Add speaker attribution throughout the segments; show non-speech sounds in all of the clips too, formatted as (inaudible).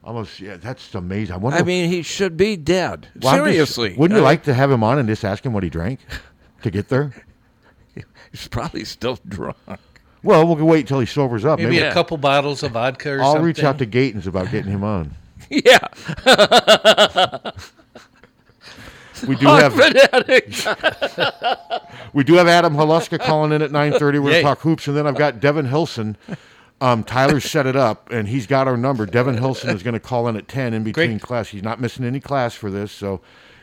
Speaker 1: almost? Yeah, that's amazing. I wonder.
Speaker 2: I mean, he should be dead.
Speaker 1: Well, I'm just-
Speaker 2: Seriously. Uh,
Speaker 1: wouldn't
Speaker 2: I
Speaker 1: you
Speaker 2: mean,
Speaker 1: like to have him on and just ask him what he drank to get there?
Speaker 2: He's probably still (laughs) drunk.
Speaker 1: Well, we'll wait till he sobers up.
Speaker 3: maybe
Speaker 1: Maybe
Speaker 3: a couple bottles of vodka or
Speaker 1: I'll
Speaker 3: something?
Speaker 1: reach out to Gatons about getting him
Speaker 3: (laughs)
Speaker 1: on.
Speaker 2: (laughs) yeah.
Speaker 1: We do have
Speaker 2: Fanatic.
Speaker 1: (laughs) we do have Adam Haluska calling in at nine thirty. We're
Speaker 3: Yay.
Speaker 1: gonna talk hoops, and then I've got Devin Hilson. Um, Tyler set it up, and he's got our number. Devin Hilson is going to call in at ten in between
Speaker 3: Great.
Speaker 1: class. He's not missing any class for this, so.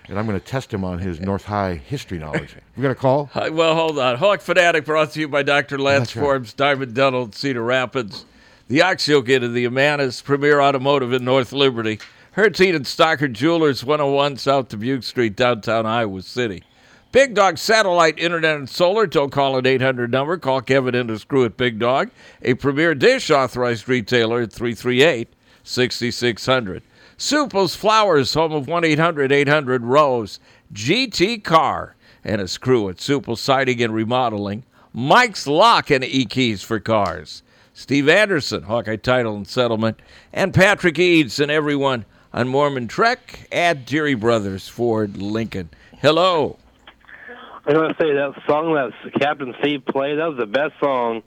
Speaker 1: And I'm going to test him on his North High history knowledge. We got a call.
Speaker 2: Hi, well, hold on. Hawk Fanatic brought to you by Dr. Lance
Speaker 1: That's right.
Speaker 2: Forbes, Diamond Dental, in Cedar Rapids, the Oxio Kid of the Amanas, Premier Automotive in North Liberty, Hertine and Stocker Jewelers, 101 South Dubuque Street, downtown Iowa City. Big Dog Satellite Internet and Solar. Don't call an 800 number. Call Kevin and his crew at Big Dog, a premier dish authorized retailer at 338 6600. Supple's Flowers, home of 1 800 800 Rose. GT Car and his crew at Supple Siding and Remodeling. Mike's Lock and E Keys for Cars. Steve Anderson, Hawkeye Title and Settlement. And Patrick Eads and everyone on Mormon Trek at Deary Brothers Ford Lincoln. Hello. (laughs)
Speaker 4: I gotta say that song that Captain Steve played, that was the best song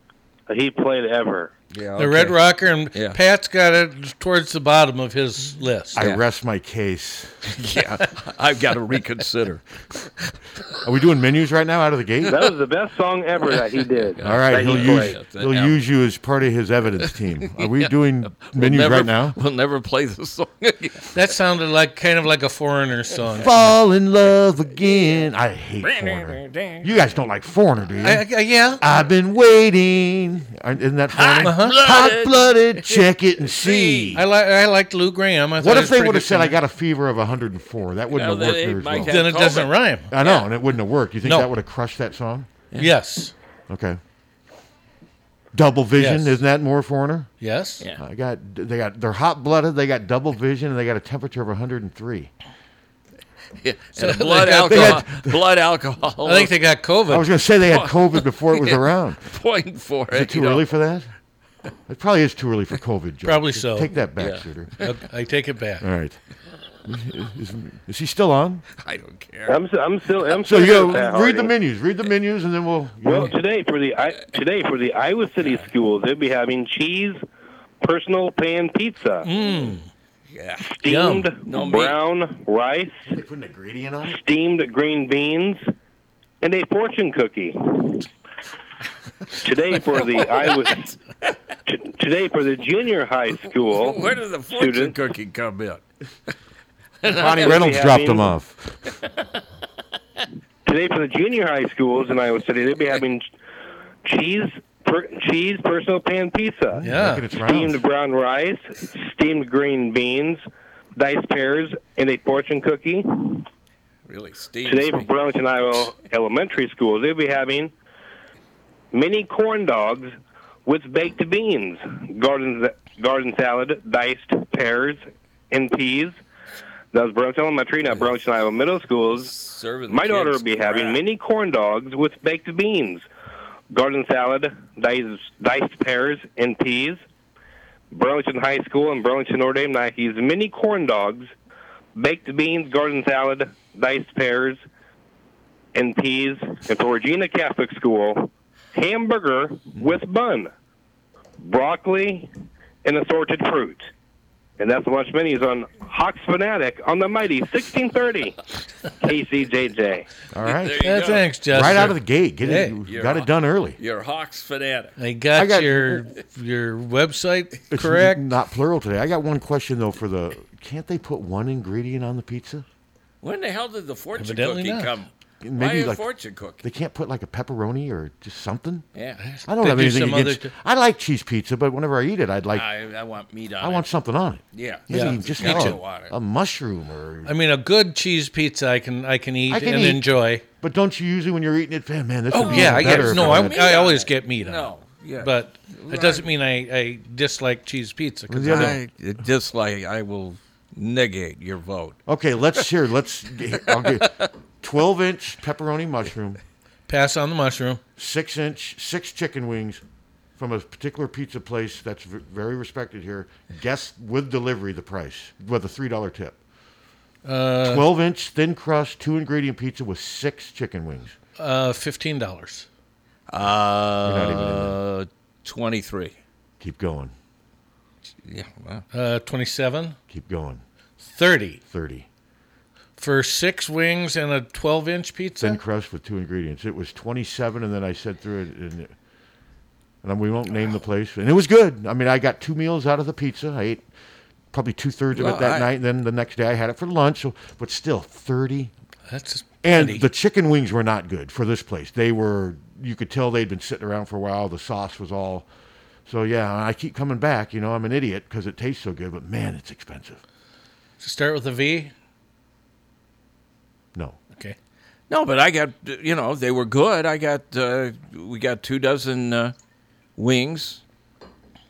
Speaker 4: that he played ever.
Speaker 2: Yeah,
Speaker 3: The Red Rocker and
Speaker 2: Yeah.
Speaker 3: Pat's got it towards the bottom of his list.
Speaker 1: I (laughs) rest my case.
Speaker 2: yeah, I've got to reconsider.
Speaker 1: Are we doing menus right now out of the gate?
Speaker 4: That was the best song ever that
Speaker 2: (laughs)
Speaker 4: he did.
Speaker 1: All right,
Speaker 4: that
Speaker 1: he'll
Speaker 4: he
Speaker 1: use
Speaker 4: played.
Speaker 1: he'll use you as part of his evidence (laughs) team. Are we doing menus
Speaker 2: Never-
Speaker 1: right now?
Speaker 2: We'll never play this song (laughs) again.
Speaker 3: that sounded like kind of like a foreigner
Speaker 1: (laughs)
Speaker 3: song.
Speaker 1: Fall in love again. I hate Foreigner. You guys don't like Foreigner, do you?
Speaker 3: I, I- yeah,
Speaker 1: I've been waiting. Aren't- Isn't that Foreigner? Hot blooded, check it and see.
Speaker 3: I like I liked Lou Graham. I thought
Speaker 1: What
Speaker 3: it
Speaker 1: if
Speaker 3: was
Speaker 1: they
Speaker 3: pretty
Speaker 1: would have
Speaker 3: good
Speaker 1: said I
Speaker 3: singing.
Speaker 1: got a fever of 104? That wouldn't
Speaker 2: No,
Speaker 1: have
Speaker 2: that
Speaker 1: worked
Speaker 2: ain't
Speaker 1: near as
Speaker 2: my
Speaker 1: well.
Speaker 2: kind.
Speaker 3: Then it doesn't rhyme.
Speaker 1: I know, and it wouldn't have worked. You think
Speaker 3: No.
Speaker 1: that would have crushed that song?
Speaker 3: Yes,
Speaker 1: Okay. Double vision,
Speaker 3: Yes.
Speaker 1: isn't that more Foreigner?
Speaker 3: yes.
Speaker 2: Yeah.
Speaker 1: I got they got they're hot blooded. They got double vision, and they got a temperature of 103.
Speaker 2: Yeah, (laughs) and blood,
Speaker 3: (laughs)
Speaker 1: (laughs)
Speaker 3: they got-
Speaker 2: alcohol,
Speaker 3: (laughs)
Speaker 2: blood alcohol.
Speaker 3: I think they got
Speaker 1: I was
Speaker 3: COVID.
Speaker 1: going to say they had COVID before it was around.
Speaker 2: point for
Speaker 1: Is it too early for that? It probably is too early for COVID. Joe.
Speaker 3: Probably so.
Speaker 1: Take that back,
Speaker 2: Yeah.
Speaker 1: shooter.
Speaker 3: (laughs) Okay, I take it back.
Speaker 1: All right. Is, is he still on?
Speaker 2: I don't care.
Speaker 4: I'm, I'm still. I'm
Speaker 1: So
Speaker 4: still
Speaker 1: you
Speaker 4: here
Speaker 1: go
Speaker 4: with Pat
Speaker 1: read the
Speaker 4: Harding.
Speaker 1: menus. Read the menus, and then we'll.
Speaker 4: Well, today for the I, today for the Iowa City schools, they'll be having cheese, personal pan pizza,
Speaker 2: Yeah.
Speaker 4: steamed
Speaker 2: No meat.
Speaker 4: brown rice,
Speaker 1: they put an ingredient on
Speaker 4: (laughs)
Speaker 1: it.
Speaker 4: steamed green beans, and a fortune cookie.
Speaker 2: (laughs)
Speaker 4: Today for the Iowa t- today for the junior high school.
Speaker 2: (laughs) Where did the fortune
Speaker 4: Student.
Speaker 2: cookie come in?
Speaker 1: (laughs) Bonnie Reynolds
Speaker 4: Yeah, I
Speaker 1: dropped
Speaker 4: mean-
Speaker 1: him off.
Speaker 4: Today for the junior high schools in Iowa City, they'll be having ch- cheese per- cheese personal pan pizza.
Speaker 3: Yeah.
Speaker 1: Making its rounds.
Speaker 4: Steamed brown rice, steamed green beans, diced pears, and a fortune cookie.
Speaker 2: Really, Steve.
Speaker 4: Today for Burlington, Iowa Elementary School, they'll be having mini corn dogs with baked beans, garden, garden salad, diced pears, and peas. That was Burlington Elementary, now Burlington, Iowa Middle Schools.
Speaker 2: Serving the
Speaker 4: My daughter will
Speaker 2: kids
Speaker 4: be having
Speaker 2: crap.
Speaker 4: mini corn dogs with baked beans, garden salad, diced, diced pears, and peas. Burlington High School and Burlington Notre Dame Nikes mini corn dogs, baked beans, garden salad, diced pears, and peas. And for Regina Catholic School, hamburger with bun, broccoli, and assorted fruit. And that's the lunch menus on Hawks Fanatic on the Mighty 1630 KCJJ.
Speaker 1: All right.
Speaker 2: There you
Speaker 3: Yeah,
Speaker 2: go.
Speaker 3: thanks, Jester.
Speaker 1: Right out of the gate. Get
Speaker 3: Hey.
Speaker 1: it, you
Speaker 2: You're
Speaker 1: got
Speaker 2: on.
Speaker 1: it done early.
Speaker 2: You're a Hawks fanatic.
Speaker 3: I got,
Speaker 1: I got-
Speaker 3: your your website
Speaker 1: (laughs) It's
Speaker 3: correct.
Speaker 1: Not plural today. I got one question though for the can't they put one ingredient on the pizza?
Speaker 2: When the hell did the fortune
Speaker 3: Evidently
Speaker 2: cookie
Speaker 3: not.
Speaker 2: come?
Speaker 1: Maybe
Speaker 2: Why a
Speaker 1: like-
Speaker 2: fortune cookie?
Speaker 1: They can't put like a pepperoni or just something.
Speaker 2: yeah,
Speaker 1: I don't
Speaker 3: They
Speaker 1: have
Speaker 3: do
Speaker 1: anything
Speaker 3: some other
Speaker 1: against.
Speaker 3: t-
Speaker 1: I like cheese pizza, but whenever I eat it, I'd like
Speaker 2: I, I want meat on
Speaker 1: I want
Speaker 2: it.
Speaker 1: something on it.
Speaker 2: Yeah,
Speaker 1: Maybe
Speaker 2: yeah.
Speaker 1: just
Speaker 2: Got
Speaker 1: a,
Speaker 2: to want it.
Speaker 1: a mushroom or.
Speaker 3: I mean, a good cheese pizza I can I can eat
Speaker 1: I can
Speaker 3: and
Speaker 1: eat.
Speaker 3: enjoy.
Speaker 1: but don't you usually when you're eating it, man? man this would be
Speaker 3: Oh, yeah, I
Speaker 1: better
Speaker 3: guess.
Speaker 1: if
Speaker 3: No,
Speaker 1: I
Speaker 3: I,
Speaker 1: had-
Speaker 2: meat
Speaker 3: I
Speaker 2: on
Speaker 3: always
Speaker 2: it.
Speaker 3: get meat on
Speaker 2: No,
Speaker 3: it.
Speaker 2: yeah.
Speaker 3: But it doesn't mean I, I dislike cheese pizza. 'cause
Speaker 1: The other-
Speaker 3: I-
Speaker 2: just like I will negate your vote.
Speaker 1: Okay, let's hear.
Speaker 2: (laughs)
Speaker 1: Let's I'll get twelve inch pepperoni mushroom,
Speaker 3: pass on the mushroom.
Speaker 1: six inch six chicken wings from a particular pizza place that's v- very respected here. Guess with delivery the price with a three dollar tip.
Speaker 3: Uh,
Speaker 1: Twelve inch thin crust two ingredient pizza with six chicken wings.
Speaker 3: Uh, fifteen dollars.
Speaker 1: even in
Speaker 2: Uh, twenty three.
Speaker 1: Keep going.
Speaker 2: Yeah, well,
Speaker 3: Uh, twenty-seven.
Speaker 1: Keep going.
Speaker 3: Thirty
Speaker 1: Thirty
Speaker 3: for six wings and a twelve-inch pizza.
Speaker 1: thin crust with two ingredients. It was twenty seven, and then I said through it and. And we won't name the place. And it was good. I mean, I got two meals out of the pizza. I ate probably two thirds of
Speaker 2: Well,
Speaker 1: it that
Speaker 2: I-
Speaker 1: night. And then the next day I had it for lunch. So, but still, 30.
Speaker 3: That's
Speaker 1: And
Speaker 3: plenty.
Speaker 1: the chicken wings were not good for this place. They were, you could tell they'd been sitting around for a while. The sauce was all. So, yeah, I keep coming back. You know, I'm an idiot because it tastes so good, but man, it's expensive.
Speaker 3: start with a V.
Speaker 1: No.
Speaker 3: Okay.
Speaker 2: no, but I got you know they were good. I got uh, we got two dozen uh, wings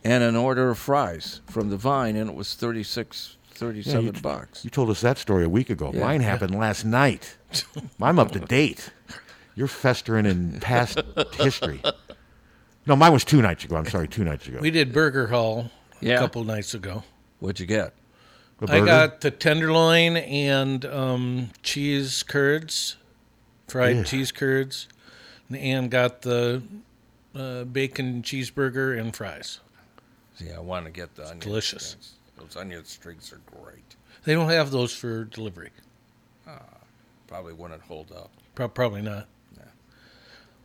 Speaker 2: and an order of fries from the vine, and it was 36, 37
Speaker 1: you-
Speaker 2: bucks.
Speaker 1: You told us that story a week ago. Mine happened last
Speaker 2: (laughs)
Speaker 1: night. I'm up to date. You're festering in past history. No, mine was two nights ago. I'm sorry, two nights ago.
Speaker 3: (laughs) We did Burger Hall
Speaker 2: Yeah.
Speaker 3: a couple nights ago.
Speaker 2: What'd you get?
Speaker 1: The
Speaker 3: I
Speaker 1: burger?
Speaker 3: got the tenderloin and um, cheese curds, fried
Speaker 1: Yeah.
Speaker 3: cheese curds, and got the uh, bacon cheeseburger and fries.
Speaker 2: See, I want to get the onion
Speaker 3: delicious.
Speaker 2: strings. Those onion strings are great. Uh,
Speaker 3: They don't have those for delivery.
Speaker 2: Probably wouldn't hold up.
Speaker 3: Pro- probably not.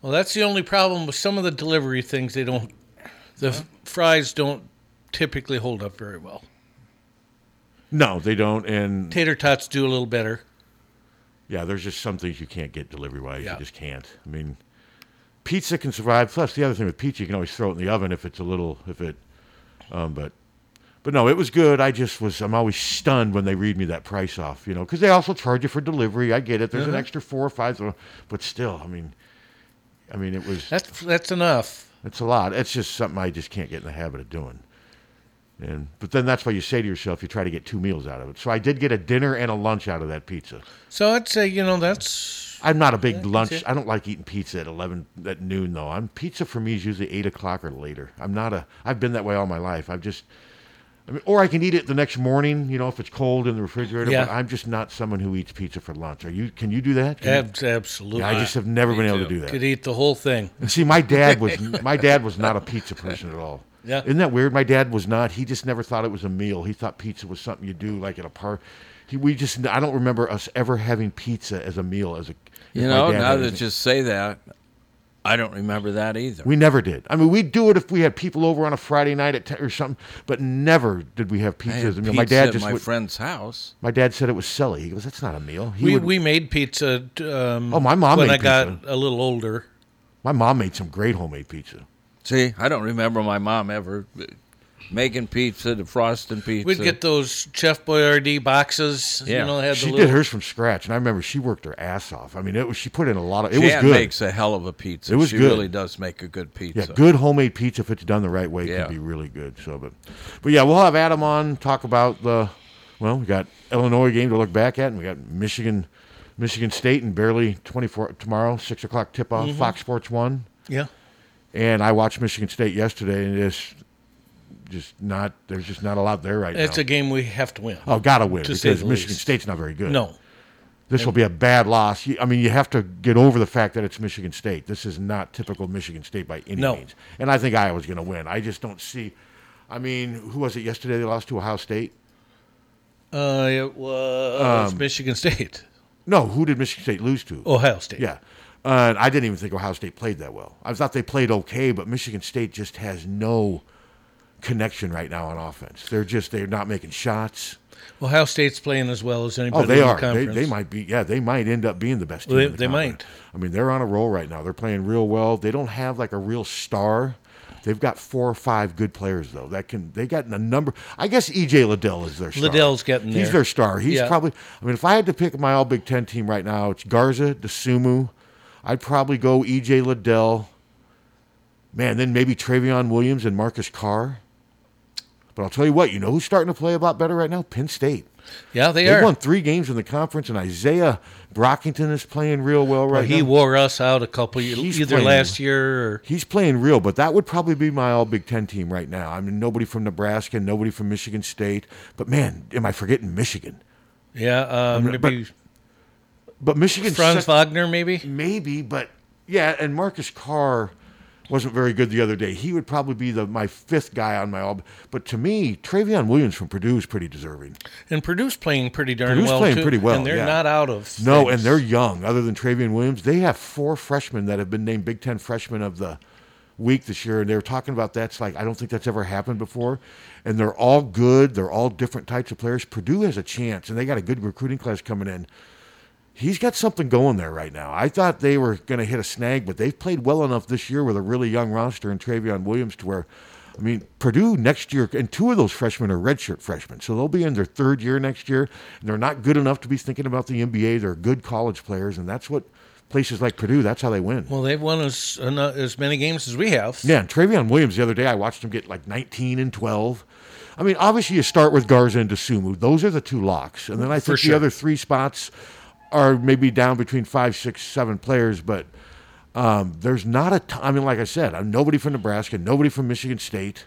Speaker 3: Well, that's the only problem with some of the delivery things. They don't, the f- fries don't typically hold up very well.
Speaker 1: No, they don't. And
Speaker 3: Tater tots do a little better.
Speaker 1: yeah, there's just some things you can't get delivery wise.
Speaker 3: Yeah.
Speaker 1: You just can't. I mean, pizza can survive. Plus, the other thing with pizza, you can always throw it in the oven if it's a little, if it, um, but. But no, it was good. I just was, I'm always stunned when they read me that price off, you know, because they also charge you for delivery. I get it. There's
Speaker 3: Uh-huh.
Speaker 1: an extra four or five, so- but still, I mean, I mean, it was,
Speaker 3: That's that's enough.
Speaker 1: It's a lot. It's just something I just can't get in the habit of doing. And but then that's why you say to yourself, you try to get two meals out of it. So I did get a dinner and a lunch out of that pizza.
Speaker 3: So I'd say you know that's
Speaker 1: I'm not a big lunch. I don't like eating pizza at eleven at noon though. I'm pizza for me is usually eight o'clock or later. I'm not a. I've been that way all my life. I've just. I mean, or I can eat it the next morning, you know, if it's cold in the refrigerator.
Speaker 3: Yeah.
Speaker 1: But I'm just not someone who eats pizza for lunch. Are you? Can you do that? Can you-
Speaker 3: ab- absolutely.
Speaker 1: I just have never been able to
Speaker 2: too.
Speaker 1: do that.
Speaker 3: could eat the whole thing.
Speaker 1: And see, my dad
Speaker 3: (laughs)
Speaker 1: was (laughs) my dad was not a pizza person at all.
Speaker 3: Yeah.
Speaker 1: Isn't that weird? My dad was not. He just never thought it was a meal. He thought pizza was something you do like at a party. He, we just I don't remember us ever having pizza as a meal as a my
Speaker 2: You know,
Speaker 1: dad
Speaker 2: now
Speaker 1: had
Speaker 2: that
Speaker 1: anything.
Speaker 2: you say that, I don't remember that either.
Speaker 1: we never did. I mean, we'd do it if we had people over on a Friday night at 10 or something, but never did we have pizza
Speaker 2: I
Speaker 1: as a
Speaker 2: had
Speaker 1: meal.
Speaker 2: pizza
Speaker 1: My dad
Speaker 2: at
Speaker 1: just
Speaker 2: my
Speaker 1: would,
Speaker 2: friend's house.
Speaker 1: my dad said it was silly. He goes, "That's not a meal." He
Speaker 3: We,
Speaker 1: would-
Speaker 3: we made pizza. Um,
Speaker 1: Oh, my mom
Speaker 3: when
Speaker 1: made
Speaker 3: I got
Speaker 1: pizza.
Speaker 3: a little older.
Speaker 1: my mom made some great homemade pizza.
Speaker 2: See, I don't remember my mom ever uh, making pizza, defrosting pizza.
Speaker 3: We'd get those Chef Boyardee boxes.
Speaker 2: Yeah.
Speaker 3: You know, they had the
Speaker 1: She
Speaker 3: little,
Speaker 1: did hers from scratch, and I remember she worked her ass off. I mean, it was she put in a lot of. It
Speaker 2: Jan
Speaker 1: was good.
Speaker 2: makes a hell of a pizza.
Speaker 1: It was
Speaker 2: she
Speaker 1: good.
Speaker 2: really does make a good pizza.
Speaker 1: yeah, good homemade pizza if it's done the right way
Speaker 2: Yeah.
Speaker 1: can be really good. So, but, but yeah, we'll have Adam on talk about the. Well, we got Illinois game to look back at, and we got Michigan, Michigan State, and barely twenty four tomorrow six o'clock tip off
Speaker 3: Mhm.
Speaker 1: Fox Sports One.
Speaker 3: Yeah.
Speaker 1: And I watched Michigan State yesterday, and it's just not. There's just not a lot there right now.
Speaker 3: It's a game we have to win.
Speaker 1: Oh, gotta win
Speaker 3: To say
Speaker 1: because
Speaker 3: the
Speaker 1: Michigan
Speaker 3: least.
Speaker 1: State's not very good.
Speaker 3: No.
Speaker 1: this will be a bad loss. You- I mean, you have to get over the fact that it's Michigan State. This is not typical Michigan State by any
Speaker 3: No.
Speaker 1: means. And I think Iowa's going to win. I just don't see. I mean, who was it yesterday? They lost to Ohio State.
Speaker 3: Uh, it was
Speaker 1: Um,
Speaker 3: Michigan State.
Speaker 1: No, who did Michigan State lose to?
Speaker 3: Ohio State.
Speaker 1: Yeah. Uh, and I didn't even think Ohio State played that well. I thought they played okay, but Michigan State just has no connection right now on offense. They're just they're not making shots.
Speaker 3: Ohio State's playing as well as anybody
Speaker 1: Oh, they
Speaker 3: in the
Speaker 1: are. They,
Speaker 3: conference.
Speaker 1: they might be. Yeah, they might end up being the best team.
Speaker 3: They-
Speaker 1: in the
Speaker 3: they
Speaker 1: conference. I mean, they're on a roll right now. They're playing real well. They don't have like a real star. They've got four or five good players though. That can they got a number. I guess EJ Liddell is their star.
Speaker 3: Liddell's getting
Speaker 1: He's
Speaker 3: there.
Speaker 1: their star. He's
Speaker 3: Yeah.
Speaker 1: probably. I mean, if I had to pick my All Big Ten team right now, it's Garza, Desumu. I'd probably go EJ Liddell. Man, then maybe Travion Williams and Marcus Carr. But I'll tell you what, you know who's starting to play a lot better right now? Penn State.
Speaker 3: Yeah, they
Speaker 1: They've
Speaker 3: are.
Speaker 1: won three games in the conference, and Isaiah Brockington is playing real well right
Speaker 3: Well, he
Speaker 1: now.
Speaker 3: wore us out a couple years,
Speaker 1: He's
Speaker 3: either
Speaker 1: playing-
Speaker 3: last year or
Speaker 1: He's playing real, but that would probably be my All Big Ten team right now. I mean, nobody from Nebraska, nobody from Michigan State. But man, am I forgetting Michigan?
Speaker 3: yeah, uh,
Speaker 1: I'm- but-
Speaker 3: maybe
Speaker 1: But Michigan
Speaker 3: Franz
Speaker 1: sec-
Speaker 3: Wagner, maybe.
Speaker 1: Maybe, but yeah, and Marcus Carr wasn't very good the other day. He would probably be the my fifth guy on my All. But to me, Travion Williams from Purdue is pretty deserving.
Speaker 3: And Purdue's playing pretty darn
Speaker 1: Purdue's
Speaker 3: well
Speaker 1: playing
Speaker 3: too.
Speaker 1: pretty well,
Speaker 3: and they're
Speaker 1: yeah.
Speaker 3: not out of
Speaker 1: No,
Speaker 3: things.
Speaker 1: and they're young. Other than Travian Williams, they have four freshmen that have been named Big Ten Freshmen of the Week this year, and they were talking about that's like I don't think that's ever happened before. And they're all good. They're all different types of players. Purdue has a chance, and they got a good recruiting class coming in. He's got something going there right now. I thought they were going to hit a snag, but they've played well enough this year with a really young roster and Travion Williams to where, I mean, Purdue next year, and two of those freshmen are redshirt freshmen. So they'll be in their third year next year, and they're not good enough to be thinking about the NBA. They're good college players, and that's what places like Purdue, that's how they win.
Speaker 3: Well, they've won as eno- as many games as we have.
Speaker 1: Yeah, and Travion Williams the other day, I watched him get like 19 and 12. I mean, obviously, you start with Garza and Desumu. Those are the two locks. And then I
Speaker 3: For
Speaker 1: think
Speaker 3: sure.
Speaker 1: the other three spots are maybe down between five, six, seven players. But um, there's not a ton. I mean, like I said, I'm nobody from Nebraska, nobody from Michigan State.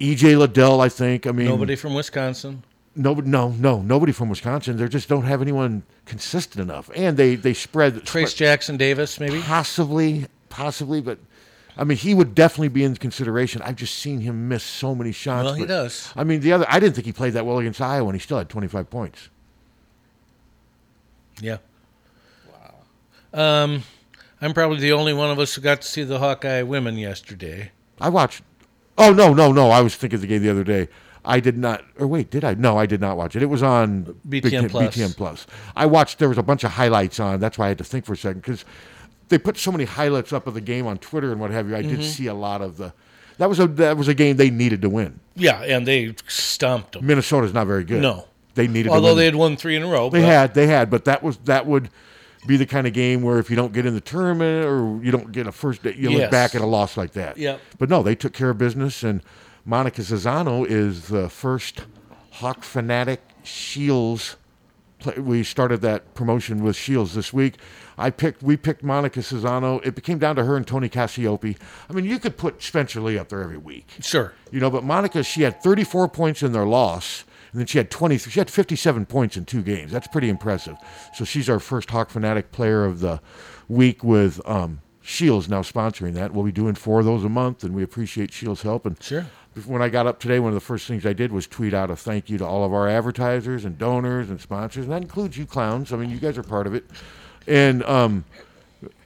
Speaker 1: EJ Liddell, I think. I mean,
Speaker 3: Nobody from Wisconsin.
Speaker 1: Nobody, no, no, nobody from Wisconsin. They just don't have anyone consistent enough, and they they spread
Speaker 3: Trace Jackson Davis, maybe.
Speaker 1: Possibly, possibly, but I mean, he would definitely be in consideration. I've just seen him miss so many shots.
Speaker 3: Well, he
Speaker 1: but-
Speaker 3: does.
Speaker 1: I mean, the other, I didn't think he played that well against Iowa, and he still had 25 points.
Speaker 3: Yeah. Wow. Um, I'm probably the only one of us who got to see the Hawkeye women yesterday.
Speaker 1: I watched. Oh no, no, no! I was thinking of the game the other day. I did not. Or wait, did I? No, I did not watch it. It was on Big
Speaker 3: BTN
Speaker 1: Ten-
Speaker 3: Plus.
Speaker 1: BTN Plus. I watched. There was a bunch of highlights on. That's why I had to think for a second because they put so many highlights up of the game on Twitter and what have you. I did
Speaker 3: Mhm.
Speaker 1: see a lot of the. That was a that was a game they needed to win.
Speaker 3: Yeah, and they stomped them.
Speaker 1: Minnesota's not very good.
Speaker 3: No.
Speaker 1: they needed. to
Speaker 3: Although
Speaker 1: win.
Speaker 3: they had won three in a row.
Speaker 1: They
Speaker 3: but-
Speaker 1: had, they had, but that was that would be the kind of game where if you don't get in the tournament or you don't get a first day, you
Speaker 3: Yes.
Speaker 1: look back at a loss like that.
Speaker 3: Yep.
Speaker 1: But no, they took care of business, and Monica Zazano is the first Hawk fanatic Shields. Play. We started that promotion with Shields this week. I picked, we picked Monica Cesano. It came down to her and Tony Cassiope. I mean, you could put Spencer Lee up there every week.
Speaker 3: Sure.
Speaker 1: You know, but Monica, she had 34 points in their loss, and then she had 23. She had 57 points in two games. That's pretty impressive. So she's our first Hawk Fanatic player of the week with um, Shields now sponsoring that. We'll be doing four of those a month, and we appreciate Shields' help. And
Speaker 3: Sure.
Speaker 1: when I got up today, one of the first things I did was tweet out a thank you to all of our advertisers and donors and sponsors, and that includes you clowns. I mean, you guys are part of it. And um,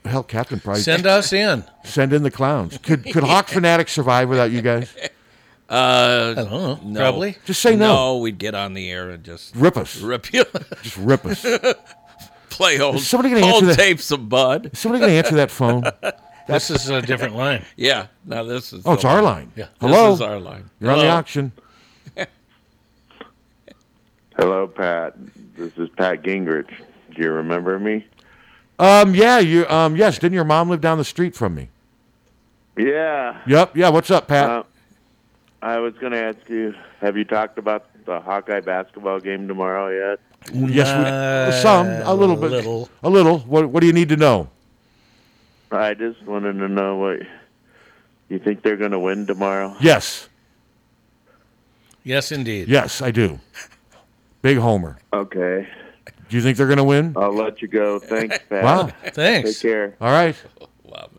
Speaker 1: hell, Captain Price,
Speaker 3: Send us in.
Speaker 1: send in the clowns. Could could Hawk Fanatic survive without you guys?
Speaker 2: Uh,
Speaker 3: I don't know.
Speaker 2: no.
Speaker 3: Probably.
Speaker 1: Just say no.
Speaker 2: No, we'd get on the air and just
Speaker 1: Rip us.
Speaker 2: Rip you.
Speaker 1: Just rip us.
Speaker 2: (laughs) Play old.
Speaker 1: Is somebody gonna
Speaker 2: old
Speaker 1: answer that?
Speaker 2: tapes of Bud.
Speaker 1: Is somebody going to answer that phone?
Speaker 3: (laughs) This is a different line.
Speaker 2: Yeah. Now this is.
Speaker 1: Oh, it's
Speaker 2: the
Speaker 1: our line.
Speaker 3: Yeah.
Speaker 1: Hello.
Speaker 2: This is our line.
Speaker 1: You're on the auction.
Speaker 5: Hello, Pat. This is Pat Gingrich. Do you remember me?
Speaker 1: Um, yeah, you. Um, yes. Didn't your mom live down the street from me?
Speaker 5: Yeah.
Speaker 1: Yep. Yeah. What's up, Pat?
Speaker 5: Uh, I was going to ask you have you talked about the Hawkeye basketball game tomorrow yet?
Speaker 1: yes.
Speaker 3: Uh,
Speaker 1: We, some. A little bit.
Speaker 3: little.
Speaker 1: A little. What What do you need to know?
Speaker 5: I just wanted to know what you think they're going to win tomorrow.
Speaker 1: Yes.
Speaker 3: Yes, indeed.
Speaker 1: Yes, I do. Big Homer.
Speaker 5: Okay.
Speaker 1: Do you think they're going to win?
Speaker 5: I'll let you
Speaker 3: (laughs)
Speaker 5: go. Thanks, Pat.
Speaker 1: Wow.
Speaker 5: Take
Speaker 3: Thanks.
Speaker 5: care.
Speaker 1: All right.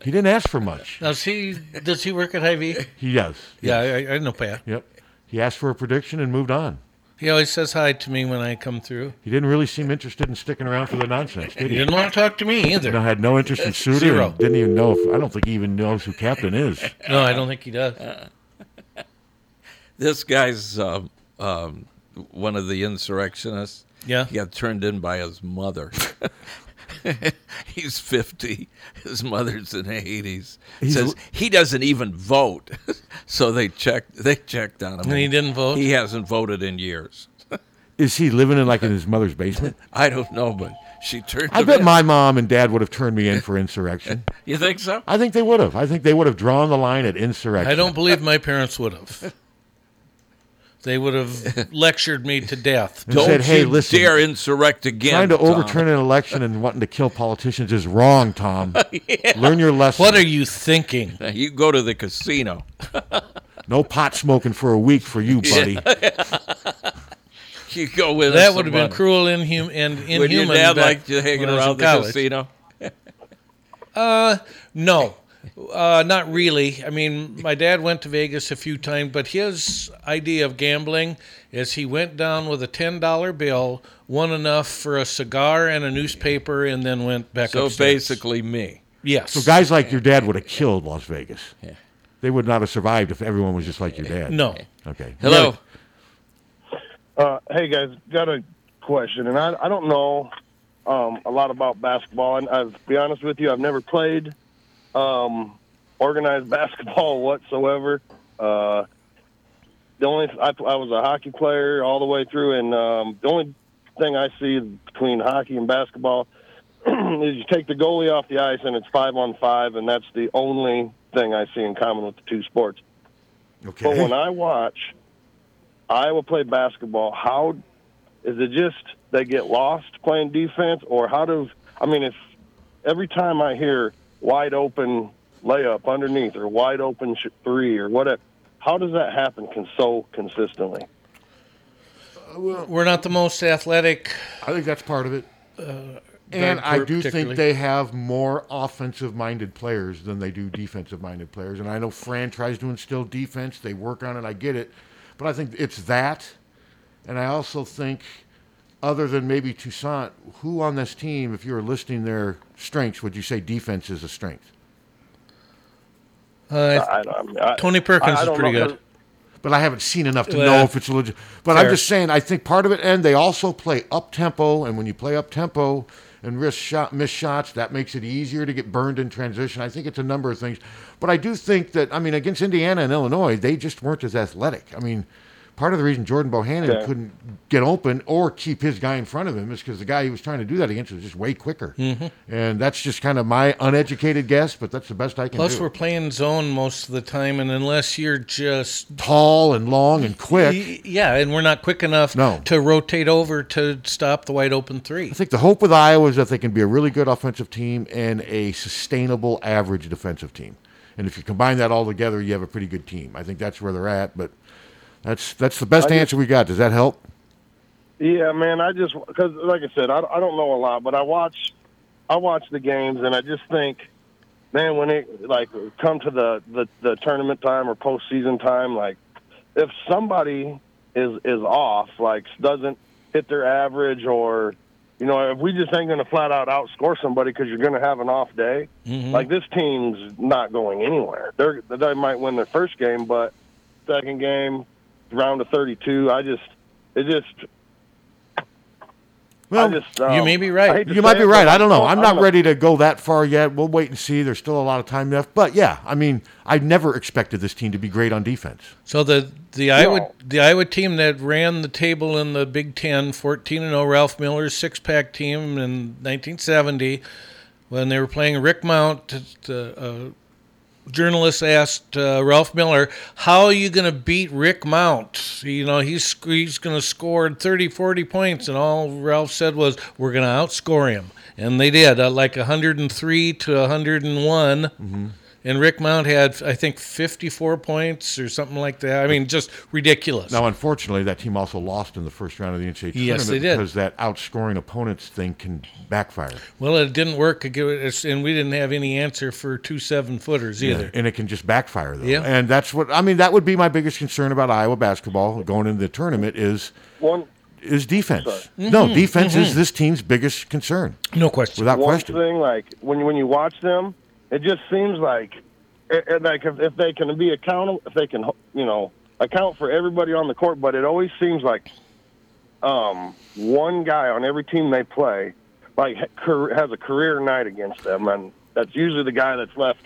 Speaker 1: He didn't ask for much.
Speaker 3: Now, see, does he work at Hy-Vee?
Speaker 1: He does.
Speaker 3: Yeah, I, I know Pat.
Speaker 1: Yep. He asked for a prediction and moved on.
Speaker 3: He always says hi to me when I come through.
Speaker 1: He didn't really seem interested in sticking around for the nonsense, did
Speaker 3: He
Speaker 1: he?
Speaker 3: didn't want to talk to me either.
Speaker 1: No,
Speaker 3: No,
Speaker 1: had no interest in Suter.
Speaker 3: Zero.
Speaker 1: and Didn't even know if I don't think he even knows who Captain is.
Speaker 3: I don't think he does.
Speaker 2: (laughs) This guy's um, um, one of the insurrectionists.
Speaker 3: Yeah.
Speaker 2: He got turned in by his mother. (laughs) He's 50. His mother's in the 80s.
Speaker 1: He's
Speaker 2: Says
Speaker 1: l-
Speaker 2: he doesn't even vote. (laughs) so they checked they checked on him.
Speaker 3: And he didn't vote?
Speaker 2: He hasn't voted in years.
Speaker 1: Is he living in like in his mother's
Speaker 2: (laughs)
Speaker 1: basement?
Speaker 2: I don't know, but she turned
Speaker 1: I
Speaker 2: him
Speaker 1: bet
Speaker 2: in.
Speaker 1: my mom and dad would have turned me in for insurrection.
Speaker 2: (laughs) You think so?
Speaker 1: I think they would have. I think they would have drawn the line at insurrection.
Speaker 3: I don't believe my parents would have. They would
Speaker 2: (laughs)
Speaker 3: have lectured me to death.
Speaker 1: And
Speaker 2: Don't
Speaker 1: said, "Hey,
Speaker 2: you
Speaker 1: listen,
Speaker 2: dare insurrect again.
Speaker 1: Trying to
Speaker 2: Tom."
Speaker 1: overturn an election and wanting to kill politicians is wrong,
Speaker 2: (laughs)
Speaker 1: Tom. Learn your lesson.
Speaker 3: What are you thinking?
Speaker 2: You go to the casino.
Speaker 1: no pot smoking for a week for you, buddy.
Speaker 2: (laughs) You go with
Speaker 3: That
Speaker 2: us
Speaker 3: would
Speaker 2: some
Speaker 3: have been
Speaker 2: money.
Speaker 3: cruel inhum- and
Speaker 2: (laughs)
Speaker 3: inhuman.
Speaker 2: Would your dad
Speaker 3: back
Speaker 2: like you hanging
Speaker 3: when I was
Speaker 2: around
Speaker 3: in
Speaker 2: the
Speaker 3: college.
Speaker 2: casino? (laughs)
Speaker 3: No, uh, not really. I mean, my dad went to Vegas a few times, but his idea of gambling is he went down with a ten dollar bill, won enough for a cigar and a newspaper, and then went back
Speaker 2: So
Speaker 3: upstairs.
Speaker 2: basically, me.
Speaker 3: yes.
Speaker 1: So guys like your dad would have killed Las Vegas. They would not have survived if everyone was just like your dad.
Speaker 3: no,
Speaker 1: Okay.
Speaker 2: Hello.
Speaker 6: Uh, hey guys, got a question, and I, I don't know um, a lot about basketball. And I'll be honest with you, I've never played um, organized (laughs) basketball whatsoever. Uh, the only I, I was a hockey player all the way through, and um, the only thing I see between hockey and basketball (clears throat) is you take the goalie off the ice, and it's five on five, and that's the only thing I see in common with the two sports.
Speaker 1: Okay.
Speaker 6: But when I watch Iowa play basketball, how is it just they get lost playing defense, or how does I mean if every time I hear wide open layup underneath or wide open sh- three or whatever, how does that happen con- so consistently?
Speaker 3: we're not the most athletic.
Speaker 1: Uh,
Speaker 3: uh,
Speaker 1: I think that's part of it. and I
Speaker 3: group
Speaker 1: do think
Speaker 3: particularly.
Speaker 1: they have more offensive minded players than they do defensive minded players. And I know Fran tries to instill defense, they work on it, I get it. But I think it's that. And I also think, other than maybe Toussaint, who on this team, if you were listing their strengths, would you say defense is a strength?
Speaker 3: Uh,
Speaker 6: I, don't- I,
Speaker 3: Tony Perkins
Speaker 6: I- I
Speaker 3: is
Speaker 6: don't
Speaker 3: pretty
Speaker 6: know,
Speaker 3: good.
Speaker 1: but I haven't seen enough to know
Speaker 3: Well,
Speaker 1: if it's legit. But I'm
Speaker 3: fair.
Speaker 1: just saying, I think part of it, and they also play up tempo, and when you play up tempo and risk shot, miss shots, that makes it easier to get burned in transition. I think it's a number of things, but I do think that I mean against Indiana and Illinois, they just weren't as athletic. I mean. Part of the reason Jordan Bohannon
Speaker 6: Fair.
Speaker 1: couldn't get open or keep his guy in front of him is because the guy he was trying to do that against was just way quicker,
Speaker 3: Mm-hmm.
Speaker 1: and that's just kind of my uneducated guess. But that's the best I can
Speaker 3: Plus,
Speaker 1: do.
Speaker 3: we're playing zone most of the time, and unless you're just
Speaker 1: tall and long and quick.
Speaker 3: Y- Yeah, and we're not quick enough
Speaker 1: No.
Speaker 3: to rotate over to stop the wide open three.
Speaker 1: I think the hope with Iowa is that they can be a really good offensive team and a sustainable average defensive team. And if you combine that all together, you have a pretty good team. I think that's where they're at, but that's that's the best answer we got. Does that help?
Speaker 6: Yeah, man. I just because, like I said, I, I don't know a lot, but I watch, I watch the games, and I just think, man, when it like come to the the, the tournament time or postseason time, like if somebody is is off, like doesn't hit their average, or you know, if we just ain't going to flat out outscore somebody because you're going to have an off day,
Speaker 1: Mm-hmm.
Speaker 6: like this team's not going anywhere. They're they might win their first game, but second game, round of 32, I just it just
Speaker 1: Well,
Speaker 6: just, um, You may be right. I hate to
Speaker 1: You might
Speaker 6: say
Speaker 1: be
Speaker 6: it,
Speaker 1: right.
Speaker 6: but
Speaker 1: I don't know.
Speaker 6: I
Speaker 1: I'm
Speaker 6: don't
Speaker 1: not
Speaker 6: know.
Speaker 1: ready to go that far yet. We'll wait and see. There's still a lot of time left. But yeah, I mean, I never expected this team to be great on defense.
Speaker 3: So the the Iowa the Iowa team that ran the table in the Big Ten, 14 and 0, Ralph Miller's six pack team in 1970, when they were playing Rick Mount, uh, a journalist asked uh, Ralph Miller, "How are you going to beat Rick Mount? You know he's sc- he's going to score 30, 40 points," and all Ralph said was, "We're going to outscore him," and they did, uh, like 103 to 101.
Speaker 1: Mhm.
Speaker 3: And Rick Mount had, I think, 54 points or something like that. I mean, just ridiculous.
Speaker 1: Now, unfortunately, that team also lost in the first round of the NCAA tournament
Speaker 3: Yes, they did.
Speaker 1: because that outscoring opponents thing can backfire.
Speaker 3: Well, it didn't work, again, it's- and we didn't have any answer for two seven footers either.
Speaker 1: And it can just backfire though.
Speaker 3: Yeah.
Speaker 1: And that's what I mean, that would be my biggest concern about Iowa basketball going into the tournament is
Speaker 6: One
Speaker 1: is defense.
Speaker 6: Sorry.
Speaker 1: No,
Speaker 6: Mhm,
Speaker 1: defense
Speaker 6: mhm.
Speaker 1: is this team's biggest concern.
Speaker 3: Mm-hmm. No question.
Speaker 1: Without
Speaker 6: one
Speaker 1: question.
Speaker 6: thing, like when when you watch them, it just seems like, it, it- like if, if they can be accountable, if they can, you know, account for everybody on the court, but it always seems like, um, one guy on every team they play, like ha- car- has a career night against them, and that's usually the guy that's left,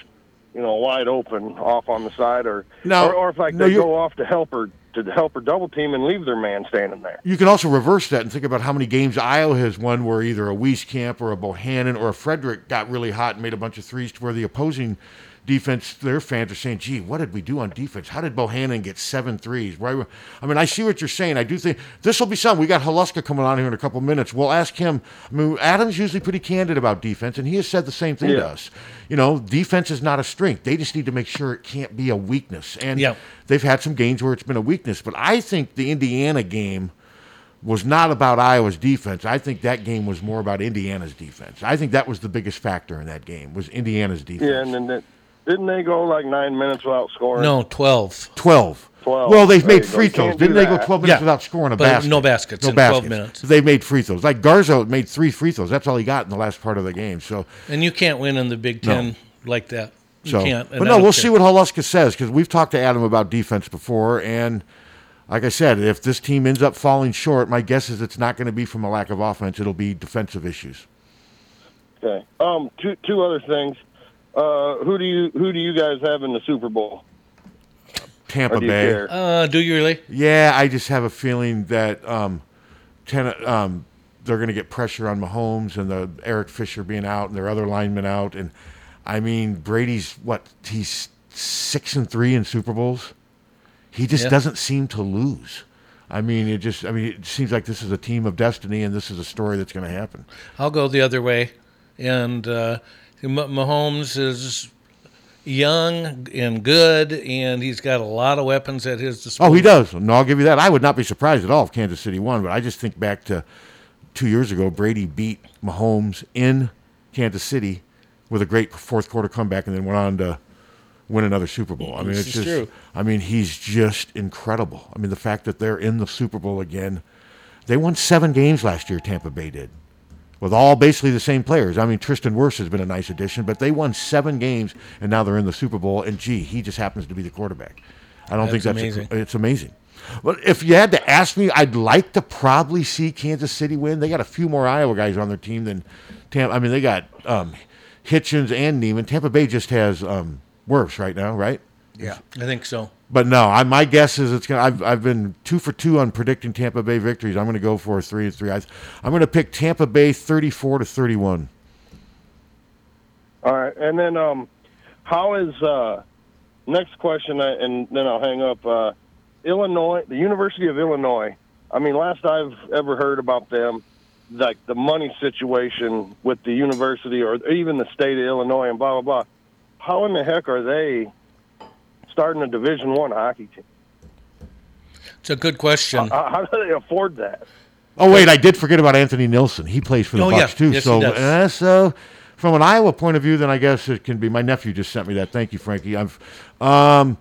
Speaker 6: you know, wide open off on the side, or
Speaker 1: No,
Speaker 6: or, or if like
Speaker 1: no,
Speaker 6: they
Speaker 1: you-
Speaker 6: go off to help her to help her double team and leave their man standing there.
Speaker 1: You can also reverse that and think about how many games Iowa has won where either a Wieskamp or a Bohannon or a Frederick got really hot and made a bunch of threes to where the opposing defense, their fans are saying, gee, what did we do on defense? How did Bohannon get seven threes? Why, I mean, I see what you're saying. I do think this will be something. We got Haluska coming on here in a couple minutes. We'll ask him. I mean, Adam's usually pretty candid about defense, and he has said the same thing to
Speaker 6: Yeah.
Speaker 1: us. You know, defense is not a strength. They just need to make sure it can't be a weakness. And
Speaker 3: Yeah.
Speaker 1: they've had some games where it's been a weakness. But I think the Indiana game was not about Iowa's defense. I think that game was more about Indiana's defense. I think that was the biggest factor in that game was Indiana's defense.
Speaker 6: Yeah, and then they, didn't they go like nine minutes without scoring?
Speaker 3: No, 12.
Speaker 1: 12.
Speaker 6: 12.
Speaker 1: Well, they've
Speaker 6: There
Speaker 1: made
Speaker 6: you go.
Speaker 1: free
Speaker 6: You
Speaker 1: throws.
Speaker 6: can't do
Speaker 1: Didn't they go
Speaker 6: that.
Speaker 1: 12 minutes
Speaker 3: Yeah.
Speaker 1: without scoring a
Speaker 3: But
Speaker 1: basket?
Speaker 3: no baskets
Speaker 1: No
Speaker 3: in 12
Speaker 1: baskets.
Speaker 3: minutes.
Speaker 1: They made free throws. Like Garzo made three free throws. That's all he got in the last part of the game. So
Speaker 3: And you can't win in the Big
Speaker 1: No.
Speaker 3: Ten like that. You
Speaker 1: So,
Speaker 3: can't. and
Speaker 1: but
Speaker 3: I
Speaker 1: no,
Speaker 3: don't
Speaker 1: we'll
Speaker 3: care.
Speaker 1: see what Holuska says because we've talked to Adam about defense before, and like I said, if this team ends up falling short, my guess is it's not going to be from a lack of offense; it'll be defensive issues.
Speaker 6: Okay. Um, two two other things. Uh, who do you who do you guys have in the Super Bowl?
Speaker 1: Tampa
Speaker 6: Or do you
Speaker 1: Bay.
Speaker 6: care?
Speaker 3: Uh, do you really?
Speaker 1: Yeah, I just have a feeling that um, ten, um, they're going to get pressure on Mahomes and the Eric Fisher being out and their other linemen out, and I mean Brady's what he's six and three in Super Bowls. He just
Speaker 3: Yeah.
Speaker 1: doesn't seem to lose. I mean, it just I mean it seems like this is a team of destiny, and this is a story that's going to happen.
Speaker 3: I'll go the other way. And uh, M- Mahomes is young and good, and he's got a lot of weapons at his disposal.
Speaker 1: Oh, he does. No, I'll give you that. I would not be surprised at all if Kansas City won, but I just think back to two years ago, Brady beat Mahomes in Kansas City with a great fourth quarter comeback, and then went on to win another Super Bowl. I mean,
Speaker 3: This
Speaker 1: it's
Speaker 3: is
Speaker 1: just.
Speaker 3: true.
Speaker 1: I mean, he's just incredible. I mean, the fact that they're in the Super Bowl again. They won seven games last year. Tampa Bay did. With all basically the same players. I mean, Tristan Wirfs has been a nice addition, but they won seven games and now they're in the Super Bowl. And gee, he just happens to be the quarterback. I don't think
Speaker 3: That's
Speaker 1: that's
Speaker 3: amazing.
Speaker 1: A, it's amazing. But if you had to ask me, I'd like to probably see Kansas City win. They got a few more Iowa guys on their team than Tampa. I mean, they got um, Hitchens and Neiman. Tampa Bay just has um, Wirfs right now, right?
Speaker 3: Yeah, I think so.
Speaker 1: But no, I, my guess is it's gonna. I've, I've been two for two on predicting Tampa Bay victories. I'm gonna go for a three and three. I, I'm gonna pick Tampa Bay 34 to 31.
Speaker 6: All right, and then um, how is uh, next question? uh, And then I'll hang up. Uh, Illinois, the University of Illinois. I mean, last I've ever heard about them, like the money situation with the university or even the state of Illinois and blah blah blah. How in the heck are they starting a Division One hockey team?
Speaker 3: It's a good question.
Speaker 6: How, how do they afford that?
Speaker 1: Oh wait, I did forget about Anthony Nilsson. He plays for the
Speaker 3: Oh,
Speaker 1: Bucks
Speaker 3: yeah.
Speaker 1: too.
Speaker 3: Yes, he
Speaker 1: so
Speaker 3: does.
Speaker 1: uh, so from an Iowa point of view, then I guess it can be. My nephew just sent me that. Thank you, Frankie. I'm. Um,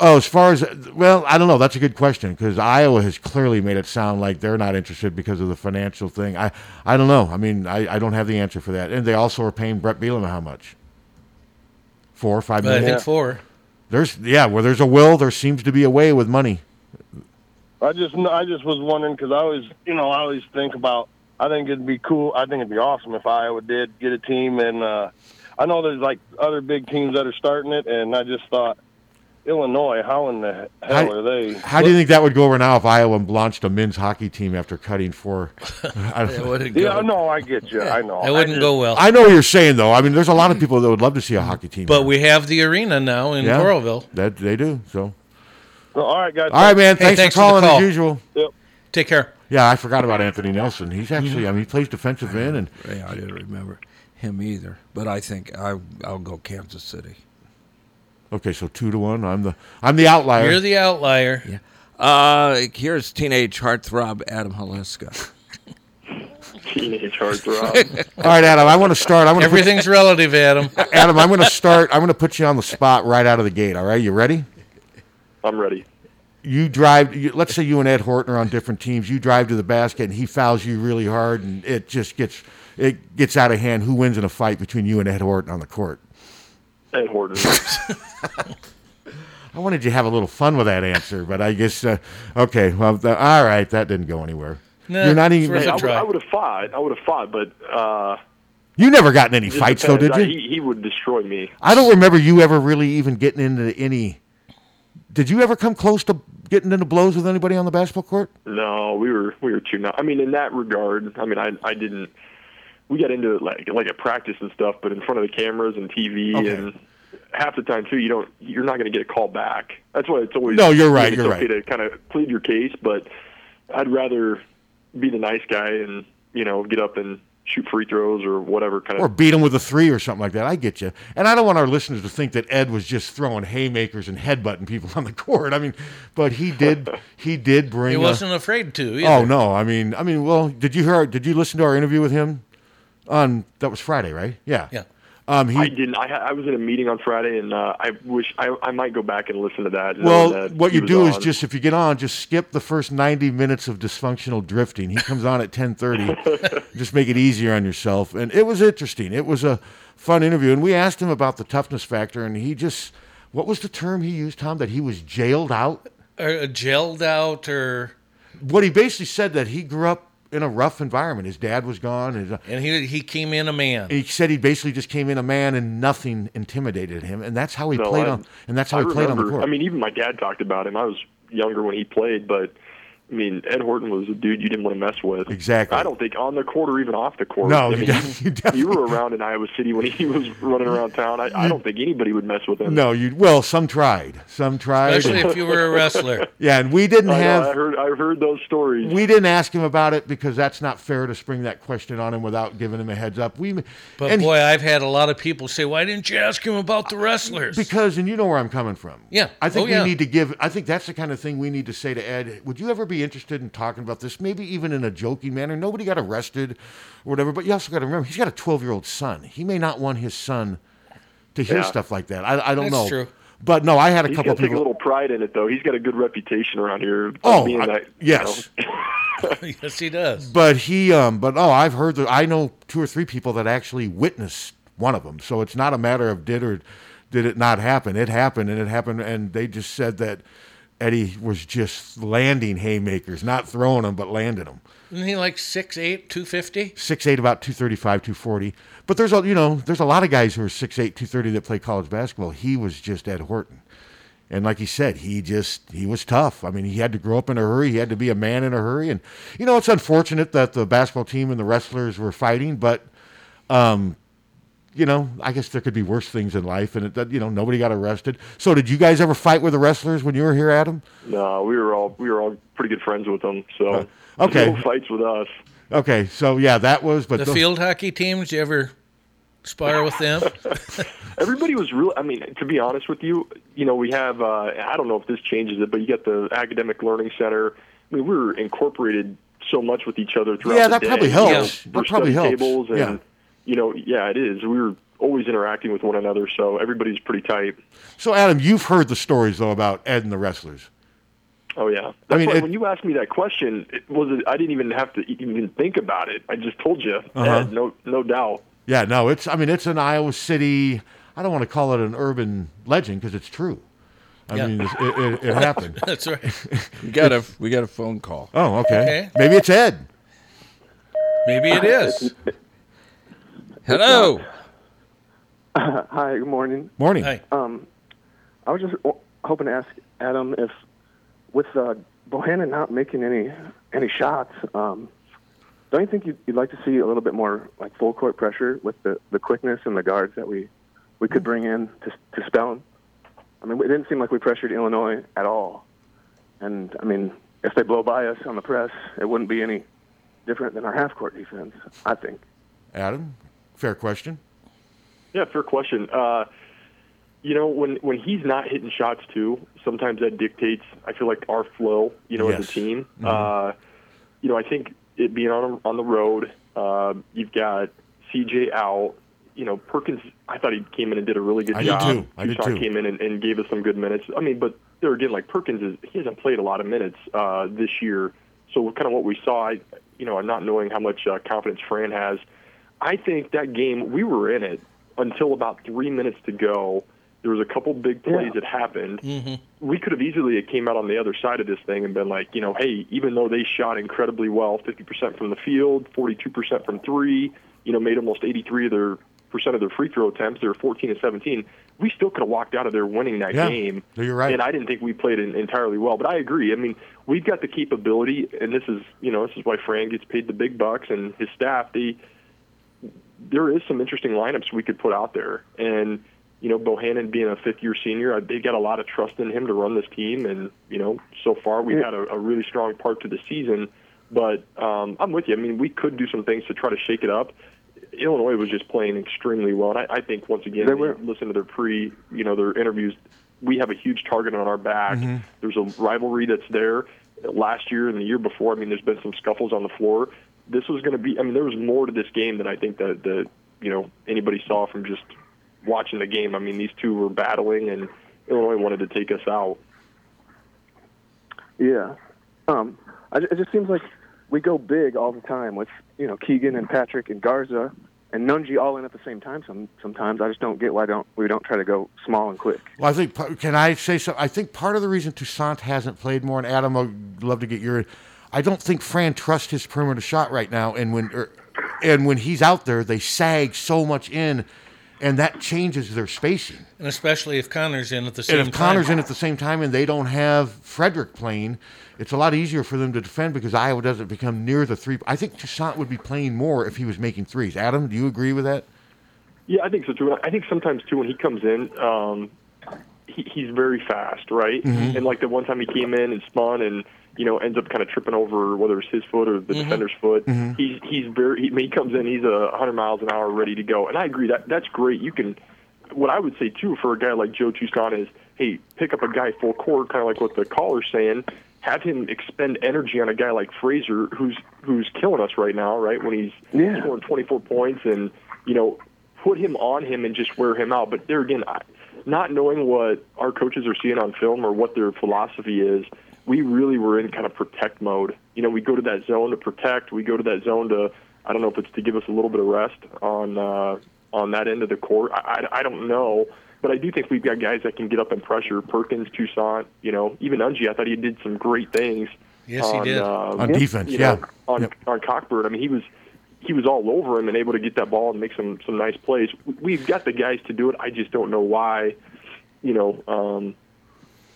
Speaker 1: oh, as far as well, I don't know. That's a good question because Iowa has clearly made it sound like they're not interested because of the financial thing. I I don't know. I mean, I, I don't have the answer for that. And they also are paying Brett Bielema how much? Four or five
Speaker 3: But I
Speaker 1: million.
Speaker 3: think four.
Speaker 1: There's yeah, where there's a will, there seems to be a way with money.
Speaker 6: I just I just was wondering because I always you know I always think about I think it'd be cool. I think it'd be awesome if Iowa did get a team. And uh, I know there's like other big teams that are starting it, and I just thought Illinois, how in the hell are they?
Speaker 1: How do you (laughs) think that would go over now if Iowa launched a men's hockey team after cutting
Speaker 3: (laughs)
Speaker 1: four? I don't-
Speaker 6: Yeah, no, I get you. I know.
Speaker 3: It wouldn't go well. Mm-hmm.
Speaker 1: I know what you're saying, though. I mean, there's a lot of people that would love to see a hockey team.
Speaker 3: But we have the arena now in
Speaker 1: Yeah.
Speaker 3: Coralville.
Speaker 1: That they do. So
Speaker 6: Well, all right, guys.
Speaker 1: all right, man.
Speaker 3: Hey,
Speaker 1: thanks,
Speaker 3: thanks
Speaker 1: for
Speaker 3: for the
Speaker 1: calling
Speaker 3: call.
Speaker 1: as usual.
Speaker 3: Take care.
Speaker 1: Yeah, I forgot about Anthony Nelson. He's actually, I mean, he plays defensive end, and
Speaker 7: Yeah, I didn't remember him either. But I think I I'll go Kansas City.
Speaker 1: okay, so two to one. I'm the I'm the outlier.
Speaker 3: You're the outlier.
Speaker 7: Uh, here's teenage heartthrob Adam Haliska.
Speaker 5: (laughs) Teenage
Speaker 2: (laughs)
Speaker 5: heartthrob.
Speaker 1: (laughs) all right, Adam. I want to start. I want to put,
Speaker 3: Everything's relative, Adam.
Speaker 1: (laughs) Adam. I'm going to start. I'm going to put you on the spot right out of the gate. All right, you ready?
Speaker 5: I'm ready.
Speaker 1: You drive. You, let's say you and Ed Horton are on different teams. You drive to the basket, and he fouls you really hard, and it just gets it gets out of hand. Who wins in a fight between you and Ed Horton on the court?
Speaker 5: Ed
Speaker 1: (laughs)
Speaker 5: Horton.
Speaker 1: I wanted you to have a little fun with that answer, but I guess uh, okay. Well, th- all right, that didn't go anywhere.
Speaker 3: Nah,
Speaker 1: You're not
Speaker 3: it's
Speaker 1: even.
Speaker 3: worth a
Speaker 5: I,
Speaker 3: try.
Speaker 5: would have fought. I would have fought, but uh,
Speaker 1: You never got in any
Speaker 5: it
Speaker 1: fights though, did
Speaker 5: depends.
Speaker 1: you?
Speaker 5: I- he, he would destroy me.
Speaker 1: I don't remember you ever really even getting into any. Did you ever come close to getting into blows with anybody on the basketball court?
Speaker 5: No, we were we were too. Not, I mean, in that regard, I mean, I I didn't. We got into it like like at practice and stuff, but in front of the cameras and TV
Speaker 1: Okay.
Speaker 5: and half the time too, you don't you're not going to get a call back. That's why it's always
Speaker 1: No, you're right,
Speaker 5: It's
Speaker 1: you're
Speaker 5: okay to kind of plead your case, but I'd rather be the nice guy and you know get up and shoot free throws or whatever kind
Speaker 1: Or
Speaker 5: of.
Speaker 1: beat them with a three or something like that? I get you. And I don't want our listeners to think that Ed was just throwing haymakers and headbutting people on the (laughs) court. I mean, but he did. He did bring.
Speaker 3: He
Speaker 1: a-
Speaker 3: wasn't afraid to. Either.
Speaker 1: oh no! I mean, I mean. Well, did you hear? Did you listen to our interview with him? On that was Friday, right? Yeah.
Speaker 3: Yeah.
Speaker 1: Um, he,
Speaker 5: I didn't. I, ha- I was in a meeting on Friday, and uh, I wish I, I might go back and listen to that. knowing
Speaker 1: Well,
Speaker 5: that
Speaker 1: what
Speaker 5: he
Speaker 1: you
Speaker 5: was
Speaker 1: do is
Speaker 5: on.
Speaker 1: just if you get on, just skip the first ninety minutes of dysfunctional drifting. He comes on at ten
Speaker 5: (laughs)
Speaker 1: thirty. just make it easier on yourself. And it was interesting. It was a fun interview, and we asked him about the toughness factor, and he just what was the term he used, Tom? That he was jailed out.
Speaker 3: Or, uh, gelled out or
Speaker 1: What he basically said that he grew up in a rough environment. His dad was gone. His,
Speaker 3: and he he came in a man.
Speaker 1: he said he basically just came in a man, and nothing intimidated him, and that's how he
Speaker 5: No,
Speaker 1: played
Speaker 5: I-
Speaker 1: on. And that's how
Speaker 5: I
Speaker 1: he played on the
Speaker 5: remember-
Speaker 1: court.
Speaker 5: I mean, even my dad talked about him. I was younger when he played, but I mean, Ed Horton was a dude you didn't want to mess with.
Speaker 1: Exactly.
Speaker 5: I don't think on the court or even off the court.
Speaker 1: No,
Speaker 5: I
Speaker 1: you
Speaker 5: mean,
Speaker 1: def- you definitely-
Speaker 5: (laughs) you were around in Iowa City when he (laughs) was running around town. I, I don't think anybody would mess with him.
Speaker 1: no, you well, some tried, some tried. (laughs)
Speaker 3: Especially if you were a wrestler.
Speaker 1: Yeah, and we didn't
Speaker 5: I, know, I
Speaker 1: have
Speaker 5: heard I heard those stories.
Speaker 1: we didn't ask him about it because that's not fair to spring that question on him without giving him a heads up. We
Speaker 3: But
Speaker 1: and
Speaker 3: boy, I've had a lot of people say, "Why didn't you ask him about the wrestlers?"
Speaker 1: because and you know where I'm coming from.
Speaker 3: Yeah.
Speaker 1: I think
Speaker 3: Oh, yeah.
Speaker 1: we need to give. I think that's the kind of thing we need to say to Ed. Would you ever be interested in talking about this? Maybe even in a joking manner. Nobody got arrested or whatever. But you also got to remember he's got a 12 year old son. He may not want his son to hear
Speaker 5: Yeah.
Speaker 1: stuff like that. I, I don't
Speaker 3: That's
Speaker 1: know.
Speaker 3: true.
Speaker 1: But no, I had a
Speaker 5: He's
Speaker 1: couple
Speaker 5: got
Speaker 1: of
Speaker 5: to take a
Speaker 1: people.
Speaker 5: little pride in it, though. He's got a good reputation around here. of
Speaker 1: oh,
Speaker 5: being
Speaker 1: I-
Speaker 5: that, you
Speaker 1: yes.
Speaker 5: know,
Speaker 1: (laughs)
Speaker 3: (laughs) yes, he does.
Speaker 1: But he, um, but oh, I've heard that I know two or three people that actually witnessed one of them. So it's not a matter of did or did it not happen. It happened, and it happened, and they just said that Eddie was just landing haymakers, not throwing them, but landing them.
Speaker 3: Isn't he like 6'8", 250?
Speaker 1: Six eight, about two thirty five, two forty. But there's a you know there's a lot of guys who are six eight, two thirty that play college basketball. He was just Ed Horton. And like he said, he just he was tough. I mean, he had to grow up in a hurry. He had to be a man in a hurry. And you know, it's unfortunate that the basketball team and the wrestlers were fighting, but um, you know, I guess there could be worse things in life. And it, that- you know, nobody got arrested. So, did you guys ever fight with the wrestlers when you were here, Adam?
Speaker 5: no, we were all we were all pretty good friends with him. So
Speaker 1: okay.
Speaker 5: no fights with us.
Speaker 1: Okay, so yeah, that was. But
Speaker 3: The
Speaker 1: tho-
Speaker 3: field hockey teams, you ever spar with
Speaker 1: (laughs)
Speaker 3: them?
Speaker 5: Everybody was real. I mean, to be honest with you, you know, we have. Uh, I don't know if this changes it, but you got the academic learning center. I mean, we were incorporated so much with each other throughout.
Speaker 1: Yeah,
Speaker 5: the
Speaker 1: that
Speaker 5: day.
Speaker 1: probably
Speaker 5: You
Speaker 1: helps.
Speaker 5: know,
Speaker 1: That
Speaker 5: we're
Speaker 1: probably
Speaker 5: study
Speaker 1: helps.
Speaker 5: Tables and,
Speaker 1: Yeah.
Speaker 5: You know, yeah, it is. We were always interacting with one another, so everybody's pretty tight.
Speaker 1: so, Adam, you've heard the stories though about Ed and the wrestlers.
Speaker 5: Oh yeah. That's
Speaker 1: mean,
Speaker 5: why
Speaker 1: it-
Speaker 5: when you asked me that question, it was I didn't even have to even think about it. I just told you,
Speaker 1: Uh-huh.
Speaker 5: Ed, no, no doubt.
Speaker 1: Yeah, no, it's. I mean, it's an Iowa City. I don't want to call it an urban legend because it's true. I
Speaker 3: Yeah.
Speaker 1: mean, it, it, it happened.
Speaker 3: (laughs)
Speaker 1: (laughs)
Speaker 3: That's right.
Speaker 7: We got a we got a phone call.
Speaker 1: Oh, okay.
Speaker 3: Okay.
Speaker 1: Maybe it's Ed.
Speaker 3: Maybe it is.
Speaker 2: Hello.
Speaker 8: (laughs) Hi, good morning.
Speaker 1: Morning.
Speaker 3: Hi.
Speaker 8: Um, I was just o- hoping to ask Adam if, with uh, Bohannon not making any any shots, um, don't you think you'd, you'd like to see a little bit more like full court pressure with the, the quickness and the guards that we, we could bring in to to spell him? I mean, it didn't seem like we pressured Illinois at all, and I mean, if they blow by us on the press, it wouldn't be any different than our half court defense. I think.
Speaker 1: Adam, fair question.
Speaker 5: Yeah, fair question. Uh, you know, when when he's not hitting shots too, sometimes that dictates. I feel like our flow. You know, as
Speaker 1: Yes. Mm-hmm.
Speaker 5: a team. Uh, you know, I think it being on on the road, uh, you've got CJ out. You know, Perkins. I thought he came in and did a really good
Speaker 1: I did
Speaker 5: job.
Speaker 1: too. I did
Speaker 5: Utah
Speaker 1: too.
Speaker 5: came in and, and gave us some good minutes. I mean, but there again, like Perkins is he hasn't played a lot of minutes uh, this year. So kind of what we saw, I, you know, I'm not knowing how much uh, confidence Fran has. I think that game we were in it until about three minutes to go. There was a couple big plays that happened. We could have easily came out on the other side of this thing and been like, you know, hey, even though they shot incredibly well, 50% from the field, 42% from three, you know, made almost 83 of their percent of their free throw attempts. They were 14 and 17. We still could have walked out of there winning that
Speaker 1: Yeah.
Speaker 5: game.
Speaker 1: No, you're right.
Speaker 5: And I didn't think we played it entirely well, but I agree. I mean, we've got the capability, and this is you know this is why Fran gets paid the big bucks and his staff. They there is some interesting lineups we could put out there, and you know Bohannon being a fifth year senior, I- they've got a lot of trust in him to run this team, and you know so far we've had a, a really strong part to the season. But um, I'm with you. I mean, we could do some things to try to shake it up. Illinois was just playing extremely well, and I, I think once again,
Speaker 8: They
Speaker 5: you
Speaker 8: were.
Speaker 5: listen to their pre, you know, their interviews. We have a huge target on our back. There's a rivalry that's there. Last year and the year before, I mean, there's been some scuffles on the floor. This was going to be. I mean, there was more to this game than I think that the you know anybody saw from just watching the game. I mean, these two were battling, and Illinois wanted to take us out.
Speaker 8: Yeah. Um, I, it just seems like we go big all the time with you know Keegan and Patrick and Garza and Nunji all in at the same time. Some sometimes I just don't get why don't we don't try to go small and quick.
Speaker 1: Well, I think pa- can I say something? I think part of the reason Toussaint hasn't played more, and Adam, I'd love to get your. I don't think Fran trusts his perimeter shot right now, and when er, and when he's out there, they sag so much in, and that changes their spacing.
Speaker 3: And especially if Connor's in at the same
Speaker 1: And if Connor's
Speaker 3: time.
Speaker 1: in at the same time, and they don't have Frederick playing, it's a lot easier for them to defend because Iowa doesn't become near the three. I think Toussaint would be playing more if he was making threes. Adam, do you agree with that?
Speaker 5: Yeah, I think so too. And I think sometimes too when he comes in, um, he, he's very fast, right? And like the one time he came in and spun and you know ends up kind of tripping over whether it's his foot or the defender's foot. He's he's very he, I mean, he comes in, he's a 100 miles an hour ready to go. And I agree that that's great. You can what I would say too for a guy like Joe Toussaint is, hey, pick up a guy full court, kind of like what the caller's saying. Have him expend energy on a guy like Fraser, who's who's killing us right now, right? When he's
Speaker 8: Yeah.
Speaker 5: scoring 24 points and you know put him on him and just wear him out. But there again, I, not knowing what our coaches are seeing on film or what their philosophy is, we really were in kind of protect mode. You know, we go to that zone to protect. We go to that zone to I don't know if it's to give us a little bit of rest on uh, on that end of the court. I, I, I don't know. But I do think we've got guys that can get up and pressure. Perkins, Toussaint, you know, even Unji. I thought he did some great things.
Speaker 3: Yes, he
Speaker 5: on,
Speaker 3: did.
Speaker 5: um,
Speaker 1: On defense,
Speaker 5: you
Speaker 1: yeah.
Speaker 5: know, on
Speaker 1: Yep.
Speaker 5: on Cockburn. I mean, he was he was all over him and able to get that ball and make some some nice plays. We- We've got the guys to do it. I just don't know why. You know, um,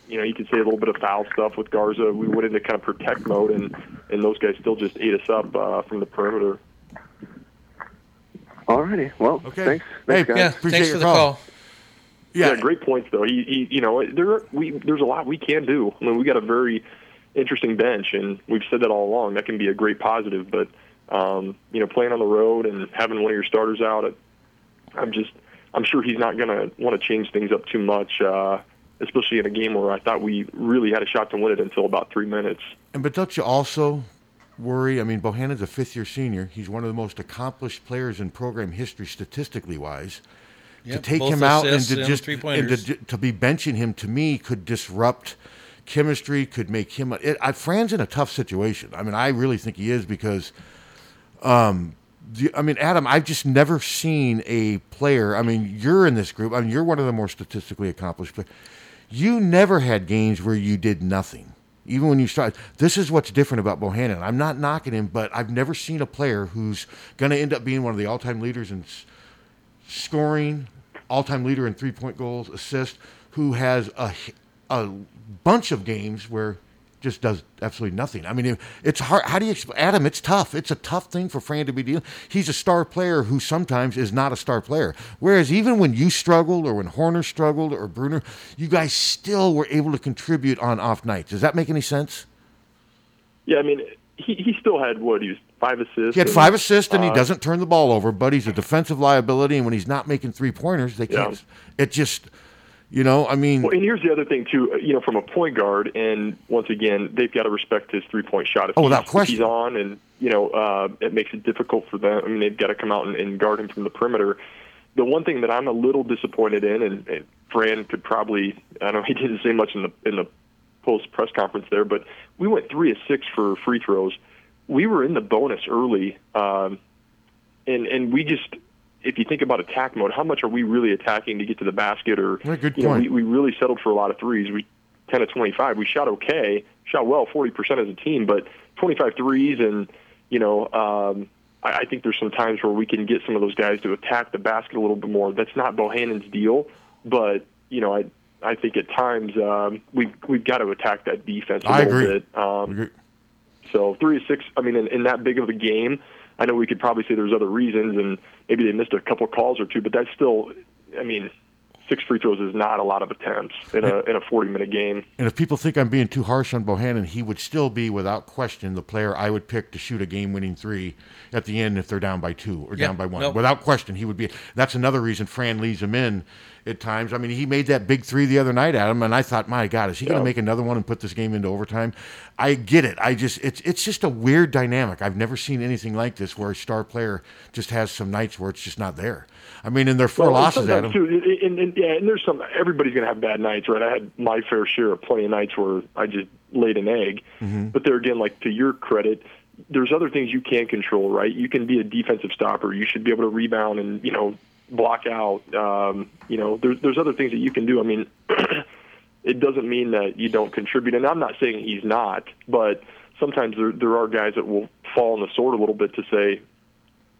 Speaker 5: you know, you could say a little bit of foul stuff with Garza. We went into kind of protect mode, and and those guys still just ate us up uh, from the perimeter.
Speaker 8: Alrighty, well,
Speaker 1: Okay.
Speaker 8: thanks,
Speaker 1: Hey,
Speaker 8: thanks guys.
Speaker 3: yeah,
Speaker 1: Appreciate
Speaker 3: thanks
Speaker 1: your
Speaker 3: for the
Speaker 1: call.
Speaker 3: call.
Speaker 5: Yeah, great points though. He, he you know, there we there's a lot we can do. I mean, we got a very interesting bench, and we've said that all along. That can be a great positive, but um, you know, playing on the road and having one of your starters out, it, I'm just, I'm sure he's not going to want to change things up too much, uh, especially in a game where I thought we really had a shot to win it until about three minutes.
Speaker 1: And but don't you also worry? I mean, Bohannon's a fifth year senior. He's one of the most accomplished players in program history, statistically wise.
Speaker 3: Yep,
Speaker 1: to take
Speaker 3: both
Speaker 1: him out and
Speaker 3: assists
Speaker 1: to
Speaker 3: and
Speaker 1: just and to,
Speaker 3: three-pointers.
Speaker 1: ju- to be benching him to me could disrupt chemistry. Could make him. a- It, I, Fran's in a tough situation. I mean, I really think he is because. Do- I mean, Adam, I've just never seen a player. I mean, you're in this group. I mean, you're one of the more statistically accomplished players. You never had games where you did nothing. Even when you start, this is what's different about Bohannon. I'm not knocking him, but I've never seen a player who's going to end up being one of the all-time leaders in s- scoring, all-time leader in three-point goals, assist, who has a h- a bunch of games where just does absolutely nothing. I mean, it- it's hard. How do you explain? Adam, it's tough. It's a tough thing for Fran to be dealing. He's a star player who sometimes is not a star player. Whereas even when you struggled or when Horner struggled or Bruner, you guys still were able to contribute on off nights. Does that make any sense?
Speaker 5: Yeah, I mean, he, he still had what? He was five assists.
Speaker 1: He had
Speaker 5: and,
Speaker 1: five assists and he
Speaker 5: uh,
Speaker 1: doesn't turn the ball over, but he's a defensive liability. And when he's not making three pointers, they can't. It just, you know, I mean,
Speaker 5: Well, and here's the other thing too. uh, You know, from a point guard, and once again, they've got to respect his three-point shot. If
Speaker 1: Oh,
Speaker 5: he's-
Speaker 1: without question.
Speaker 5: if he's on, and you know, uh, it makes it difficult for them. I mean, they've got to come out and, and guard him from the perimeter. The one thing that I'm a little disappointed in, and, and Fran could probably, I know he (laughs) didn't say much in the in the post press conference there, but we went three of six for free throws. We were in the bonus early, um, and and we just, if you think about attack mode, how much are we really attacking to get to the basket or
Speaker 1: Yeah, good
Speaker 5: you know,
Speaker 1: point.
Speaker 5: we, we really settled for a lot of threes. We ten to twenty five. We shot okay, shot well, forty percent as a team, but 25 threes and you know um, I, I think there's some times where we can get some of those guys to attack the basket a little bit more. That's not Bohannon's deal, but you know I I think at times um, we we've got to attack that defense a
Speaker 1: I
Speaker 5: little
Speaker 1: agree.
Speaker 5: bit. Um, So three to six. I mean, in, in that big of a game, I know we could probably say there's other reasons, and maybe they missed a couple calls or two, but that's still, I mean, six free throws is not a lot of attempts in a in a 40 minute game.
Speaker 1: And if people think I'm being too harsh on Bohannon, he would still be, without question, the player I would pick to shoot a game winning three at the end if they're down by two or
Speaker 9: Yeah,
Speaker 1: down by one.
Speaker 9: nope.
Speaker 1: Without question, he would be. That's another reason Fran leaves him in at times. I mean, he made that big three the other night at him, and I thought, my God, is he going
Speaker 9: Yeah.
Speaker 1: to make another one and put this game into overtime? I get it. I just, it's, it's just a weird dynamic. I've never seen anything like this where a star player just has some nights where it's just not there. I mean, and they're four
Speaker 5: Well, and
Speaker 1: losses at him.
Speaker 5: sometimes, Too, and, and, yeah, and there's some. Everybody's gonna have bad nights, right? I had my fair share of plenty of nights where I just laid an egg.
Speaker 1: Mm-hmm.
Speaker 9: Mhm.
Speaker 5: But there again, like to your credit, there's other things you can control, right? You can be a defensive stopper. You should be able to rebound and you know block out. Um, you know, there's there's other things that you can do. I mean, (clears throat) it doesn't mean that you don't contribute. And I'm not saying he's not, but sometimes there there are guys that will fall on the sword a little bit to say,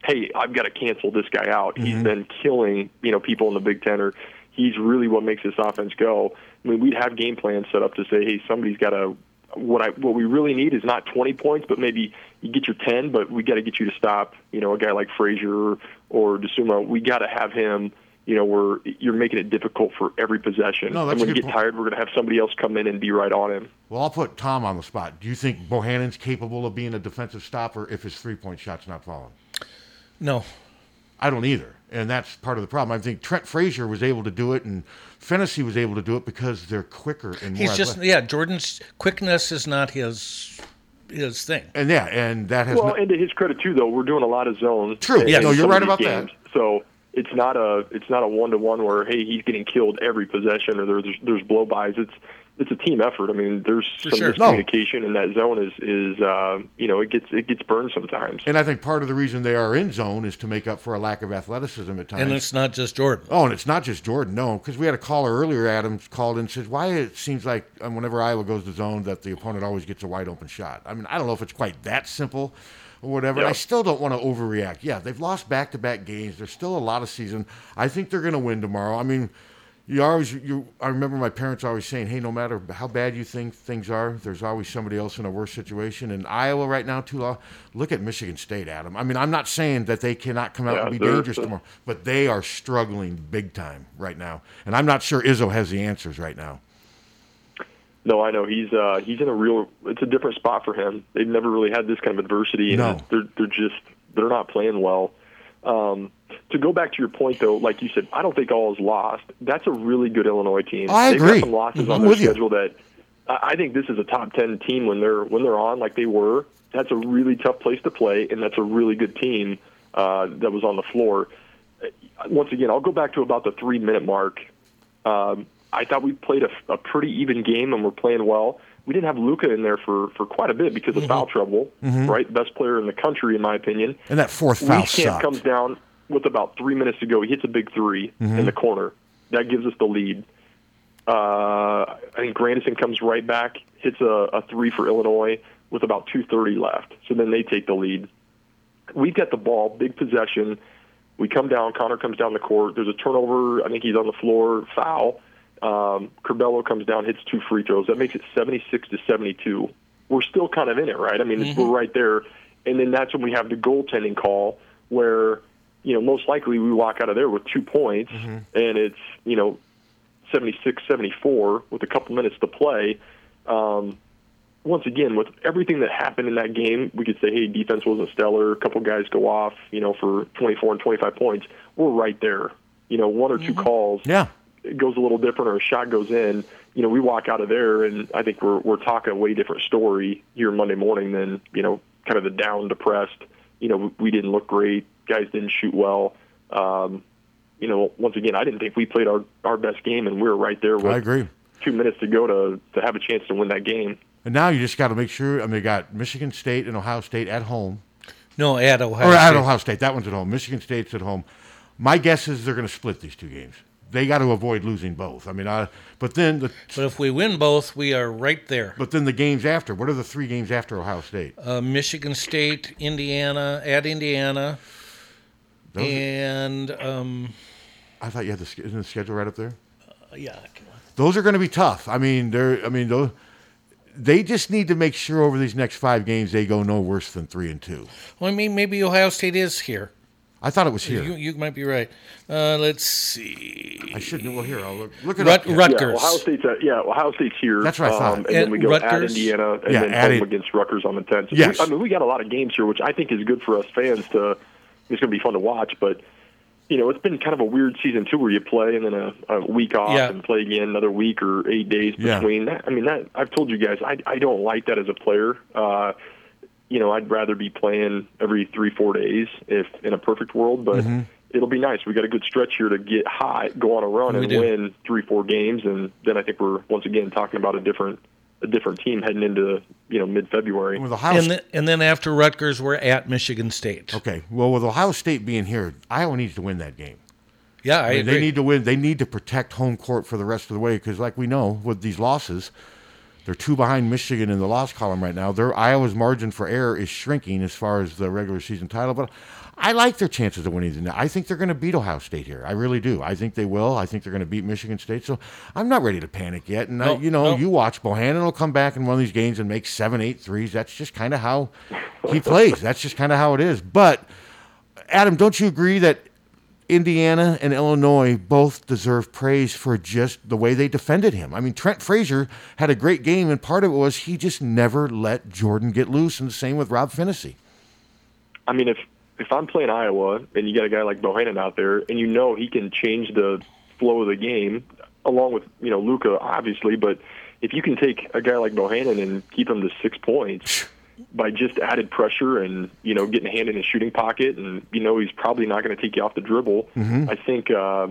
Speaker 5: hey, I've got to cancel this guy out. He's
Speaker 9: Mhm.
Speaker 5: been killing, you know, people in the Big Ten, or he's really what makes this offense go. I mean, we'd have game plans set up to say, hey, somebody's got to. What I what we really need is not 20 points, but maybe you get your 10, but we got to get you to stop. You know, a guy like Frazier or, or Desuma, we got to have him. You know, where you're making it difficult for every possession.
Speaker 1: No, that's
Speaker 5: and
Speaker 1: a
Speaker 5: when
Speaker 1: good
Speaker 5: you get
Speaker 1: point.
Speaker 5: tired, we're going to have somebody else come in and be right on him.
Speaker 1: Well, I'll put Tom on the spot. Do you think Bohannon's capable of being a defensive stopper if his three point shot's not falling?
Speaker 3: No.
Speaker 1: I don't either. And that's part of the problem. I think Trent Frazier was able to do it and Fennessy was able to do it because they're quicker and more
Speaker 3: He's just
Speaker 1: athletic.
Speaker 3: yeah. Jordan's quickness is not his his thing.
Speaker 1: And yeah, and that has
Speaker 5: well,
Speaker 1: no-
Speaker 5: and to his credit too, though, we're doing a lot of zone.
Speaker 1: True.
Speaker 5: in
Speaker 1: Yeah, no,
Speaker 5: some
Speaker 1: you're
Speaker 5: of
Speaker 1: right
Speaker 5: these
Speaker 1: about
Speaker 5: games. So it's not a it's not a one to one where hey he's getting killed every possession or there's there's blow bys. It's it's a team effort. I mean, there's
Speaker 1: For
Speaker 5: some
Speaker 1: sure. No.
Speaker 5: miscommunication, and that zone is is uh, you know it gets it gets burned sometimes.
Speaker 1: and I think part of the reason they are in zone is to make up for a lack of athleticism at times.
Speaker 3: And it's not just Jordan.
Speaker 1: Oh, and it's not just Jordan. No, because we had a caller earlier. Adam called and says, "Why it seems like um, whenever Iowa goes to zone, that the opponent always gets a wide open shot." I mean, I don't know if it's quite that simple or whatever. I still don't want to overreact. Yeah, they've lost back to back games. There's still a lot of season. I think they're going to win tomorrow. I mean, you always you. I remember my parents always saying, "Hey, no matter how bad you think things are, there's always somebody else in a worse situation." And Iowa right now, too. uh, Look at Michigan State, Adam. I mean, I'm not saying that they cannot come out
Speaker 9: Yeah,
Speaker 1: and be
Speaker 9: they're-
Speaker 1: dangerous tomorrow, but they are struggling big time right now, and I'm not sure Izzo has the answers right now.
Speaker 5: No, I know he's uh, he's in a real it's a different spot for him. They've never really had this kind of adversity, and
Speaker 1: No.
Speaker 5: they're they're just they're not playing well. Um, to go back to your point though, like you said, I don't think all is lost. That's a really good Illinois team.
Speaker 1: I
Speaker 5: They've
Speaker 1: agree.
Speaker 5: got some losses
Speaker 1: I'm
Speaker 5: on their
Speaker 1: with you.
Speaker 5: schedule that I I think this is a top ten team when they're when they're on like they were. That's a really tough place to play, and that's a really good team uh, that was on the floor. Uh, Once again, I'll go back to about the three minute mark. Um, I thought we played a, a pretty even game and we're playing well. We didn't have Luca in there for, for quite a bit because
Speaker 1: Mm-hmm.
Speaker 5: of foul trouble,
Speaker 1: Mhm.
Speaker 5: right? Best player in the country, in my opinion.
Speaker 1: And that fourth foul
Speaker 5: Leach Camp
Speaker 1: sucked.
Speaker 5: comes down with about three minutes to go. He hits a big 3
Speaker 1: Mhm.
Speaker 5: in the corner. That gives us the lead. Uh, I think Grandison comes right back hits a, a three for Illinois with about 2:30 left. So then they take the lead. We've got the ball, big possession. We come down. Connor comes down the court. There's a turnover. I think he's on the floor. Foul. Um, Corbello comes down, hits two free throws. That makes it 76 to 72. We're still kind of in it, right? I mean,
Speaker 9: Mhm.
Speaker 5: we're right there. And then that's when we have the goaltending call, where you know most likely we walk out of there with two points, and it's you know 76 74 with a couple minutes to play. Um, once again, with everything that happened in that game, we could say, hey, defense wasn't stellar. A couple guys go off, you know, for 24 and 25 points. We're right there. You know, one or 2 calls
Speaker 1: Yeah.
Speaker 5: it goes a little different or a shot goes in. You know, we walk out of there, and I think we're we're talking a way different story here Monday morning than you know, kind of the down, depressed. You know, we didn't look great. Guys didn't shoot well. Um, you know, once again, I didn't think we played our our best game, and we were right there. With
Speaker 1: I agree.
Speaker 5: Two minutes to go to to have a chance to win that game.
Speaker 1: And now you just got to make sure. I mean, they got Michigan State and Ohio State at home.
Speaker 3: No, at Ohio
Speaker 1: Or at
Speaker 3: State.
Speaker 1: Ohio State. That one's at home. Michigan State's at home. My guess is they're going to split these two games. They got to avoid losing both. I mean, I, but then the
Speaker 3: But if we win both, we are right there.
Speaker 1: but then the games after. What are the three games after Ohio State?
Speaker 3: Uh, Michigan State, Indiana, at Indiana,
Speaker 1: Those are-
Speaker 3: and um,
Speaker 1: I thought you had the, sch- isn't the schedule right up there.
Speaker 3: yeah,
Speaker 1: Those are going to be tough. I mean, they're. I mean, those, they just need to make sure over these next five games they go no worse than three and two.
Speaker 3: Well, I mean, maybe Ohio State is here.
Speaker 1: I thought it was here.
Speaker 3: You, you might be right. Uh, let's see. I should
Speaker 1: know. Well, here, I'll look,
Speaker 5: Look at
Speaker 3: Rut- Rutgers.
Speaker 5: Yeah, Ohio State's at, yeah, Ohio State's here.
Speaker 3: That's what I thought.
Speaker 5: Um, and then we go at
Speaker 3: Rutgers.
Speaker 5: Indiana, and
Speaker 1: Yeah,
Speaker 5: then
Speaker 1: at
Speaker 5: home
Speaker 1: it-
Speaker 5: against Rutgers on the tenth.
Speaker 1: Yes.
Speaker 5: I mean we got a lot of games here, which I think is good for us fans. To it's going to be fun to watch, but you know it's been kind of a weird season too, where you play and then a, a week off
Speaker 3: Yeah.
Speaker 5: and play again another week or eight days
Speaker 3: Yeah.
Speaker 5: between. That, I mean that I've told you guys I I don't like that as a player. Uh, you know I'd rather be playing every three four days if in a perfect world, but
Speaker 3: Mm-hmm.
Speaker 1: Mhm.
Speaker 5: it'll be nice. We got a good stretch here to get hot, go on a run,
Speaker 3: We
Speaker 5: and
Speaker 3: do.
Speaker 5: win three, four games, and then I think we're once again talking about a different, a different team heading into you know mid February.
Speaker 3: and, then, and then after Rutgers, we're at Michigan State.
Speaker 1: Okay. Well, with Ohio State being here, Iowa needs to win that game.
Speaker 3: Yeah, I
Speaker 1: mean,
Speaker 3: agree.
Speaker 1: they need to win. They need to protect home court for the rest of the way because, like we know, with these losses, they're two behind Michigan in the loss column right now. Their Iowa's margin for error is shrinking as far as the regular season title, but I like their chances of winning. tonight. I think they're going to beat Ohio State here. I really do. I think they will. I think they're going to beat Michigan State. So I'm not ready to panic yet. And I,
Speaker 3: No,
Speaker 1: you know,
Speaker 3: no.
Speaker 1: you watch Bohannon will come back in one of these games and make seven, eight threes. That's just kind of how he plays. That's just kind of how it is. But Adam, don't you agree that Indiana and Illinois both deserve praise for just the way they defended him? I mean, Trent Frazier had a great game, and part of it was he just never let Jordan get loose, and the same with Rob Finney.
Speaker 5: I mean, if if I'm playing Iowa and you got a guy like Bohannon out there, and you know he can change the flow of the game, along with you know Luca, obviously, but if you can take a guy like Bohannon and keep him to six points by just added pressure and you know getting a hand in his shooting pocket, and you know he's probably not going to take you off the dribble. I think uh,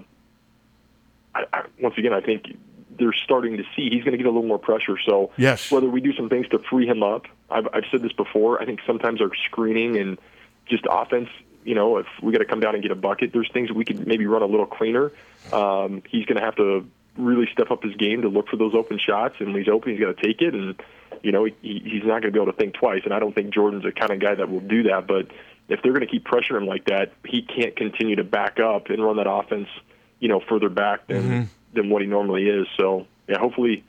Speaker 5: I, I, once again, I think they're starting to see he's going to get a little more pressure. So
Speaker 1: Yes.
Speaker 5: whether we do some things to free him up, I've, I've said this before. I think sometimes our screening and just offense, you know, if we got to come down and get a bucket, there's things we could maybe run a little cleaner. Um, he's going to have to really step up his game to look for those open shots, and when he's open, he's got to take it. And you know, he, he's not going to be able to think twice. And I don't think Jordan's the kind of guy that will do that. But if they're going to keep pressuring him like that, he can't continue to back up and run that offense, you know, further back than than what he normally is. So yeah, hopefully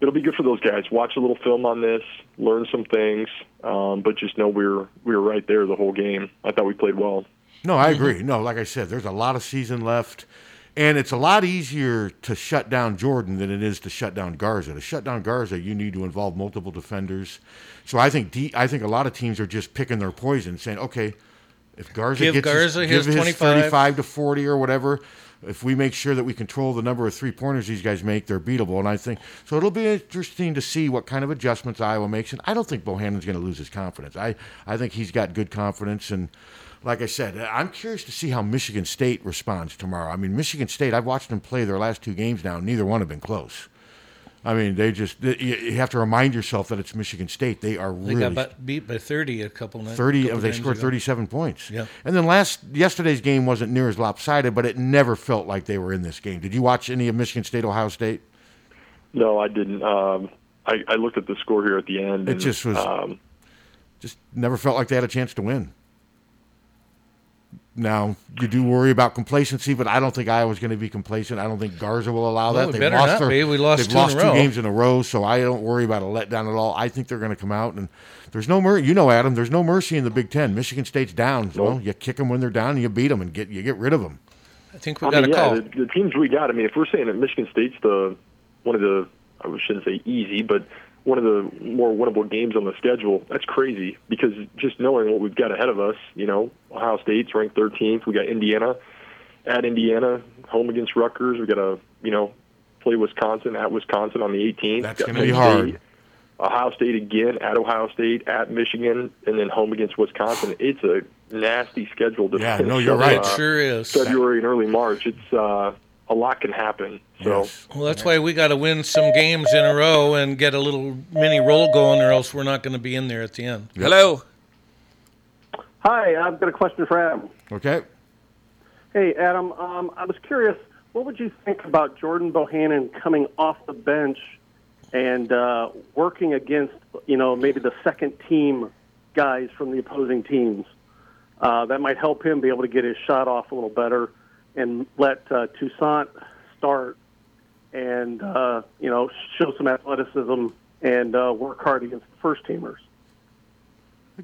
Speaker 5: it'll be good for those guys. Watch a little film on this, learn some things, um, but just know we were we were right there the whole game. I thought we played well.
Speaker 1: No, I agree. No, like I said, there's a lot of season left, and it's a lot easier to shut down Jordan than it is to shut down Garza. To shut down Garza, you need to involve multiple defenders. So I think D, I think a lot of teams are just picking their poison, saying, okay, if Garza
Speaker 3: Give
Speaker 1: gets
Speaker 3: Garza his
Speaker 1: give
Speaker 3: 25.
Speaker 1: 35 to 40 or whatever. If we make sure that we control the number of three pointers these guys make, they're beatable. And I think so. It'll be interesting to see what kind of adjustments Iowa makes. And I don't think Bohannon's going to lose his confidence. I, I think he's got good confidence. And like I said, I'm curious to see how Michigan State responds tomorrow. I mean, Michigan State, I've watched them play their last two games now. and Neither one have been close. I mean, they just, you- you have to remind yourself that it's Michigan State. They are
Speaker 3: They
Speaker 1: really
Speaker 3: got bu- beat by 30 a couple nights.
Speaker 1: 30
Speaker 3: couple
Speaker 1: they
Speaker 3: games
Speaker 1: scored
Speaker 3: ago.
Speaker 1: 37 points
Speaker 3: Yeah.
Speaker 1: and then last yesterday's game wasn't near as lopsided but it never felt like they were in this game did you watch any of michigan state ohio state
Speaker 5: No, I didn't. Um, I, I looked at the score here at the end.
Speaker 1: It
Speaker 5: and,
Speaker 1: just was-
Speaker 5: Um,
Speaker 1: Just never felt like they had a chance to win. Now you do worry about complacency, but I don't think Iowa's going to be complacent. I don't think Garza will allow
Speaker 3: Well,
Speaker 1: that.
Speaker 3: we better not be. We
Speaker 1: they've
Speaker 3: lost two in a
Speaker 1: lost two
Speaker 3: row.
Speaker 1: games in a row, so I don't worry about a letdown at all. I think they're going to come out and there's no mercy. You know, Adam, there's no mercy in the Big Ten. Michigan State's down. Well, you kick them when they're down, and you beat them, and get you get rid of them.
Speaker 3: I think
Speaker 5: I mean, yeah, The, the teams we got. I mean, if we're saying that Michigan State's the one of the I shouldn't say easy, but one of the more winnable games on the schedule. That's crazy because just knowing what we've got ahead of us, you know, Ohio State's ranked 13th. We got Indiana at Indiana, home against Rutgers. We got to you know play Wisconsin at Wisconsin on the 18th.
Speaker 1: That's
Speaker 5: Got
Speaker 1: going to be
Speaker 5: Penn
Speaker 1: hard.
Speaker 5: State, Ohio State again at Ohio State at Michigan and then home against Wisconsin. It's a nasty schedule to
Speaker 1: Yeah,
Speaker 5: finish
Speaker 1: no, you're
Speaker 5: up,
Speaker 1: right.
Speaker 5: uh,
Speaker 1: It
Speaker 3: sure is.
Speaker 5: February and early March. It's uh, a lot can happen. So
Speaker 3: Well, that's why we got to win some games in a row and get a little mini roll going, or else we're not going to be in there at the end.
Speaker 2: Hello.
Speaker 9: Hi, I've got a question for Adam.
Speaker 1: Okay.
Speaker 9: Hey, Adam, um, I was curious, what would you think about Jordan Bohannon coming off the bench and uh, working against, you know, maybe the second team guys from the opposing teams? Uh, that might help him be able to get his shot off a little better and let uh, Toussaint start and, uh, you know, show some athleticism and uh, work hard against the first teamers.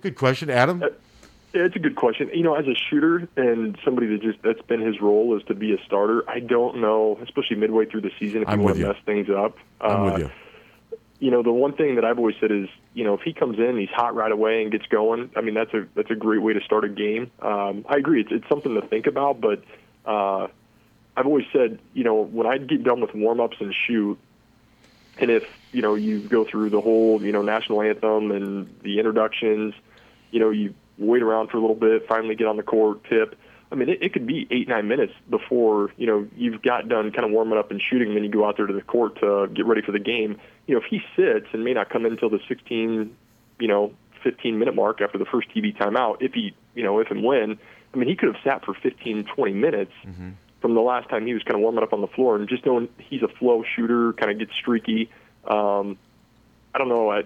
Speaker 1: Good question, Adam.
Speaker 5: yeah, it's a good question. You know, as a shooter and somebody that just that's been his role is to be a starter. I don't know, especially midway through the season, if
Speaker 1: I'm
Speaker 5: you
Speaker 1: with
Speaker 5: want to
Speaker 1: you.
Speaker 5: mess things up.
Speaker 1: I'm
Speaker 5: uh,
Speaker 1: with you.
Speaker 5: you know, the one thing that I've always said is, you know, if he comes in, he's hot right away and gets going. I mean, that's a that's a great way to start a game. Um, I agree, it's it's something to think about, but uh, I've always said, you know, when I get done with warm ups and shoot, and if you know you go through the whole you know national anthem and the introductions, you know, you wait around for a little bit, finally get on the court, tip. I mean, it, it could be eight nine minutes before you know you've got done kind of warming up and shooting, and then you go out there to the court to get ready for the game. You know, if he sits and may not come in until the 16, you know, 15 minute mark after the first TV timeout, if he, you know, if and when, I mean, he could have sat for 15, 20 minutes from the last time he was kind of warming up on the floor, and just knowing he's a flow shooter, kind of gets streaky. Um, I don't know. I,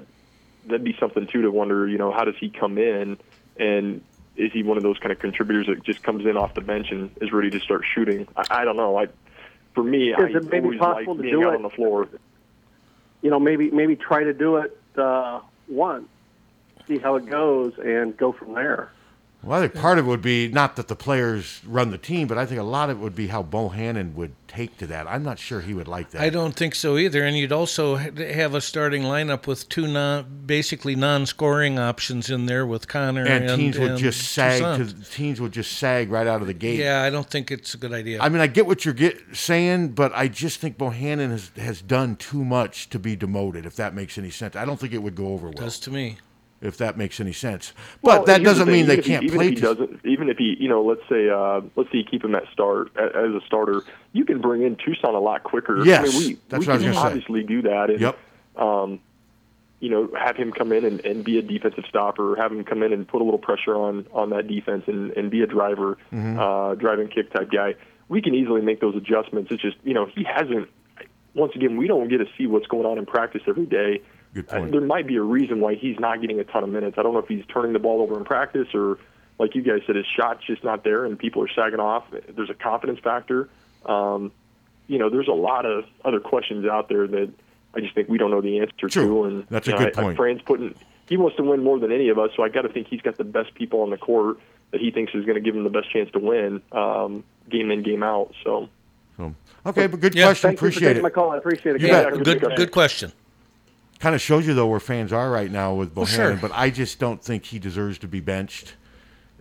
Speaker 5: that'd be something too to wonder. You know, how does he come in, and is he one of those kind of contributors that just comes in off the bench and is ready to start shooting? I, I don't know. I, for me, I
Speaker 9: Is it maybe
Speaker 5: always like
Speaker 9: possible to
Speaker 5: being
Speaker 9: do
Speaker 5: out
Speaker 9: it?
Speaker 5: on the floor.
Speaker 9: you know, maybe maybe try to do it uh, once, see how it goes, and go from there.
Speaker 1: Well, I think part of it would be not that the players run the team, but I think a lot of it would be how Bohannon would take to that. I'm not sure he would like that.
Speaker 3: I don't think so either. And you'd also ha- have a starting lineup with two non, basically non-scoring options in there with Connor and,
Speaker 1: and teams would
Speaker 3: and
Speaker 1: just sag.
Speaker 3: Toussaint.
Speaker 1: To, teams would just sag right out of the gate.
Speaker 3: Yeah, I don't think it's a good idea.
Speaker 1: I mean, I get what you're get, saying, but I just think Bohannon has, has done too much to be demoted. If that makes any sense, I don't think it would go over well.
Speaker 3: Does to me.
Speaker 1: If that makes any sense,
Speaker 5: Well,
Speaker 1: but that
Speaker 5: here's
Speaker 1: doesn't
Speaker 5: the
Speaker 1: mean
Speaker 5: thing,
Speaker 1: they
Speaker 5: even if he-
Speaker 1: can't
Speaker 5: even
Speaker 1: play.
Speaker 5: If he
Speaker 1: to-
Speaker 5: doesn't, even if he, you know, let's say, uh, let's say you keep him at start a- as a starter, you can bring in Tucson a lot quicker. I
Speaker 1: Yes,
Speaker 5: mean, we,
Speaker 1: that's
Speaker 5: we
Speaker 1: what I was
Speaker 5: can
Speaker 1: gonna say.
Speaker 5: obviously do that. And,
Speaker 1: Yep.
Speaker 5: Um, you know, have him come in and, and be a defensive stopper. Have him come in and put a little pressure on on that defense and, and be a driver,
Speaker 1: Mm-hmm.
Speaker 10: Mhm.
Speaker 5: uh, driving kick type guy. We can easily make those adjustments. It's just you know he hasn't. Once again, we don't get to see what's going on in practice every day.
Speaker 1: Good
Speaker 5: Uh, there might be a reason why he's not getting a ton of minutes. I don't know if he's turning the ball over in practice or, like you guys said, his shot's just not there and people are sagging off. There's a confidence factor. Um, you know, there's a lot of other questions out there that I just think we don't know the answer to. And
Speaker 1: That's a
Speaker 5: you know,
Speaker 1: good
Speaker 5: I, I-
Speaker 1: point.
Speaker 5: Fran's putting he wants to win more than any of us, so I got to think he's got the best people on the court that he thinks is going to give him the best chance to win, um, game in game out. So.
Speaker 1: Okay, but good
Speaker 5: Yeah,
Speaker 1: question.
Speaker 5: thank you for
Speaker 1: Appreciate
Speaker 5: taking
Speaker 1: it.
Speaker 5: my call. I appreciate it,
Speaker 1: You
Speaker 5: guys.
Speaker 1: bet.
Speaker 5: Have a good Good- day. good
Speaker 3: question.
Speaker 1: Kind of shows you though where fans are right now with Bohannon,
Speaker 3: Well, sure.
Speaker 1: but I just don't think he deserves to be benched.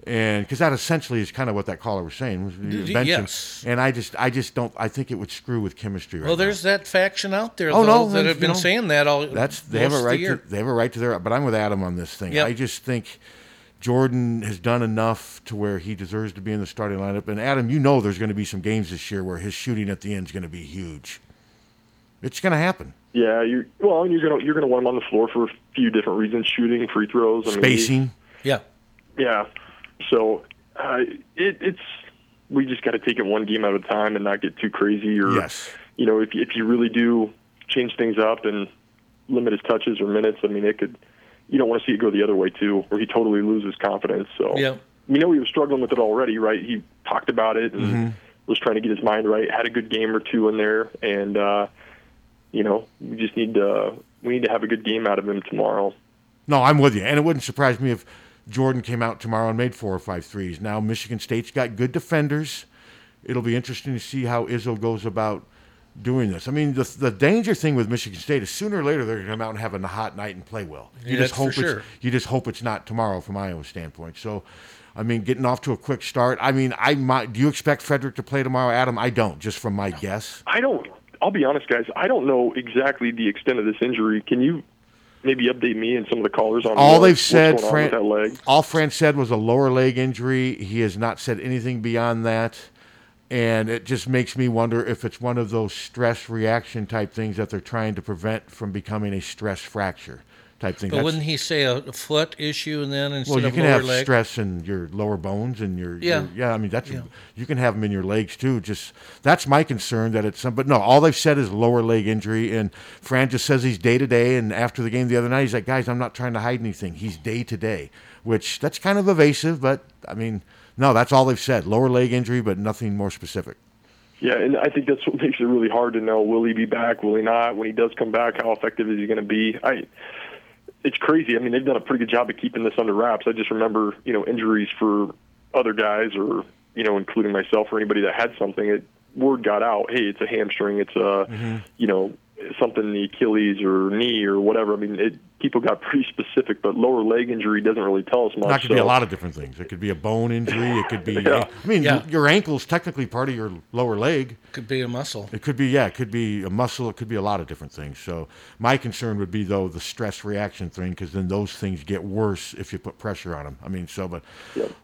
Speaker 1: And because that essentially is kind of what that caller was saying, was
Speaker 3: D- d-
Speaker 1: bench him.
Speaker 3: yes.
Speaker 1: And I just, I just don't. I think it would screw with chemistry. Right
Speaker 3: Well,
Speaker 1: now.
Speaker 3: there's that faction out there
Speaker 1: Oh
Speaker 3: though,
Speaker 1: no,
Speaker 3: that
Speaker 1: there's,
Speaker 3: have been
Speaker 1: you know,
Speaker 3: saying that all.
Speaker 1: That's they have
Speaker 3: most of
Speaker 1: a
Speaker 3: the
Speaker 1: right.
Speaker 3: year.
Speaker 1: To, they have a right to their. But I'm with Adam on this thing.
Speaker 3: Yep.
Speaker 1: I just think Jordan has done enough to where he deserves to be in the starting lineup. And Adam, you know, there's going to be some games this year where his shooting at the end is going to be huge. It's going to happen.
Speaker 5: Yeah, you well, and you're gonna you're gonna want him on the floor for a few different reasons: shooting, free throws, I mean,
Speaker 1: Spacing.
Speaker 3: Yeah.
Speaker 5: yeah. So uh, it, it's we just got to take it one game at a time and not get too crazy. Or
Speaker 1: Yes.
Speaker 5: you know, if if you really do change things up and limit his touches or minutes. I mean, it could. You don't want to see it go the other way too, where he totally loses confidence. So
Speaker 3: Yeah.
Speaker 5: we know he was struggling with it already, right? He talked about it and
Speaker 1: Mm-hmm.
Speaker 5: was trying to get his mind right. Had a good game or two in there, and uh, you know, we just need to we need to have a good game out of him tomorrow.
Speaker 1: No, I'm with you. And it wouldn't surprise me if Jordan came out tomorrow and made four or five threes. Now, Michigan State's got good defenders. It'll be interesting to see how Izzo goes about doing this. I mean, the, the danger thing with Michigan State is sooner or later they're going to come out and have a hot night and play well.
Speaker 3: Yeah, that's for
Speaker 1: hope it's,
Speaker 3: sure.
Speaker 1: you just hope it's not tomorrow from Iowa's standpoint. So, I mean, getting off to a quick start. I mean, I might, do you expect Frederick to play tomorrow, Adam? I don't, just from my guess.
Speaker 5: I don't. I'll be honest, guys. I don't know exactly the extent of this injury. Can you maybe update me and some of the callers on
Speaker 1: All
Speaker 5: what-
Speaker 1: they've
Speaker 5: what's
Speaker 1: said,
Speaker 5: going on
Speaker 1: Fran,
Speaker 5: with that leg?
Speaker 1: all Fran said was a lower leg injury. He has not said anything beyond that, and it just makes me wonder if it's one of those stress reaction type things that they're trying to prevent from becoming a stress fracture type thing.
Speaker 3: But
Speaker 1: That's-
Speaker 3: wouldn't he say a foot issue and then instead
Speaker 1: well, you
Speaker 3: of
Speaker 1: can
Speaker 3: lower
Speaker 1: have
Speaker 3: leg?
Speaker 1: stress in your lower bones and your
Speaker 3: Yeah.
Speaker 1: your- yeah. I mean, that's
Speaker 3: Yeah.
Speaker 1: you can have them in your legs too. Just that's my concern that it's some. But no, all they've said is lower leg injury, and Fran just says he's day to day. And after the game the other night, he's like, guys, I'm not trying to hide anything. He's day to day, which that's kind of evasive. But I mean, no, that's all they've said. Lower leg injury, but nothing more specific.
Speaker 5: Yeah, and I think that's what (laughs) makes it really hard to know will he be back, will he not? When he does come back, how effective is he going to be? I it's crazy. I mean, they've done a pretty good job of keeping this under wraps. I just remember, you know, injuries for other guys or, you know, including myself or anybody that had something, it word got out, hey, it's a hamstring, it's a
Speaker 1: Mm-hmm.
Speaker 5: you know, something in the Achilles or knee or whatever. I mean, it people got pretty (laughs) specific, but lower leg injury doesn't really tell us much.
Speaker 1: That could be a
Speaker 5: so-
Speaker 1: lot of different things. It could be a bone injury. It
Speaker 5: (laughs)
Speaker 1: could be.
Speaker 5: Yeah.
Speaker 1: I mean,
Speaker 3: Yeah.
Speaker 1: your ankle's technically part of your lower leg.
Speaker 3: Could be a muscle.
Speaker 1: It could be, yeah, it could be a muscle. It could be a lot of different things. So my concern would be though the stress reaction thing, because then those things get worse if you put pressure on them. I mean, so but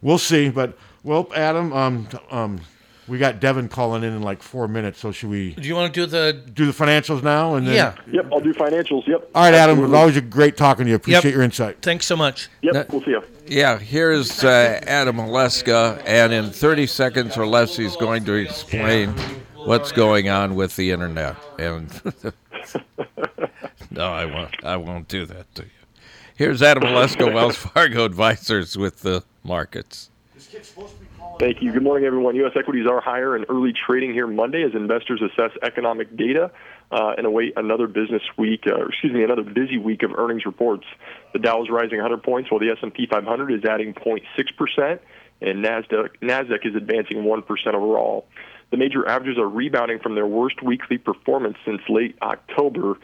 Speaker 1: we'll see. But well, Adam, um, t- um, we got Devin calling in in like four minutes. So should we
Speaker 3: Do you want to do the?
Speaker 1: do the financials now? And then,
Speaker 5: Yep, I'll do financials. Yep.
Speaker 1: All right, Adam. It was
Speaker 5: Absolutely.
Speaker 1: always a great talking to you. Appreciate your insight.
Speaker 3: (laughs) Thanks so much.
Speaker 5: Yep, we'll see you.
Speaker 2: Yeah, here's uh, Adam Oleska, and in 30 seconds or less, he's going to explain what's going on with the internet. And no, I won't. I won't do that to you. Here's Adam Oleska, Wells Fargo Advisors, with the markets.
Speaker 5: Thank you. Good morning, everyone. U.S. equities are higher in early trading here Monday as investors assess economic data uh, and await another business week, uh, or excuse me, another busy week of earnings reports. The Dow is rising 100 points, while the S&P 500 is adding 0.6 percent, and Nasdaq Nasdaq is advancing 1 percent overall. The major averages are rebounding from their worst weekly performance since late October.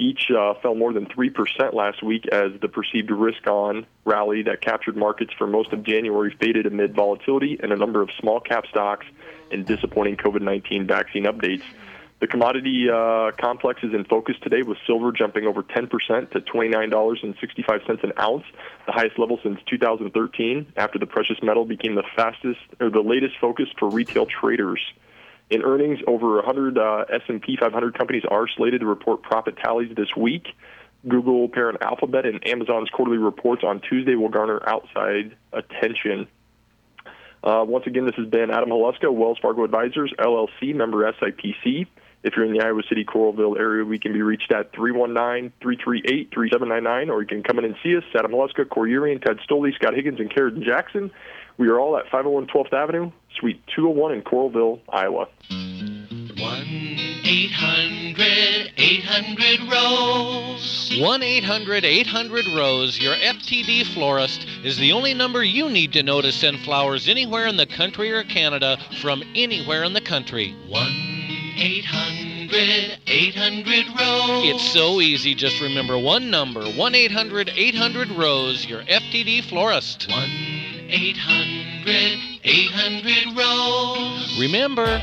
Speaker 5: Each uh, fell more than 3% last week as the perceived risk on rally that captured markets for most of January faded amid volatility and a number of small cap stocks and disappointing COVID 19 vaccine updates. The commodity uh, complex is in focus today with silver jumping over 10% to $29.65 an ounce, the highest level since 2013 after the precious metal became the fastest or the latest focus for retail traders. In earnings, over 100 uh, S&P 500 companies are slated to report profit tallies this week. Google, parent Alphabet, and Amazon's quarterly reports on Tuesday will garner outside attention. Uh, once again, this has been Adam Haluska, Wells Fargo Advisors, LLC, member SIPC. If you're in the Iowa City, Coralville area, we can be reached at 319-338-3799, or you can come in and see us, Adam Haluska, Corey Urian, Ted Stoley, Scott Higgins, and Karen Jackson. We are all at 501 12th Avenue, Suite 201 in Coralville, Iowa.
Speaker 10: 800 800 Rose.
Speaker 3: 1 800 800 Rose, your FTD florist, is the only number you need to know to send flowers anywhere in the country or Canada from anywhere in the country. 1
Speaker 10: 800 800 Rose.
Speaker 3: It's so easy, just remember one number 1 800 800 Rose, your FTD florist. 1
Speaker 10: 800 800 Rose.
Speaker 3: Remember,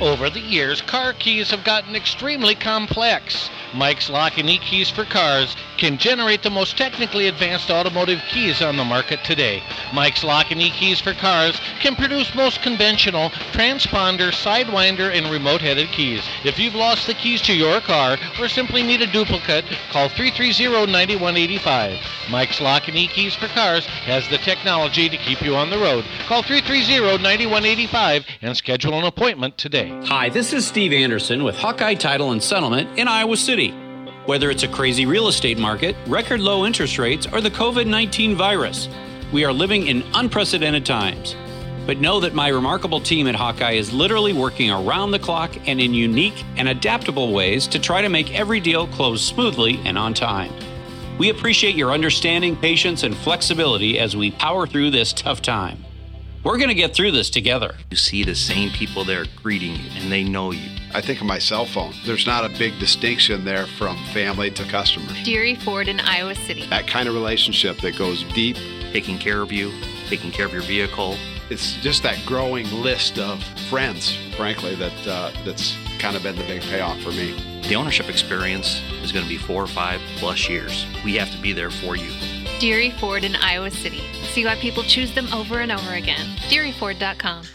Speaker 10: Over the years, car keys have gotten extremely complex.
Speaker 11: Mike's Lock and E-Keys for Cars can generate the most technically advanced automotive keys on the market today. Mike's Lock and E-Keys for Cars can produce most conventional transponder, sidewinder, and remote-headed keys. If you've lost the keys to your car or simply need a duplicate, call 330-9185. Mike's Lock and E-Keys for Cars has the technology to keep you on the road. Call 330-9185 and schedule an appointment today.
Speaker 12: Hi, this is Steve Anderson with Hawkeye Title and Settlement in Iowa City. Whether it's a crazy real estate market, record low interest rates, or the COVID 19 virus, we are living in unprecedented times. But know that my remarkable team at Hawkeye is literally working around the clock and in unique and adaptable ways to try to make every deal close smoothly and on time. We appreciate your understanding, patience, and flexibility as we power through this tough time. We're going to get through this together.
Speaker 13: You see the same people there greeting you, and they know you. I think of my cell phone. There's not a big distinction there from family to customers.
Speaker 14: Deary Ford in Iowa City.
Speaker 13: That kind of relationship that goes deep, taking care of you, taking care of your vehicle. It's just that growing list of friends, frankly, that uh, that's kind of been the big payoff for me.
Speaker 12: The ownership experience is going to be four or five plus years. We have to be there for you.
Speaker 14: Deary Ford in Iowa City. See why people choose them over and over again. DearyFord.com.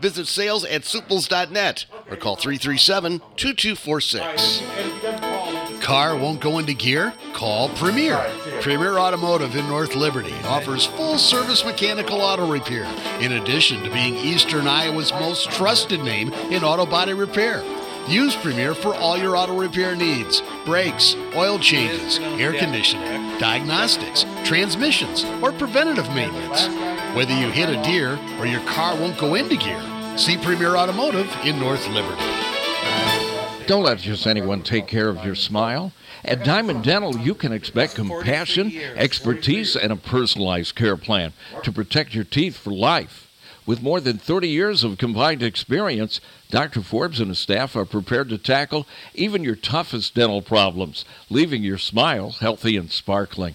Speaker 15: Visit sales at suples.net or call 337 2246. Car won't go into gear? Call Premier. Premier Automotive in North Liberty offers full service mechanical auto repair, in addition to being Eastern Iowa's most trusted name in auto body repair. Use Premier for all your auto repair needs brakes, oil changes, air conditioning, diagnostics, transmissions, or preventative maintenance. Whether you hit a deer or your car won't go into gear, see Premier Automotive in North Liberty.
Speaker 2: Don't let just anyone take care of your smile. At Diamond Dental, you can expect compassion, expertise, and a personalized care plan to protect your teeth for life. With more than 30 years of combined experience, Dr. Forbes and his staff are prepared to tackle even your toughest dental problems, leaving your smile healthy and sparkling.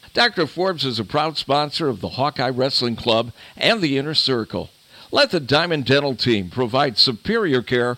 Speaker 2: Dr. Forbes is a proud sponsor of the Hawkeye Wrestling Club and the Inner Circle. Let the Diamond Dental team provide superior care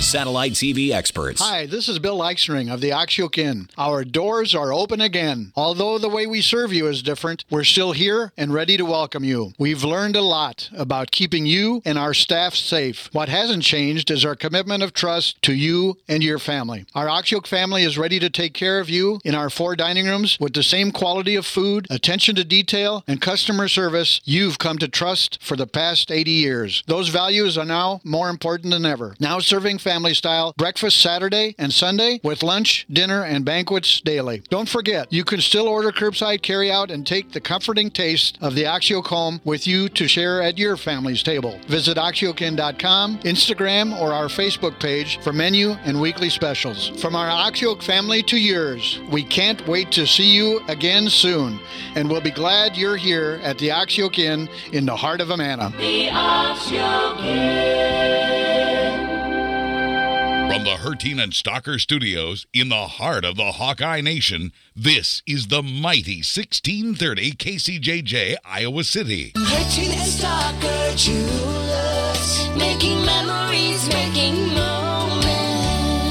Speaker 16: satellite TV experts.
Speaker 17: Hi, this is Bill Eichsring of the Oxyoke Inn. Our doors are open again. Although the way we serve you is different, we're still here and ready to welcome you. We've learned a lot about keeping you and our staff safe. What hasn't changed is our commitment of trust to you and your family. Our Oxyoke family is ready to take care of you in our four dining rooms with the same quality of food, attention to detail, and customer service you've come to trust for the past 80 years. Those values are now more important than ever. Now serving family style breakfast Saturday and Sunday with lunch, dinner, and banquets daily. Don't forget, you can still order curbside carryout and take the comforting taste of the Oxyoke home with you to share at your family's table. Visit oxyokin.com, Instagram, or our Facebook page for menu and weekly specials. From our Oxyoke family to yours, we can't wait to see you again soon, and we'll be glad you're here at the Oxyoke Inn in the heart of Amana.
Speaker 10: The Oxyoke.
Speaker 15: From
Speaker 18: From the Hertin and Stalker Studios in the heart of the Hawkeye Nation, this is the mighty 1630 KCJJ, Iowa City.
Speaker 10: Hurting and Stalker Jewelers. Making memories, making moments.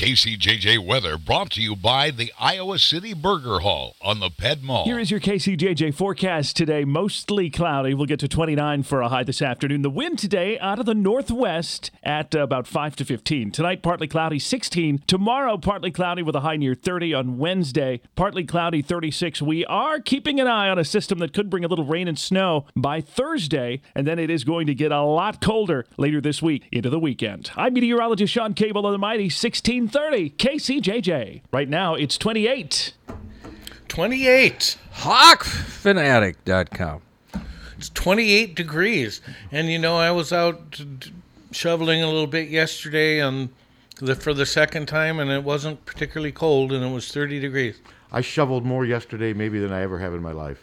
Speaker 18: KCJJ weather brought to you by the Iowa City Burger Hall on the Ped Mall.
Speaker 19: Here is your KCJJ forecast today. Mostly cloudy. We'll get to 29 for a high this afternoon. The wind today out of the northwest at uh, about 5 to 15. Tonight, partly cloudy, 16. Tomorrow, partly cloudy with a high near 30. On Wednesday, partly cloudy, 36. We are keeping an eye on a system that could bring a little rain and snow by Thursday, and then it is going to get a lot colder later this week into the weekend. I'm meteorologist Sean Cable of the Mighty 1630 KCJJ. Right now, it's 28.
Speaker 3: 28.
Speaker 19: Hawkfanatic.com.
Speaker 3: It's 28 degrees. And you know, I was out d- shoveling a little bit yesterday on the, for the second time, and it wasn't particularly cold, and it was 30 degrees.
Speaker 1: I shoveled more yesterday maybe than I ever have in my life.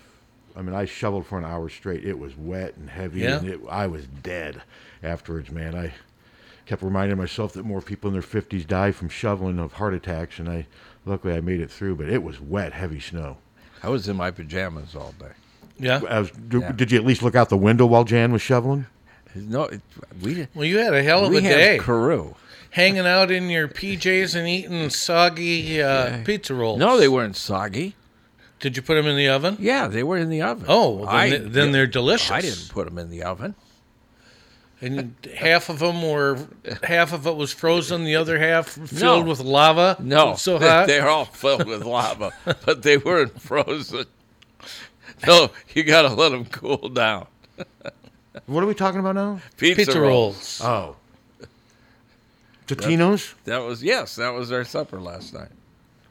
Speaker 1: I mean, I shoveled for an hour straight. It was wet and heavy,
Speaker 3: Yeah.
Speaker 1: and it, I was dead afterwards, man. I kept reminding myself that more people in their 50s die from shoveling of heart attacks, and I luckily I made it through, but it was wet, heavy snow.
Speaker 2: I was in my pajamas all day.
Speaker 3: Yeah.
Speaker 1: I was, d-
Speaker 2: Yeah.
Speaker 1: Did you at least look out the window while Jan was shoveling?
Speaker 2: No, it, we.
Speaker 3: Well, you had a hell of
Speaker 2: we
Speaker 3: a
Speaker 2: had
Speaker 3: day.
Speaker 2: Carew.
Speaker 3: Hanging out in your PJs and eating soggy uh, pizza rolls.
Speaker 2: No, they weren't soggy.
Speaker 3: Did you put them in the oven?
Speaker 2: Yeah, they were in the oven.
Speaker 3: Oh, well, then,
Speaker 2: I-
Speaker 3: they- then they're delicious.
Speaker 2: I didn't put them in the oven.
Speaker 3: And half of them were, half of it was frozen, the other half filled with lava.
Speaker 2: No,
Speaker 3: so
Speaker 2: (laughs) they-
Speaker 3: hot.
Speaker 2: They're all filled with lava, but they weren't frozen. No, you got to let them cool down.
Speaker 1: What are we talking about now?
Speaker 2: Pizza,
Speaker 1: Oh. Totino's?
Speaker 2: That was yes, that was our supper last night.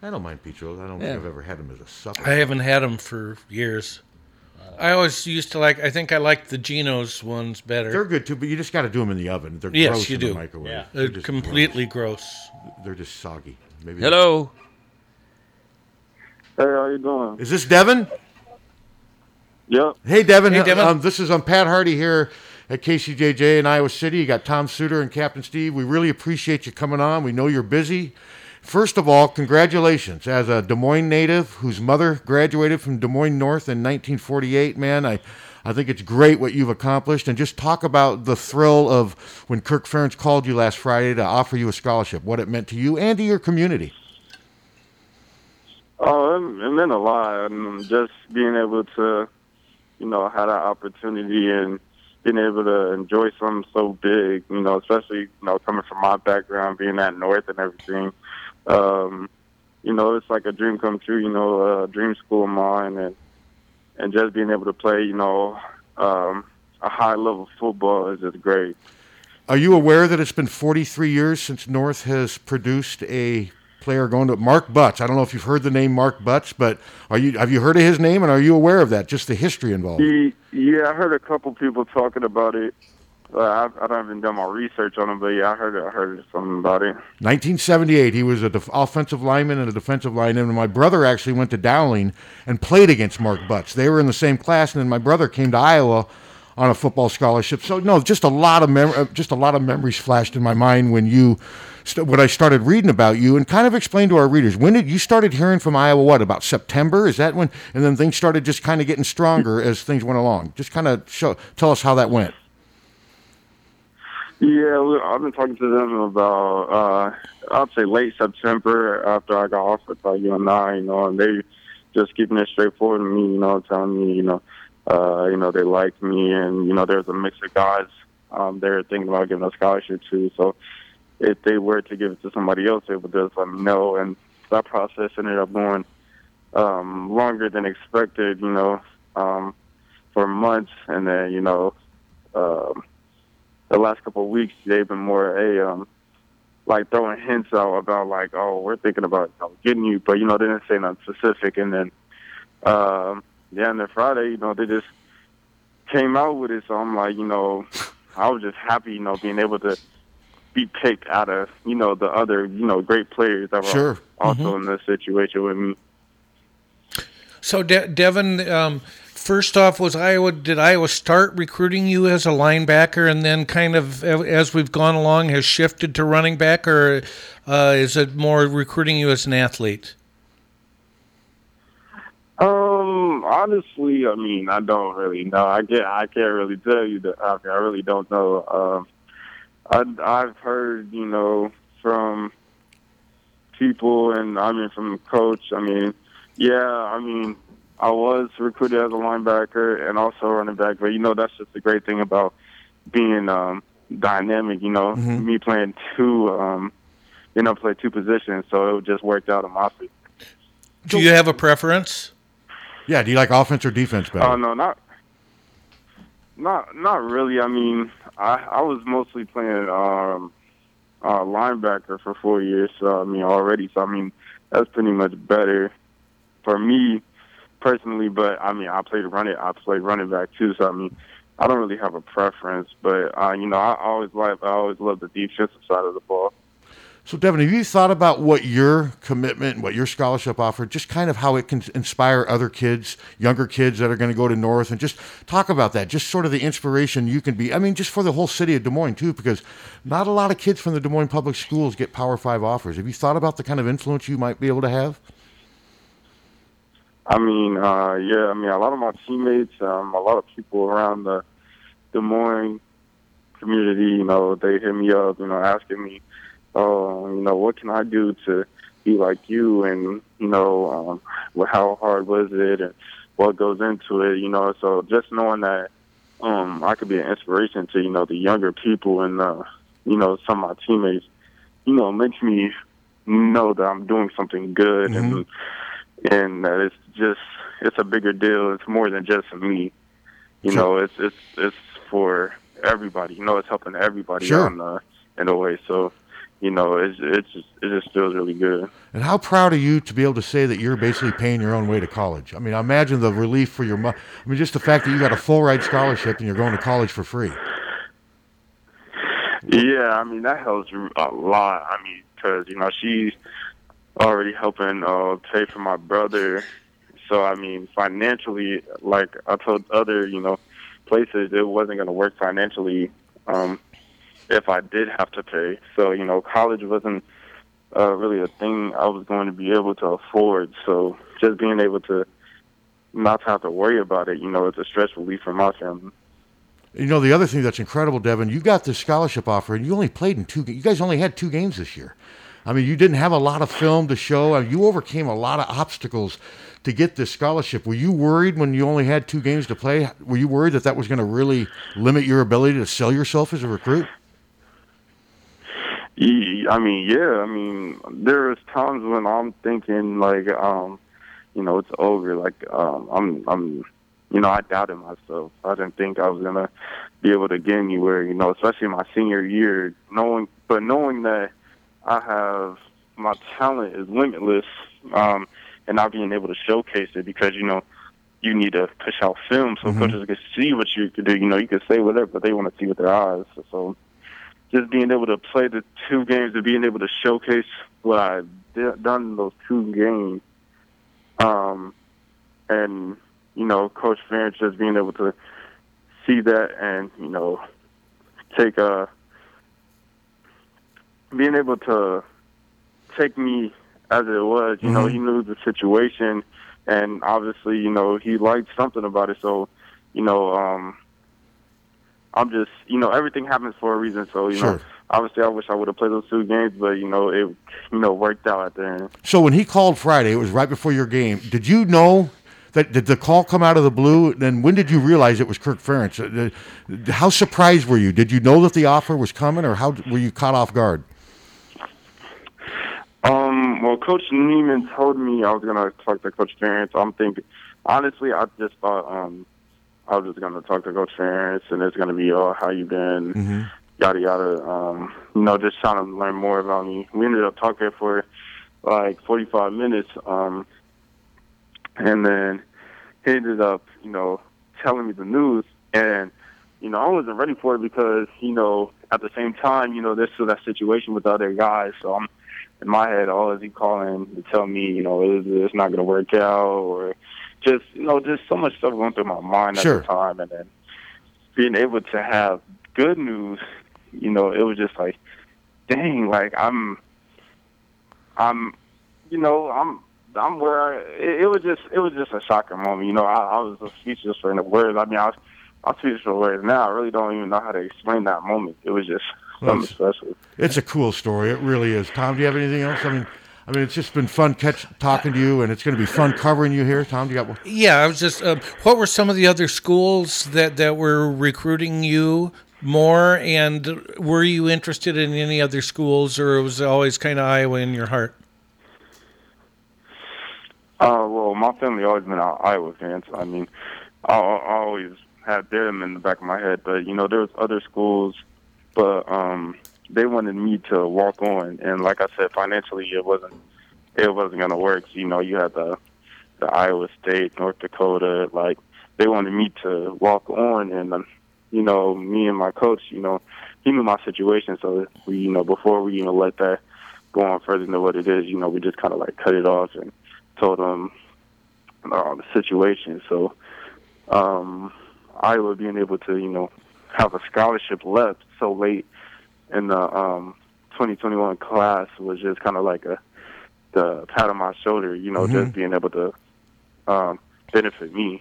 Speaker 1: I don't mind pizza rolls. I don't
Speaker 2: Yeah.
Speaker 1: think I've ever had them as a supper.
Speaker 3: I haven't had them for years. I always used to like. I think I liked the Geno's ones better.
Speaker 1: They're good too, but you just got to do them in the oven. They're
Speaker 3: Yes,
Speaker 1: gross
Speaker 3: you
Speaker 1: in
Speaker 3: do.
Speaker 1: the microwave.
Speaker 3: Yeah. They're
Speaker 1: just
Speaker 3: completely gross.
Speaker 1: They're just soggy. Maybe
Speaker 2: Hello.
Speaker 20: Hey, how you doing?
Speaker 1: Is this Devin?
Speaker 20: Yep.
Speaker 1: Hey, Devin.
Speaker 20: Hey, Devin.
Speaker 1: Um, this is um, Pat Hardy here at KCJJ in Iowa City. You got Tom Suter and Captain Steve. We really appreciate you coming on. We know you're busy. First of all, congratulations. As a Des Moines native whose mother graduated from Des Moines North in 1948, man, I, I think it's great what you've accomplished. And just talk about the thrill of when Kirk Ferentz called you last Friday to offer you a scholarship, what it meant to you and to your community.
Speaker 20: Oh, it, it meant a lot. And just being able to, you know, have that opportunity and being able to enjoy something so big, you know, especially, you know, coming from my background, being that North and everything. Um, you know, it's like a dream come true, you know, a dream school of mine and, and just being able to play, you know, um, a high level football is just great.
Speaker 1: Are you aware that it's been 43 years since North has produced a player going to Mark Butts? I don't know if you've heard the name Mark Butts, but are you have you heard of his name and are you aware of that? Just the history involved.
Speaker 20: He, yeah, I heard a couple people talking about it. Uh, I, I haven't even done my research on it, but yeah, I heard I heard something about it.
Speaker 1: 1978, he was an def- offensive lineman and a defensive lineman. And my brother actually went to Dowling and played against Mark Butts. They were in the same class, and then my brother came to Iowa on a football scholarship. So no, just a lot of mem- uh, just a lot of memories flashed in my mind when you st- when I started reading about you and kind of explain to our readers when did you started hearing from Iowa? What about September? Is that when? And then things started just kind of getting stronger as things went along. Just kind of show tell us how that went.
Speaker 20: Yeah, we- I've been talking to them about uh, I'd say late September after I got offered by UNI, you know, and they just keeping it straightforward to me, you know, telling me, you know, uh, you know, they liked me, and you know, there's a mix of guys um, they were thinking about giving a scholarship to. So if they were to give it to somebody else, they would just let me know, and that process ended up going um, longer than expected, you know, um, for months, and then you know. Um, the last couple of weeks they've been more a um like throwing hints out about like oh we're thinking about you know, getting you but you know they didn't say nothing specific and then um yeah and then Friday you know they just came out with it so I'm like you know I was just happy you know being able to be picked out of you know the other you know great players that were
Speaker 1: Sure.
Speaker 20: also in this situation with me
Speaker 3: So, De- Devin, um, First off, was Iowa? Did Iowa start recruiting you as a linebacker, and then kind of a- as we've gone along has shifted to running back, or uh, is it more recruiting you as an athlete?
Speaker 20: Um, honestly, I mean, I don't really know. I get, I can't really tell you that. I, mean, I really don't know. Um, I, I've heard, you know, from people, and I mean, from the coach. I mean, yeah, I mean, I was recruited as a linebacker and also running back, but you know, that's just the great thing about being um, dynamic. You know, me playing two, um, you know, play two positions, so it just worked out in my favor.
Speaker 3: Do you have a preference?
Speaker 1: Yeah, do you like offense or defense better?
Speaker 20: Oh no, not not not really. I mean, I I was mostly playing um uh linebacker for four years, so I mean already. So I mean that's pretty much better for me personally, but I mean I played running I played running back too, so I mean I don't really have a preference, but uh, you know, I always like I always love the defensive side of the ball.
Speaker 1: So, Devin, have you thought about what your commitment, what your scholarship offer, just kind of how it can inspire other kids, younger kids that are going to go to North, and just talk about that, just sort of the inspiration you can be. I mean, just for the whole city of Des Moines, too, because not a lot of kids from the Des Moines Public Schools get Power Five offers. Have you thought about the kind of influence you might be able to have?
Speaker 20: I mean, uh, yeah, I mean, a lot of my teammates, um, a lot of people around the Des Moines community, you know, they hit me up, you know, asking me, oh, you know, what can I do to be like you, and you know, um, well, how hard was it, and what goes into it, you know. So just knowing that, um, I could be an inspiration to you know the younger people and uh, you know some of my teammates, you know, makes me know that I'm doing something good and and that it's just it's a bigger deal. It's more than just me. You know, it's it's it's for everybody. You know, it's helping everybody
Speaker 1: Sure.
Speaker 20: out in the in a way. So, you know, it's it's just, it just feels really good.
Speaker 1: And how proud are you to be able to say that you're basically paying your own way to college? I mean, I imagine the relief for your mom. I mean, just the fact that you got a full ride scholarship and you're going to college for free.
Speaker 20: Yeah, I mean that helps a lot. I mean, because you know she's already helping uh, pay for my brother, so I mean financially, like I told other you know places, it wasn't going to work financially um, if I did have to pay. So you know, college wasn't uh, really a thing I was going to be able to afford. So just being able to not have to worry about it, you know, it's a stress relief for my family.
Speaker 1: You know, the other thing that's incredible, Devin, you got this scholarship offer and you only played in two ga- You guys only had two games this year. I mean, you didn't have a lot of film to show. I mean, you overcame a lot of obstacles to get this scholarship. Were you worried when you only had two games to play? Were you worried that that was going to really limit your ability to sell yourself as a recruit?
Speaker 20: Ye- I mean, yeah. I mean, there is times when I'm thinking like, um, you know, it's over. Like, um, I'm, I'm, you know, I doubted myself. I didn't think I was gonna be able to get anywhere. You know, especially my senior year, knowing, but knowing that I have my talent is limitless, um, and not being able to showcase it because you know you need to push out film so coaches can see what you can do. You know, you can say whatever, but they want to see with their eyes. So just being able to play the two games and being able to showcase what I've d- done in those two games, um, and you know, Coach Ferentz just being able to see that and you know, take a being able to take me as it was. You know, he knew the situation, and obviously, you know, he liked something about it. So, you know, um, I'm just, you know, everything happens for a reason. So, you know, obviously, I wish I would have played those two games, but you know, it, you know, worked out at the end.
Speaker 1: So when he called Friday, it was right before your game. Did you know that? Did the call come out of the blue? Then when did you realize it was Kirk Ferentz? Uh, the- How surprised were you? Did you know that the offer was coming, or how were you caught off guard?
Speaker 20: Um, well, Coach Neiman told me I was gonna talk to Coach Ferentz. I'm thinking, honestly, I just thought um, I was just gonna talk to Coach Ferentz, and it's gonna be, oh, how you been, yada yada. Um, you know, just trying to learn more about me. We ended up talking for like 45 minutes, um, and then he ended up, you know, telling me the news, and you know, I wasn't ready for it because, you know, at the same time, you know, there's still that situation with the other guys, so I'm in my head, oh, is he calling to tell me, you know, it's, it's not going to work out, or just you know, just so much stuff going through my mind
Speaker 1: Sure.
Speaker 20: at the time, and then being able to have good news, you know, it was just like, dang, like I'm, I'm, you know, I'm. I'm where I, it, it was just it was just a shocking moment, you know. I, I was speechless for the words. I mean, I was I'm speechless for words now. I really don't even know how to explain that moment. It was just
Speaker 1: Well,
Speaker 20: something special.
Speaker 1: It's a cool story. It really is. Tom, do you have anything else? I mean, I mean, it's just been fun catch talking to you, and it's going to be fun covering you here. Tom, do you got one?
Speaker 3: Yeah, I was just. Uh, what were some of the other schools that that were recruiting you more, and were you interested in any other schools, or was it always kind of Iowa in your heart?
Speaker 20: Uh, well, my family always been Al- Iowa fans. I mean, I, I always had them in the back of my head. But you know, there was other schools, but um, they wanted me to walk on, and like I said, financially it wasn't it wasn't gonna work. You know, you had the the Iowa State, North Dakota. Like they wanted me to walk on, and um, you know, me and my coach, you know, he knew my situation, so we, you know, before we even let that go on further than what it is, you know, we just kind of like cut it off and told him uh, the situation. So um, Iowa being able to, you know, have a scholarship left so late in the um, 2021 class was just kind of like a the pat on my shoulder, you know,
Speaker 1: Mhm.
Speaker 20: just being able to um, benefit me.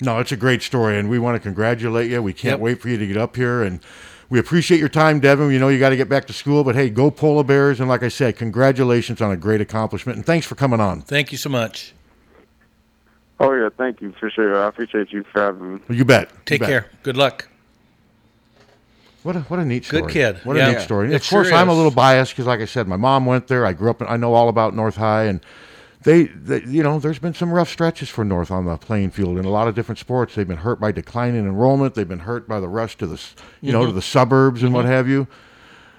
Speaker 1: No, it's a great story, and we want to congratulate you. We can't wait for you to get up here, and we appreciate your time, Devin. We know you got to get back to school, but hey, go polar bears! And like I said, congratulations on a great accomplishment, and thanks for coming on.
Speaker 3: Thank you so much.
Speaker 20: Oh yeah, thank you for sure. I appreciate you for having me.
Speaker 1: You bet. You
Speaker 3: Take
Speaker 1: bet.
Speaker 3: care. Good luck.
Speaker 1: What a, what a neat
Speaker 3: Good
Speaker 1: story.
Speaker 3: kid.
Speaker 1: What
Speaker 3: Yeah.
Speaker 1: a neat story. And
Speaker 3: It
Speaker 1: of course,
Speaker 3: sure
Speaker 1: I'm a
Speaker 3: is.
Speaker 1: little biased because, like I said, my mom went there. I grew up. In, I know all about North High, and they, they, you know, there's been some rough stretches for North on the playing field in a lot of different sports. They've been hurt by declining enrollment. They've been hurt by the rush to the, s- you know, to
Speaker 3: Mhm.
Speaker 1: the suburbs and what
Speaker 3: Mhm.
Speaker 1: have you.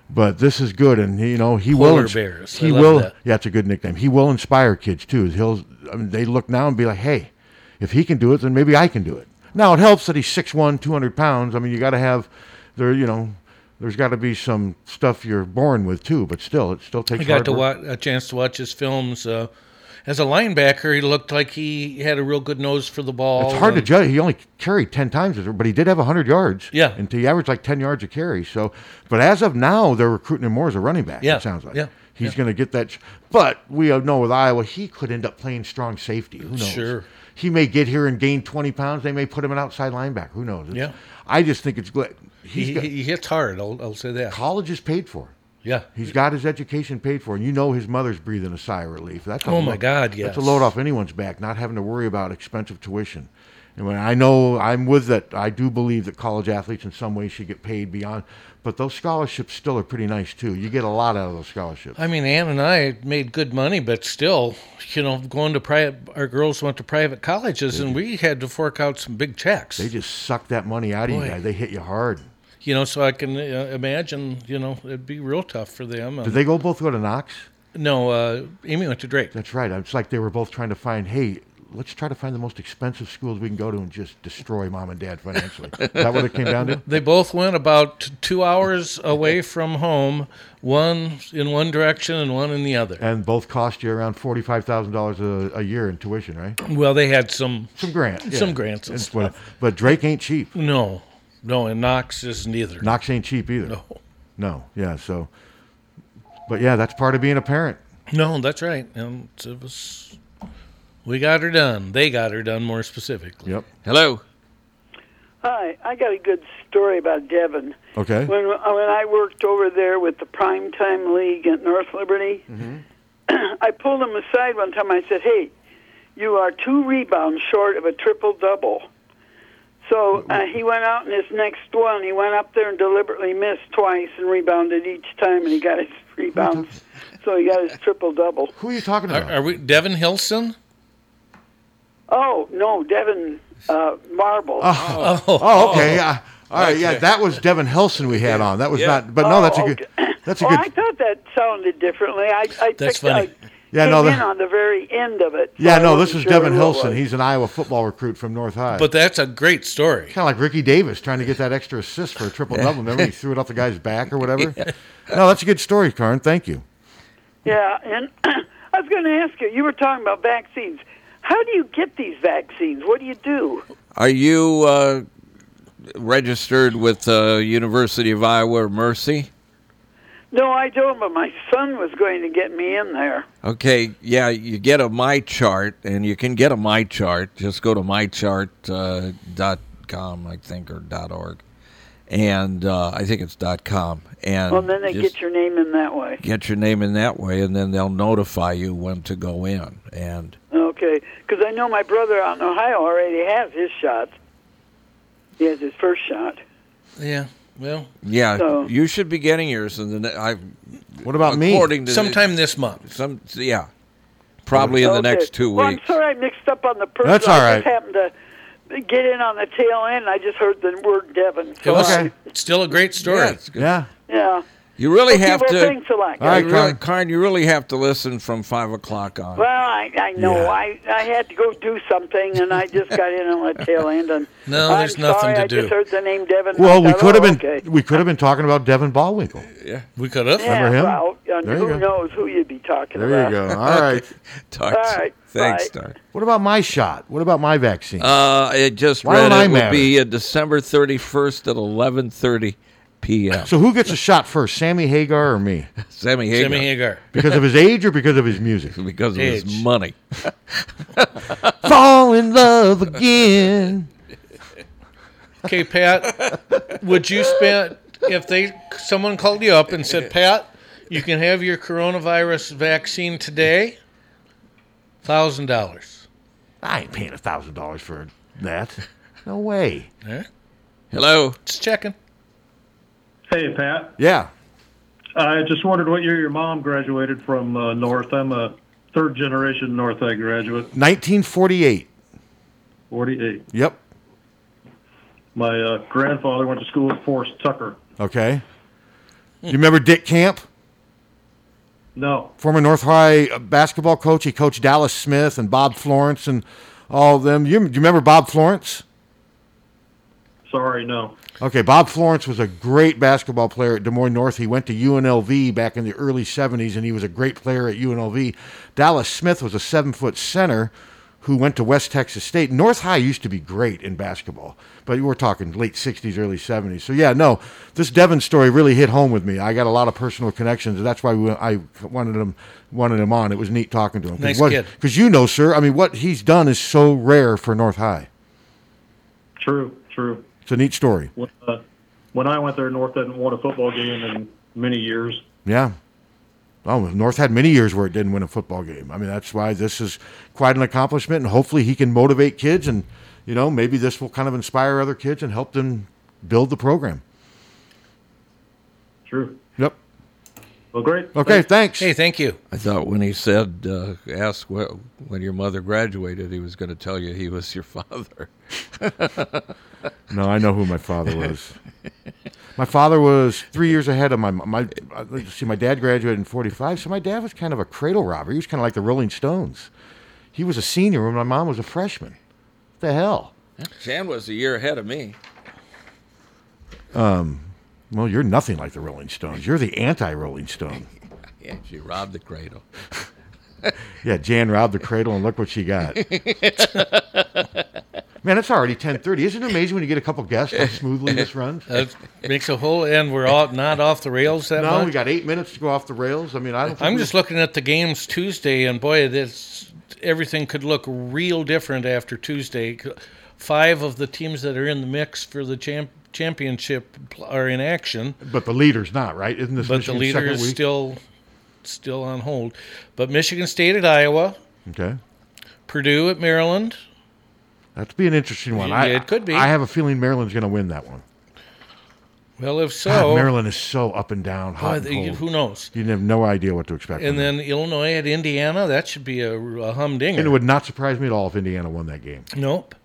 Speaker 1: But this is good, and you know, he will.
Speaker 3: Polar
Speaker 1: ins-
Speaker 3: bears. I
Speaker 1: He
Speaker 3: love
Speaker 1: will.
Speaker 3: that.
Speaker 1: Yeah, it's a good nickname. He will inspire kids too. He'll. I mean, they look now and be like, hey, if he can do it, then maybe I can do it. Now it helps that he's 6'1", 200 pounds. I mean, you got to have there. You know, there's got to be some stuff you're born with too. But still, it still takes.
Speaker 3: I got
Speaker 1: hard
Speaker 3: to
Speaker 1: work.
Speaker 3: watch, a chance to watch his films. Uh, as a linebacker, he looked like he had a real good nose for the ball.
Speaker 1: It's hard to
Speaker 3: and-
Speaker 1: judge. He only carried ten times, but he did have hundred yards.
Speaker 3: Yeah.
Speaker 1: and he averaged like ten yards a carry. So, but as of now, they're recruiting him more as a running back.
Speaker 3: Yeah,
Speaker 1: it sounds like.
Speaker 3: yeah,
Speaker 1: he's going to get that. ch- But we know with Iowa, he could end up playing strong safety. Who knows?
Speaker 3: Sure.
Speaker 1: He may get here and gain twenty pounds. They may put him an outside linebacker. Who knows? It's-
Speaker 3: Yeah.
Speaker 1: I just think it's good.
Speaker 3: He,
Speaker 1: got-
Speaker 3: he hits hard. I'll, I'll say that.
Speaker 1: College is paid for.
Speaker 3: Yeah.
Speaker 1: He's got his education paid for, and you know his mother's breathing a sigh of relief. That's a
Speaker 3: Oh, my
Speaker 1: load-
Speaker 3: God,
Speaker 1: That's
Speaker 3: yes.
Speaker 1: a load off anyone's back, not having to worry about expensive tuition. And when I know I'm with that, I do believe that college athletes in some way should get paid beyond, but those scholarships still are pretty nice too. You get a lot out of those scholarships.
Speaker 3: I mean, Ann and I made good money, but still, you know, going to private, our girls went to private colleges, and we had to fork out some big checks.
Speaker 1: They just suck that money out of
Speaker 3: Boy.
Speaker 1: you guys. They hit you hard.
Speaker 3: You know, so I can uh, imagine, you know, it'd be real tough for them.
Speaker 1: Did they go both go to Knox?
Speaker 3: No, uh, Amy went to Drake.
Speaker 1: That's right. It's like they were both trying to find, hey, let's try to find the most expensive schools we can go to and just destroy mom and dad
Speaker 3: (laughs)
Speaker 1: financially. Is that what it came down to?
Speaker 3: They both went about two hours away from home, one in one direction and one in the other.
Speaker 1: And both cost you around forty-five thousand dollars a year in tuition, right?
Speaker 3: Well, they had some
Speaker 1: some grants, yeah.
Speaker 3: some grants. And
Speaker 1: It's
Speaker 3: stuff.
Speaker 1: what- but Drake ain't cheap.
Speaker 3: No, no, and Knox isn't either.
Speaker 1: Knox ain't cheap either.
Speaker 3: No.
Speaker 1: No. Yeah. So, but yeah, that's part of being a parent.
Speaker 3: No, that's right. And it was, we got her done. They got her done more specifically.
Speaker 1: Yep.
Speaker 2: Hello.
Speaker 21: Hi, I got a good story about Devon.
Speaker 1: Okay.
Speaker 21: When uh, when I worked over there with the Primetime League at North Liberty,
Speaker 1: Mm-hmm.
Speaker 21: (clears throat) I pulled him aside one time. I said, "Hey, you are two rebounds short of a triple double." So
Speaker 1: Mm-hmm.
Speaker 21: uh, he went out in his next one. He went up there and deliberately missed twice and rebounded each time, and he got his (laughs)
Speaker 1: (laughs)
Speaker 21: rebounds. so he got his triple double.
Speaker 1: Who are you talking
Speaker 3: Are, are we Devin Hilson?
Speaker 21: Oh no, Devin uh, Marble.
Speaker 1: Oh. Oh. okay. Yeah. All right. Yeah. That was Devin Helson we had on. That was
Speaker 21: Yeah.
Speaker 1: not. But
Speaker 21: Oh,
Speaker 1: no, that's a good. That's a
Speaker 21: oh,
Speaker 1: good.
Speaker 21: I thought that sounded differently. I, I
Speaker 1: That's
Speaker 21: picked I
Speaker 1: funny. Yeah,
Speaker 21: uh, came
Speaker 1: no,
Speaker 21: in
Speaker 1: that-
Speaker 21: on the very end of it. so
Speaker 1: yeah.
Speaker 21: I
Speaker 1: No, this
Speaker 21: wasn't
Speaker 1: was
Speaker 21: sure
Speaker 1: Devin
Speaker 21: who it
Speaker 1: Helson.
Speaker 21: was.
Speaker 1: He's an Iowa football recruit from North High.
Speaker 3: But that's a great story.
Speaker 1: Kind of like Ricky Davis trying to get that extra assist for a triple double. Remember, he threw it off the guy's back or whatever. No, that's a good story, Karn. Thank you.
Speaker 21: (clears throat) Yeah, and I was going to ask you. You were talking about vaccines. How do you get these vaccines? What do you do?
Speaker 2: Are you uh, registered with uh, University of Iowa or Mercy?
Speaker 21: No, I don't, but my son was going to get me in there.
Speaker 2: Okay, yeah, you get a My Chart, and you can get a My Chart. Just go to mychart.com, uh, dot com, I think, or dot .org. And uh, I think it's dot .com. And
Speaker 21: well, then they
Speaker 2: just-
Speaker 21: get your name in that way.
Speaker 2: get your name in that way, and then they'll notify you when to go in. And
Speaker 21: Okay, because I know my brother out in Ohio already has his shot. He has his first shot.
Speaker 3: Yeah. Well,
Speaker 2: yeah,
Speaker 21: So-
Speaker 2: you should be getting yours. And then I.
Speaker 1: What
Speaker 21: about me?
Speaker 2: according To
Speaker 21: Sometime
Speaker 3: this month.
Speaker 2: Some yeah, probably in the
Speaker 21: Okay.
Speaker 2: next two
Speaker 21: Well,
Speaker 2: weeks.
Speaker 21: I'm sorry I mixed up on the person.
Speaker 2: That's all
Speaker 21: I just
Speaker 2: right.
Speaker 21: happened to get in on the tail end. I just heard the word Devon.
Speaker 3: It was
Speaker 21: I-
Speaker 3: still a great story.
Speaker 2: Yeah, it's good. Yeah.
Speaker 21: yeah.
Speaker 2: You really
Speaker 21: Okay,
Speaker 2: have
Speaker 21: well,
Speaker 2: to.
Speaker 21: thanks a lot,
Speaker 2: you
Speaker 21: guys.
Speaker 2: really, Karn, you really have to listen from five o'clock on.
Speaker 21: Well, I, I know.
Speaker 2: Yeah.
Speaker 21: I, I had to go do something, and I just got in on the tail
Speaker 1: (laughs)
Speaker 21: end. And
Speaker 2: No,
Speaker 21: I'm
Speaker 2: there's nothing
Speaker 21: sorry,
Speaker 2: to
Speaker 21: I
Speaker 2: do.
Speaker 21: just heard the name Devon.
Speaker 1: Well, we
Speaker 21: I thought,
Speaker 1: could have
Speaker 21: oh,
Speaker 1: been
Speaker 21: okay.
Speaker 1: we could have been talking about Devin Baldwinkle.
Speaker 2: Yeah,
Speaker 3: we could have.
Speaker 21: Yeah,
Speaker 1: Remember him?
Speaker 21: well, uh,
Speaker 1: There you
Speaker 21: who
Speaker 1: go.
Speaker 21: knows who you'd be talking
Speaker 1: There you
Speaker 21: about.
Speaker 1: go.
Speaker 21: (laughs)
Speaker 1: All right.
Speaker 2: All
Speaker 21: right.
Speaker 2: Thanks,
Speaker 21: bye.
Speaker 2: Doc.
Speaker 1: What about my shot? What about my vaccine?
Speaker 2: Uh, I just
Speaker 1: Why
Speaker 2: read
Speaker 1: don't I
Speaker 2: it would
Speaker 1: matter?
Speaker 2: be uh, December thirty first at eleven thirty p.m.
Speaker 1: so who gets a shot first, Sammy Hagar or me?
Speaker 2: Sammy Hagar.
Speaker 3: Sammy Hagar.
Speaker 1: Because of his age or because of his music?
Speaker 2: (laughs) Because of his Age. money.
Speaker 1: (laughs)
Speaker 3: (laughs)
Speaker 1: Fall in love again.
Speaker 3: Okay, Pat, would you spend if they someone called you up and said, "Pat, you can have your coronavirus vaccine today." Thousand dollars.
Speaker 1: I ain't paying a thousand dollars for that. No way.
Speaker 2: Hello.
Speaker 3: Just checking.
Speaker 4: Hey, Pat.
Speaker 1: Yeah.
Speaker 4: I just wondered what year your mom graduated from uh, North. I'm a third generation North Egg graduate,
Speaker 1: 1948.
Speaker 4: 48.
Speaker 1: Yep.
Speaker 4: My uh, grandfather went to school with Forrest Tucker.
Speaker 1: Okay. You remember Dick Camp,
Speaker 4: No.
Speaker 1: former North High uh, basketball coach? He coached Dallas Smith and Bob Florence and all of them. You, do you remember Bob Florence?
Speaker 4: Sorry, no.
Speaker 1: Okay, Bob Florence was a great basketball player at Des Moines North. He went to UNLV back in the early 70s, and he was a great player at UNLV. Dallas Smith was a seven foot center who went to West Texas State. North High used to be great in basketball, but we're talking late 60s, early 70s. So, yeah, no, this Devon story really hit home with me. I got a lot of personal connections, and that's why we, I wanted him, wanted him on. It was neat talking to him.
Speaker 3: Nice kid.
Speaker 1: Because you know, sir, I mean, what he's done is so rare for North High.
Speaker 4: True, true.
Speaker 1: It's a neat story.
Speaker 4: When, uh, when I went there, North hadn't won a football game in many years.
Speaker 1: Yeah. Oh, North had many years where it didn't win a football game. I mean, that's why this is quite an accomplishment, and hopefully he can motivate kids, and you know, maybe this will kind of inspire other kids and help them build the program.
Speaker 4: True.
Speaker 1: Yep.
Speaker 4: Well, great.
Speaker 1: Okay, thanks.
Speaker 3: Hey, thank you.
Speaker 2: I thought when he said, uh, ask wh- when your mother graduated, he was going to tell you he was your father. (laughs)
Speaker 1: No, I know who my father
Speaker 4: (laughs)
Speaker 1: was. my father was three years ahead of my my. uh, let's See, my dad graduated in '45, so my dad was kind of a cradle robber. He was kind of like the Rolling Stones. He was a senior when my mom was a freshman. What the hell?
Speaker 2: Chan was a year ahead of me.
Speaker 1: Um, well, you're nothing like the Rolling Stones. You're the anti-Rolling Stone.
Speaker 2: Yeah, she robbed the cradle. (laughs)
Speaker 1: Yeah, Jan robbed the cradle, and look what she got. Man, it's already ten thirty. Isn't it amazing when you get a couple guests how smoothly this runs?
Speaker 3: That makes a whole end. We're all not off the rails that
Speaker 1: No,
Speaker 3: much.
Speaker 1: we got eight minutes to go off the rails. I mean, I don't. Think
Speaker 3: I'm
Speaker 1: we-
Speaker 3: just looking at the games Tuesday, and boy, this everything could look real different after Tuesday. Five of the teams that are in the mix for the champ- championship pl- are in action,
Speaker 1: But the leader's not right, isn't this?
Speaker 3: but the
Speaker 1: Michigan's
Speaker 3: leader
Speaker 1: second
Speaker 3: is
Speaker 1: week?
Speaker 3: still still on hold. But Michigan State at Iowa,
Speaker 1: okay.
Speaker 3: Purdue at Maryland.
Speaker 1: That'd be an interesting one. I,
Speaker 3: It could be.
Speaker 1: I have a feeling Maryland's going to win that one.
Speaker 3: Well, if so,
Speaker 1: God, Ah, Maryland is so up and down, hot
Speaker 3: Boy,
Speaker 1: and
Speaker 3: they-
Speaker 1: cold.
Speaker 3: who knows?
Speaker 1: You have no idea what to expect.
Speaker 3: and
Speaker 1: from
Speaker 3: then Illinois at Indiana, that should be a, a
Speaker 1: them.
Speaker 3: humdinger.
Speaker 1: and it would not surprise me at all if Indiana won that game.
Speaker 3: Nope.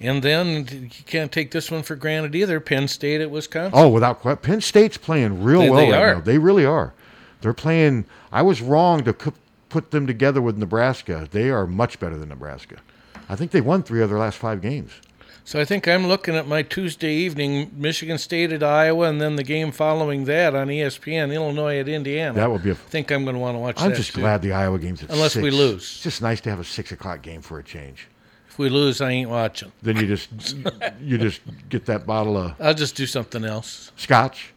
Speaker 3: And then you can't take this one for granted either. Penn State at Wisconsin.
Speaker 1: Oh, without question. Penn State's playing real
Speaker 3: They-
Speaker 1: well
Speaker 3: they
Speaker 1: right
Speaker 3: are.
Speaker 1: now. They really are. They're playing. I was wrong to co- put them together with Nebraska. They are much better than Nebraska. I think they won three of their last five games.
Speaker 3: So I think I'm looking at my Tuesday evening, Michigan State at Iowa, and then the game following that on E ESPN, Illinois at Indiana.
Speaker 1: That would be a-
Speaker 3: I think I'm going to want to watch.
Speaker 1: I'm
Speaker 3: that,
Speaker 1: just
Speaker 3: too.
Speaker 1: glad the Iowa game's at
Speaker 3: Unless we
Speaker 1: six.
Speaker 3: lose.
Speaker 1: It's just nice to have a six o'clock game for a change.
Speaker 3: If we lose, I ain't watching.
Speaker 1: Then you just (laughs) you just get that bottle of
Speaker 3: I'll just do something else.
Speaker 1: scotch.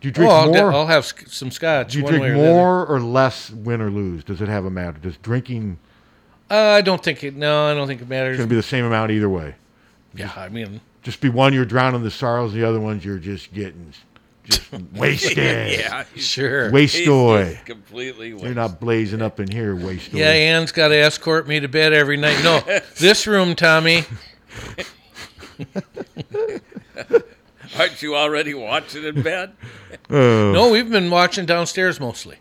Speaker 1: Do you drink
Speaker 3: oh, I'll,
Speaker 1: more?
Speaker 3: de- I'll have sc- some scotch.
Speaker 1: Do you
Speaker 3: one way
Speaker 1: drink
Speaker 3: or the other.
Speaker 1: more or less, win or lose? Does it have a matter? Does drinking
Speaker 3: Uh, I don't think it. No, I don't think it matters.
Speaker 1: it's going to be the same amount either way?
Speaker 3: yeah, I mean,
Speaker 1: Just be one you're drowning the sorrows, the other ones you're just getting
Speaker 3: (laughs)
Speaker 1: just wasted.
Speaker 3: Yeah, sure.
Speaker 1: Wastoy.
Speaker 3: He's completely
Speaker 1: You're not blazing up in here, wastoy.
Speaker 3: yeah, Ann's got to escort me to bed every night. No, this room, Tommy.
Speaker 2: Aren't you already watching in bed?
Speaker 1: (laughs) Oh.
Speaker 3: No, we've been watching downstairs mostly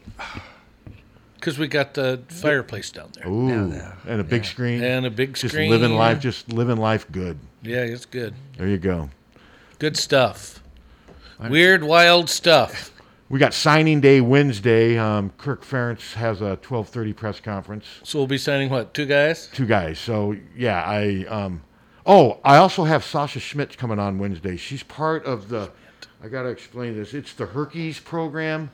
Speaker 3: because we got the fireplace down there.
Speaker 1: Ooh, and a big screen.
Speaker 3: And a big
Speaker 1: Just
Speaker 3: screen.
Speaker 1: living life, just living life good.
Speaker 3: Yeah, it's good.
Speaker 1: There you go.
Speaker 3: Good stuff. Weird, wild stuff.
Speaker 1: We got signing day Wednesday. Um, Kirk Ferentz has a 12:30 press conference.
Speaker 3: So we'll be signing what? Two guys.
Speaker 1: Two guys. So yeah, I. Um, oh, I also have Sasha Schmidt coming on Wednesday. She's part of the. I gotta explain this. It's the Herkies program.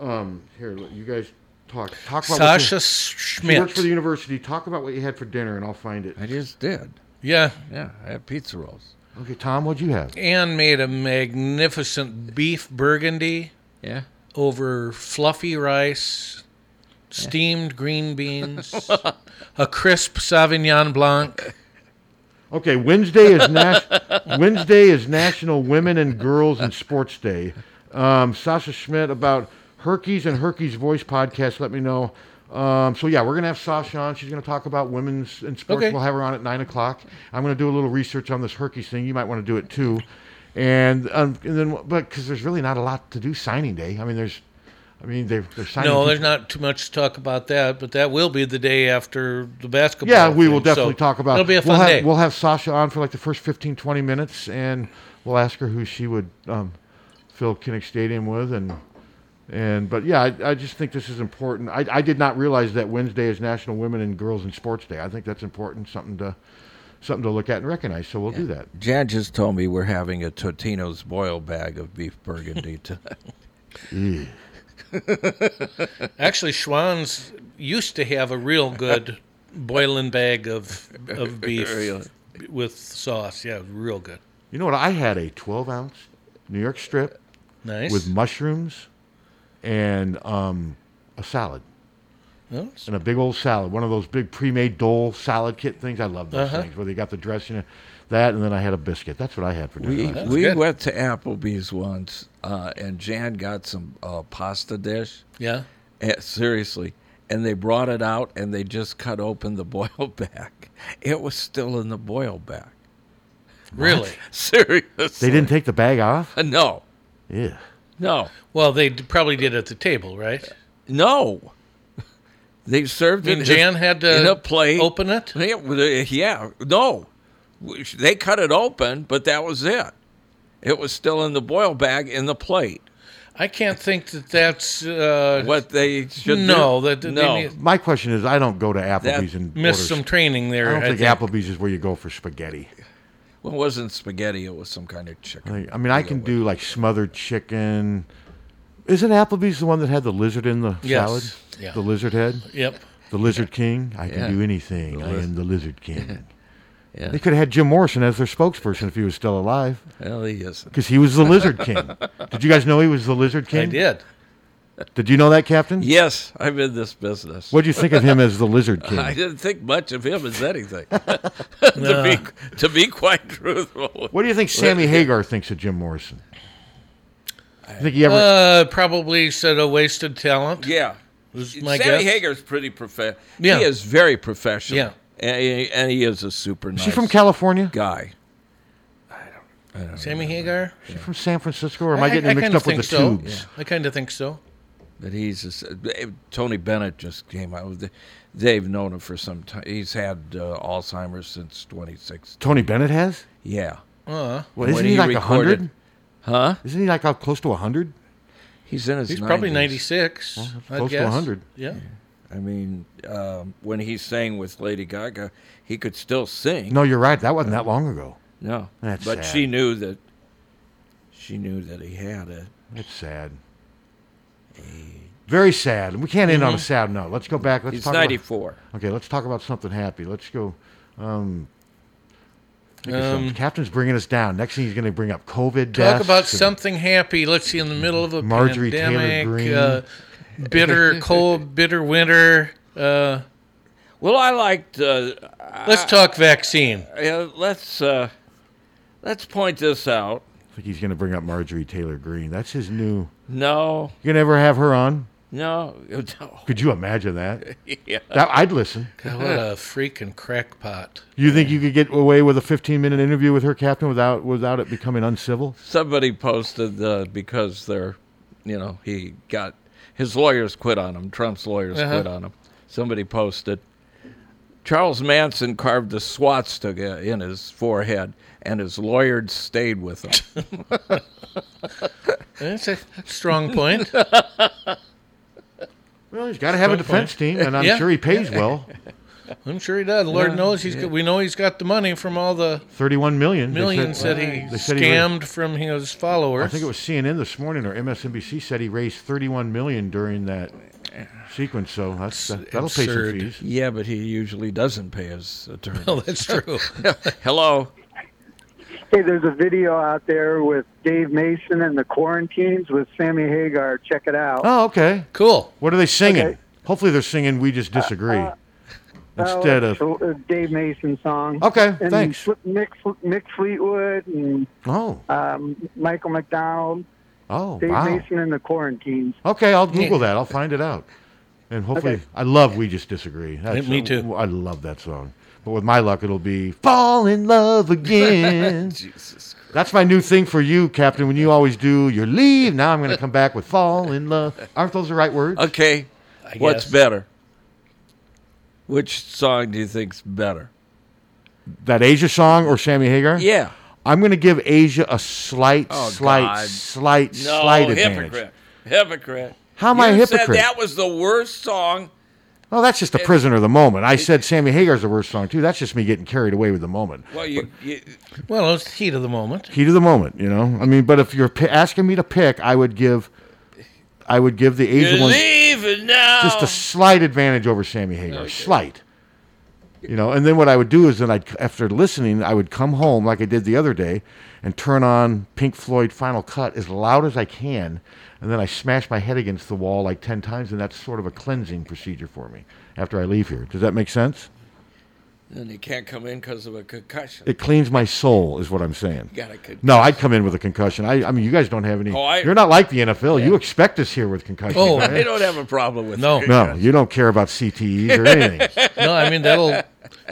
Speaker 1: Um, here, look, you guys talk. Talk about what
Speaker 3: Sasha
Speaker 1: you-
Speaker 3: Schmidt.
Speaker 1: She works for the university. Talk about what you had for dinner, and I'll find it. I
Speaker 2: just did.
Speaker 3: Yeah.
Speaker 2: Yeah, I have pizza rolls.
Speaker 1: Okay, Tom, what'd you have?
Speaker 3: Ann made a magnificent beef burgundy.
Speaker 2: Yeah.
Speaker 3: Over fluffy rice, steamed green beans, (laughs) a crisp Sauvignon Blanc.
Speaker 1: Okay, Wednesday is
Speaker 3: (laughs)
Speaker 1: Nas- Wednesday is National Women and Girls in Sports Day. Um, Sasha Schmidt about Herkies and Herkies Voice podcast. Let me know. Um, so yeah, we're gonna have Sasha on. She's gonna talk about women's in sports.
Speaker 3: Okay.
Speaker 1: We'll have her on at nine o'clock. I'm gonna do a little research on this Herkies thing. You might want to do it too. And um, and then but because there's really not a lot to do signing day. I mean, there's, I mean they're they're signing.
Speaker 3: No,
Speaker 1: people.
Speaker 3: there's not too much to talk about that, but that will be the day after the basketball.
Speaker 1: Yeah, we will
Speaker 3: thing, so
Speaker 1: definitely talk about.
Speaker 3: It'll be a fun
Speaker 1: we'll have,
Speaker 3: day.
Speaker 1: We'll have Sasha on for like the first 15, 20 minutes, and we'll ask her who she would um, fill Kinnick Stadium with, and and but yeah, I, I just think this is important. I, I did not realize that Wednesday is National Women and Girls in Sports Day. I think that's important, something to something to look at and recognize. So we'll do that.
Speaker 2: Jan just told me we're having a Totino's boil bag of beef burgundy tonight.
Speaker 3: Actually, Schwann's used to have a real good boiling bag of
Speaker 2: (laughs)
Speaker 3: of beef
Speaker 2: Really?
Speaker 3: with sauce. Yeah, real good.
Speaker 1: You know what? I had a 12 ounce New York strip,
Speaker 3: Nice.
Speaker 1: with mushrooms and um, a salad.
Speaker 3: Nice.
Speaker 1: And a big old salad, one of those big pre-made dole salad kit things. I love those
Speaker 2: Uh-huh.
Speaker 1: things where they got the dressing, and that, and then I had a biscuit. That's what I had for dinner.
Speaker 2: We,
Speaker 1: last night.
Speaker 2: we went to Applebee's once, uh, and Jan got some uh, pasta dish.
Speaker 3: Yeah.
Speaker 2: Eh, seriously. And they brought it out and they just cut open the (laughs) boil back. It was still in the boil back. (laughs)
Speaker 3: Really?
Speaker 2: Serious.
Speaker 1: they didn't take the bag off.
Speaker 2: Uh, No.
Speaker 1: Yeah.
Speaker 2: No. Uh,
Speaker 3: Well, they d- probably did at the table, right?
Speaker 2: No. (laughs) They served
Speaker 3: I mean,
Speaker 2: it
Speaker 3: Jan had to
Speaker 2: in a plate.
Speaker 3: open it?
Speaker 2: Yeah, with a- yeah. No. Which- They cut it open, but that was it. It was still in the boil bag in the plate.
Speaker 3: I can't think that that's uh,
Speaker 2: what they should
Speaker 3: No,
Speaker 2: do.
Speaker 3: that that they
Speaker 2: No.
Speaker 3: need-
Speaker 1: My question is, I don't go to Applebee's
Speaker 2: That
Speaker 1: and
Speaker 3: missed
Speaker 1: order-
Speaker 3: some training there,
Speaker 1: I don't
Speaker 3: I
Speaker 1: think,
Speaker 3: think.
Speaker 1: Applebee's is where you go for spaghetti.
Speaker 2: Well, it wasn't spaghetti. It was some kind of chicken.
Speaker 1: I, I mean, I can do like smothered chicken. Isn't Applebee's the one that had the lizard in the
Speaker 3: Yes.
Speaker 1: salad?
Speaker 3: Yeah.
Speaker 1: The lizard head.
Speaker 3: Yep.
Speaker 1: The lizard king. I can
Speaker 3: Yeah.
Speaker 1: do anything.
Speaker 3: The
Speaker 1: I
Speaker 3: liz-
Speaker 1: am the lizard king.
Speaker 2: Yeah.
Speaker 1: They could have had Jim Morrison as their spokesperson if he was still alive.
Speaker 2: Well, he isn't.
Speaker 1: Because he was the Lizard King. did you guys know he was the Lizard King?
Speaker 2: I did.
Speaker 1: Did you know that, Captain?
Speaker 2: Yes, I'm in this business.
Speaker 1: What'd you think of him as the
Speaker 2: (laughs)
Speaker 1: Lizard King?
Speaker 2: I didn't think much of him as
Speaker 1: (laughs)
Speaker 2: anything. (laughs) to, be, to be quite truthful.
Speaker 1: What do you think Sammy Hagar thinks of Jim Morrison? You think he ever?
Speaker 3: uh, probably said a wasted talent.
Speaker 2: Yeah.
Speaker 3: Was my
Speaker 2: Sammy
Speaker 3: guess.
Speaker 2: Hagar's pretty professional.
Speaker 3: Yeah.
Speaker 2: He is very professional.
Speaker 3: Yeah.
Speaker 2: And he, and he is a super
Speaker 1: is
Speaker 2: nice
Speaker 1: she from California?
Speaker 2: guy. I don't
Speaker 3: Sammy Hagar.
Speaker 1: Is she from San Francisco, or am I, getting mixed
Speaker 3: kinda
Speaker 1: up with the
Speaker 3: think so.
Speaker 1: tubes?
Speaker 3: I kind of think so.
Speaker 2: But he's just, Tony Bennett just came out. with it. They've known him for some time. He's had uh, Alzheimer's since 26.
Speaker 1: Tony Bennett has?
Speaker 2: Yeah.
Speaker 3: Uh,
Speaker 1: Well,
Speaker 2: When
Speaker 1: isn't he, like a
Speaker 2: recorded-
Speaker 1: hundred?
Speaker 2: Huh?
Speaker 1: Isn't he like uh, close to a hundred?
Speaker 2: He's in his.
Speaker 3: He's probably
Speaker 2: 90s.
Speaker 3: 96, Well, that's I'd close to guess. 100. Yeah.
Speaker 2: I mean, um, when he sang with Lady Gaga, he could still sing.
Speaker 1: No, you're right. That wasn't that long ago.
Speaker 2: No.
Speaker 1: That's
Speaker 2: but
Speaker 1: sad.
Speaker 2: she knew that she knew that he had it.
Speaker 1: That's sad. Very sad. We can't end on a
Speaker 2: Mhm.
Speaker 1: sad note. Let's go back. Let's
Speaker 2: He's
Speaker 1: talk about-
Speaker 2: 94.
Speaker 1: okay, let's talk about something happy. Let's go. Um, think of
Speaker 3: Um,
Speaker 1: something. Captain's bringing us down. Next thing he's going to bring up COVID.
Speaker 3: Talk
Speaker 1: deaths
Speaker 3: about
Speaker 1: and-
Speaker 3: something happy. Let's see, in the middle of a
Speaker 1: Marjorie Taylor
Speaker 3: pandemic,
Speaker 1: Greene.
Speaker 3: uh,
Speaker 1: (laughs)
Speaker 3: bitter cold, bitter winter. Uh,
Speaker 2: well, I liked. Uh,
Speaker 3: let's talk vaccine.
Speaker 2: Uh, let's uh, let's point this out.
Speaker 1: I think he's going to bring up Marjorie Taylor Greene. That's his new.
Speaker 2: No,
Speaker 1: You're going to ever have her on?
Speaker 2: no,
Speaker 3: (laughs)
Speaker 2: no.
Speaker 1: Could you imagine that?
Speaker 2: Yeah.
Speaker 1: That- I'd listen.
Speaker 3: God, what a freaking crackpot!
Speaker 1: You think you could get away with a 15 minute interview with her captain without without it becoming uncivil?
Speaker 2: Somebody posted uh, because they're, you know, he got his lawyers quit on him. Trump's lawyers
Speaker 3: Uh-huh.
Speaker 2: quit on him. Somebody posted. Charles Manson carved a swastika in his forehead, and his lawyers stayed with
Speaker 3: (laughs)
Speaker 2: him.
Speaker 3: That's a
Speaker 1: (laughs)
Speaker 3: strong point.
Speaker 1: well, he's got to have a defense team, and I'm sure he pays well.
Speaker 3: I'm sure he does. Lord
Speaker 1: Yeah,
Speaker 3: knows he's.
Speaker 1: yeah.
Speaker 3: Got, we know he's got the money from all the
Speaker 1: 31 million. They said-
Speaker 3: millions that he
Speaker 1: they said he
Speaker 3: scammed from his followers.
Speaker 1: I think it was CNN this morning or MSNBC said he raised 31 million during that sequence. So that's that, that'll pay some fees.
Speaker 2: Yeah, but he usually doesn't pay his attorney.
Speaker 3: Well, that's true.
Speaker 2: (laughs) Hello.
Speaker 6: Hey, there's a video out there with Dave Mason and the Quarantines with Sammy Hagar. Check it out.
Speaker 1: Oh, okay,
Speaker 3: cool.
Speaker 1: What are they singing?
Speaker 6: Okay. Uh,
Speaker 1: Hopefully, they're singing "We Just Disagree" instead of.
Speaker 6: Oh, it's a Dave Mason song.
Speaker 1: Okay,
Speaker 6: and
Speaker 1: thanks.
Speaker 6: Fl- Mick, Fl- Mick Fleetwood and
Speaker 1: Oh,
Speaker 6: um, Michael McDonald.
Speaker 1: oh,
Speaker 6: Dave
Speaker 1: wow.
Speaker 6: Mason and the Quarantines.
Speaker 1: Okay, I'll Google that. I'll find it out. And hopefully,
Speaker 6: Okay.
Speaker 1: I love "We Just Disagree." That's,
Speaker 3: Me
Speaker 1: too. I love that song. But with my luck, it'll be "Fall in Love Again."
Speaker 2: (laughs) Jesus.
Speaker 1: That's my new thing for you, Captain. When you always do your leave, now I'm going to come back with "Fall in Love." Aren't those the right words?
Speaker 2: Okay.
Speaker 1: I
Speaker 2: What's
Speaker 1: guess.
Speaker 2: better? Which song do you think's better?
Speaker 1: that Asia song or Sammy Hagar?
Speaker 2: Yeah.
Speaker 1: I'm going to give Asia a slight,
Speaker 2: Oh,
Speaker 1: slight,
Speaker 2: God.
Speaker 1: slight,
Speaker 2: no,
Speaker 1: slight
Speaker 2: hypocrite.
Speaker 1: advantage.
Speaker 2: Hypocrite.
Speaker 1: How am I a
Speaker 2: You Said
Speaker 1: hypocrite?
Speaker 2: that was the worst song.
Speaker 1: Well, Oh, that's just a prisoner of the moment. I said Sammy Hagar's the worst song too. That's just me getting carried away with the moment,
Speaker 2: Well, you, you
Speaker 3: Well, it's the heat of the moment.
Speaker 1: heat of the moment. You know, I mean. But if you're pi asking me to pick, I would give, I would give the Asia
Speaker 2: you're
Speaker 1: one
Speaker 2: leaving now.
Speaker 1: just a slight advantage over Sammy Hagar, slight. You know, and then what I would do is then I'd after listening, I would come home like I did the other day, and turn on Pink Floyd Final Cut as loud as I can, and then I smash my head against the wall like ten times, and that's sort of a cleansing procedure for me after I leave here. Does that make sense?
Speaker 2: and you can't come in because of a concussion.
Speaker 1: It cleans my soul, is what I'm saying.
Speaker 2: You got a concussion.
Speaker 1: No, I'd come in with a concussion. I, I mean, you guys don't have any.
Speaker 2: Oh, I-
Speaker 1: you're not like the NFL. You expect us here with concussions.
Speaker 2: Oh,
Speaker 1: right?
Speaker 2: I don't have a problem with
Speaker 3: No.
Speaker 1: No, you don't care about CTEs or anything.
Speaker 3: (laughs) no, I mean that'll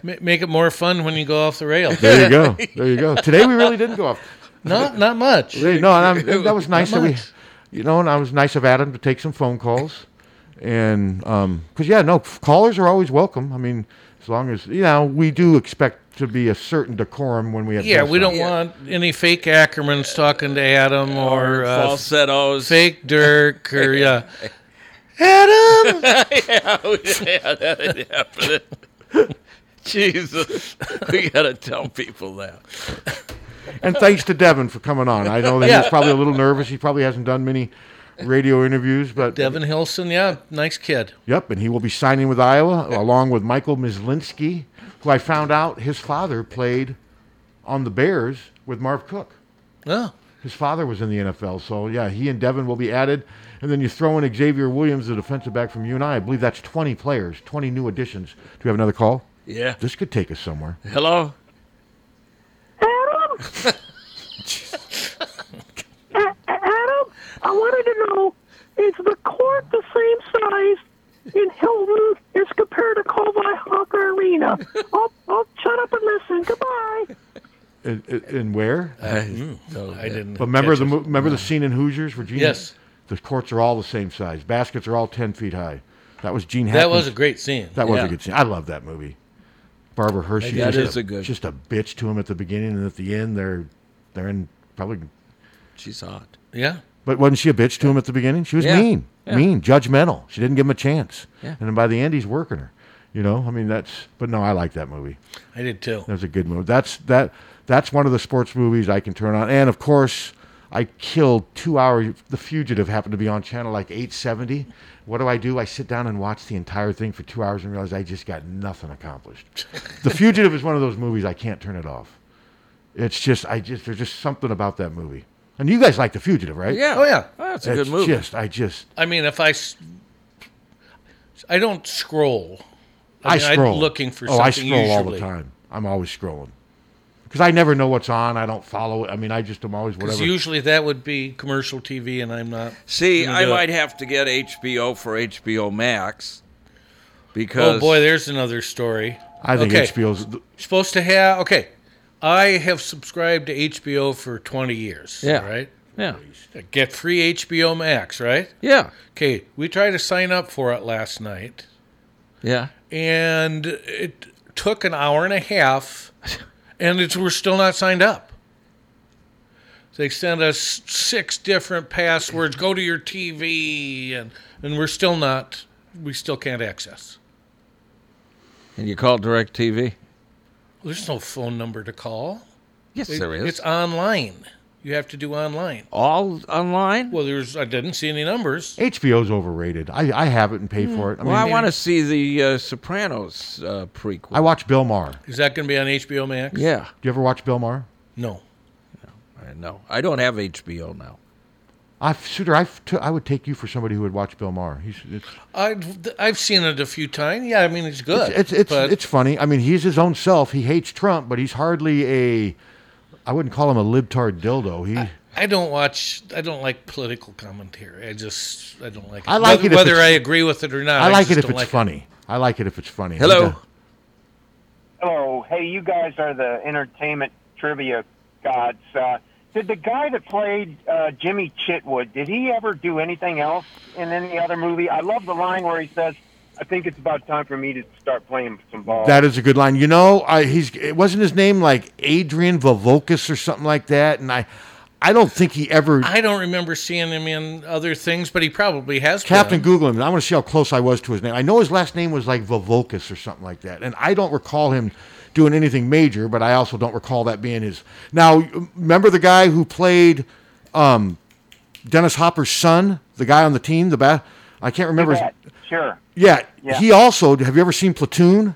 Speaker 3: ma- make it more fun when you go off the rail.
Speaker 1: There you
Speaker 3: (laughs)
Speaker 1: go. There you go. Today we really didn't go off.
Speaker 3: No, not much.
Speaker 1: Really, no, and
Speaker 2: (laughs)
Speaker 1: I'm, and that was
Speaker 3: Not
Speaker 1: nice that we,
Speaker 3: much.
Speaker 1: you know, and I was nice of Adam to take some phone calls, and um, because yeah, no, f- callers are always welcome. I mean, as long as you know, we do expect to be a certain decorum when we have.
Speaker 3: Yeah,
Speaker 1: guests
Speaker 3: we
Speaker 1: on.
Speaker 3: don't want any fake Ackermans talking to Adam or, uh,
Speaker 2: falsettos, (laughs)
Speaker 3: fake Dirk or yeah.
Speaker 2: Adam. (laughs) yeah, we- yeah, that happened. (laughs) Jesus, we gotta tell people that.
Speaker 1: And thanks to Devin for coming on. I know that
Speaker 3: Yeah.
Speaker 1: he's probably a little nervous. He probably hasn't done many radio interviews, but
Speaker 3: Devin Hilson, yeah, nice kid.
Speaker 1: Yep, and he will be signing with Iowa along with Michael Mislinski, who I found out his father played on the Bears with Marv Cook.
Speaker 3: Oh.
Speaker 1: His father was in the NFL, so yeah, he and Devin will be added. And then you throw in Xavier Williams, the defensive back from UNI. I believe that's 20 players, 20 new additions. Do we have another call?
Speaker 2: Yeah.
Speaker 1: This could take us somewhere.
Speaker 2: Hello.
Speaker 7: Adam, I wanted to know is the court the same size in Hilton as compared to Colby Hawker Arena? I'll, I'll shut up and listen. Goodbye.
Speaker 1: And, and where?
Speaker 2: Uh,
Speaker 3: Mm. I didn't.
Speaker 1: But remember
Speaker 3: catch
Speaker 1: the
Speaker 3: it.
Speaker 1: mo- remember the scene in Hoosiers where Gene?
Speaker 3: Yes.
Speaker 1: The courts are all the same size. Baskets are all ten feet high. That was Gene.
Speaker 3: That was
Speaker 1: Hackman's-
Speaker 3: a great scene.
Speaker 1: That was
Speaker 3: Yeah.
Speaker 1: a good scene. I love that movie. Barbara Hershey.
Speaker 2: That
Speaker 1: just
Speaker 2: is a good-
Speaker 1: Just a bitch to him at the beginning and at the end. They're they're in probably.
Speaker 2: She's hot.
Speaker 3: Yeah.
Speaker 1: But wasn't she a bitch to him at the beginning? She was
Speaker 2: Yeah.
Speaker 1: mean,
Speaker 2: Yeah.
Speaker 1: mean, judgmental. She didn't give him a chance.
Speaker 2: Yeah.
Speaker 1: And then by the end, he's working her. You know, I mean that's. But no, I like that movie.
Speaker 3: I did too.
Speaker 1: That was a good movie. That's that. That's one of the sports movies I can turn on. And of course, I killed two hours. The Fugitive happened to be on channel like 870. What do I do? I sit down and watch the entire thing for two hours and realize I just got nothing
Speaker 3: (laughs)
Speaker 1: accomplished. the Fugitive is one of those movies I can't turn it off. It's just I just there's just something about that movie. And you guys like The Fugitive, right?
Speaker 3: Yeah. Oh, yeah. Oh, it's a good
Speaker 1: It's
Speaker 3: movie.
Speaker 1: Just I just
Speaker 3: I mean, if I, s- I don't scroll.
Speaker 1: I,
Speaker 3: mean, I'm
Speaker 1: scroll.
Speaker 3: looking for
Speaker 1: oh,
Speaker 3: something
Speaker 1: I scroll all the
Speaker 3: usually.
Speaker 1: time. I'm always scrolling because I never know what's on. I don't follow it. I mean, I just am always
Speaker 3: 'Cause
Speaker 1: whatever.
Speaker 3: usually that would be commercial TV, and I'm not.
Speaker 2: See,
Speaker 3: gonna
Speaker 2: I
Speaker 3: do it.
Speaker 2: might have to get HBO for HBO Max because
Speaker 3: oh boy, there's another story.
Speaker 1: I think
Speaker 3: okay.
Speaker 1: HBO's
Speaker 3: supposed to have. Okay, I have subscribed to HBO for 20 years.
Speaker 2: Yeah.
Speaker 3: Right.
Speaker 2: Yeah.
Speaker 3: I Get free HBO Max, right?
Speaker 2: Yeah.
Speaker 3: Okay, we tried to sign up for it last night,
Speaker 2: yeah.
Speaker 3: and it took an hour and a half, and it's, we're still not signed up. They sent us six different passwords. Go to your TV, and and we're still not. We still can't access.
Speaker 2: And you call DirecTV?
Speaker 3: There's no phone number to call.
Speaker 2: Yes,
Speaker 3: It-
Speaker 2: there is.
Speaker 3: It's online. You have to do online.
Speaker 2: All online?
Speaker 3: Well, there's. I didn't see any numbers.
Speaker 1: HBO's overrated. I, I have it and pay for it. I
Speaker 2: Hmm. well, I
Speaker 1: mean,
Speaker 2: want to see the uh, Sopranos uh, prequel.
Speaker 1: I watch Bill Maher.
Speaker 3: Is that going to be on HBO Max?
Speaker 2: Yeah.
Speaker 1: Do you ever watch Bill Maher?
Speaker 3: No.
Speaker 2: I know. I don't have HBO now.
Speaker 1: I Suter, I, t- I would take you for somebody who would watch Bill Maher. He's it's
Speaker 3: I've I've seen it a few times. Yeah, I mean it's good.
Speaker 1: It's it's
Speaker 3: but
Speaker 1: it's, it's funny. I mean, he's his own self. He hates Trump, but he's hardly a. I wouldn't call him a libtard dildo. He.
Speaker 3: I don't watch. I don't like political commentary. I just I don't like. It.
Speaker 1: I like
Speaker 3: whether,
Speaker 1: it if
Speaker 3: whether
Speaker 1: it's-
Speaker 3: I agree with it or not.
Speaker 1: I like it
Speaker 3: just
Speaker 1: if
Speaker 3: don't
Speaker 1: it's
Speaker 3: like
Speaker 1: funny. I like it if it's funny.
Speaker 3: Hello.
Speaker 5: Hello. Oh, Hey, you guys are the entertainment trivia gods. Uh, did the guy that played uh, Jimmy Chitwood, did he ever do anything else in any other movie? I love the line where he says, I think it's about time for me to start playing some ball.
Speaker 1: That is a good line. You know, I, he's it wasn't his name like Adrian Vavokas or something like that, and I, I don't think he ever.
Speaker 3: I don't remember seeing him in other things, but he probably has.
Speaker 1: Captain
Speaker 3: been.
Speaker 1: Google him. I want to see how close I was to his name. I know his last name was like Vavokas or something like that, and I don't recall him doing anything major, but I also don't recall that being his. Now, remember the guy who played um, Dennis Hopper's son, the guy on the team, the bat. I can't remember. His,
Speaker 5: Sure.
Speaker 1: yeah,
Speaker 5: Yeah.
Speaker 1: he also. Have you ever seen Platoon?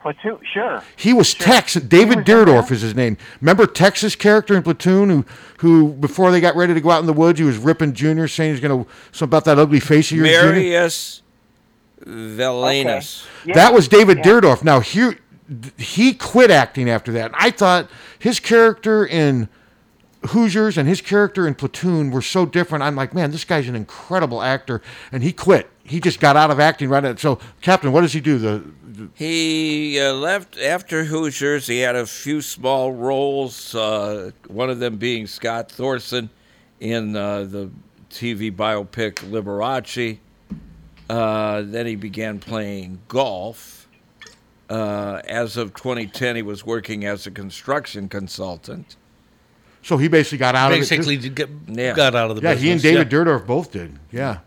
Speaker 5: Platoon, sure.
Speaker 1: He was Texas. David Dierdorf is his name. Remember Texas character in Platoon who, who before they got ready to go out in the woods, he was ripping Junior, saying he's gonna something about that ugly face of yours. Junior?
Speaker 2: Marius Valenas.
Speaker 1: That was David Dierdorf. Now here, th- he quit acting after that. I thought his character in Hoosiers and his character in Platoon were so different. I'm like, man, this guy's an incredible actor, and he quit. He just got out of acting right. At, so, Captain, what does he do? The
Speaker 2: He uh, left after Hoosiers. He had a few small roles, uh, one of them being Scott Thorson in uh, the TV biopic Liberace. Uh, then he began playing golf. Uh, as of 2010, he was working as a construction consultant.
Speaker 1: so he basically got out
Speaker 2: Basically
Speaker 1: of it.
Speaker 2: did
Speaker 1: too.
Speaker 2: get- Yeah. got out of the
Speaker 1: Yeah, he and
Speaker 2: business,
Speaker 1: David Dierdorf both did. Yeah.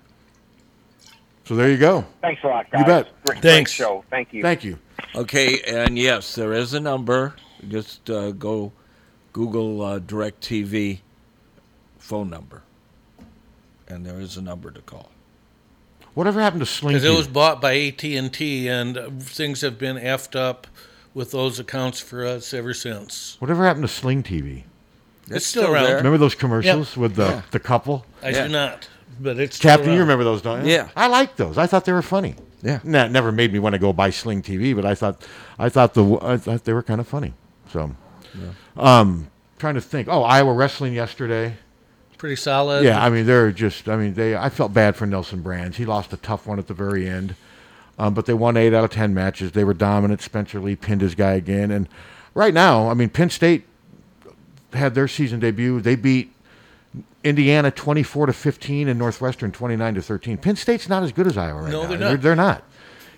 Speaker 1: So there you go.
Speaker 5: Thanks a lot,
Speaker 1: You
Speaker 5: guys.
Speaker 1: bet.
Speaker 5: Great, Thanks. great show. Thank you.
Speaker 1: Thank you.
Speaker 2: Okay, and yes, there is a number. Just uh, go Google uh, DirecTV phone number, and there is a number to call.
Speaker 1: Whatever happened to
Speaker 3: Because
Speaker 1: Slinky?
Speaker 3: it was bought by AT and T, and things have been effed up with those accounts for us ever since.
Speaker 1: Whatever happened to Sling TV?
Speaker 3: It's It's still still around. there.
Speaker 1: Remember those commercials with the,
Speaker 3: Yeah.
Speaker 1: the couple?
Speaker 3: I do not, but it's still
Speaker 1: Captain, you
Speaker 3: around.
Speaker 1: remember those, don't you? I liked those. I thought they were funny.
Speaker 2: Yeah.
Speaker 1: That never made me want to go buy Sling TV, but I thought I thought the I thought they were kind of funny. So, um, trying to think. Oh, Iowa wrestling yesterday.
Speaker 3: Pretty solid.
Speaker 1: Yeah, I mean they're just. I mean they. I felt bad for Nelson Brands. He lost a tough one at the very end, um, but they won eight out of ten matches. They were dominant. Spencer Lee pinned his guy again, and right now, I mean Penn State had their season debut. They beat Indiana twenty-four to fifteen and Northwestern twenty-nine to thirteen. Penn State's not as good as Iowa right
Speaker 3: No,
Speaker 1: now.
Speaker 3: they're
Speaker 1: They're,
Speaker 3: not.
Speaker 1: they're not.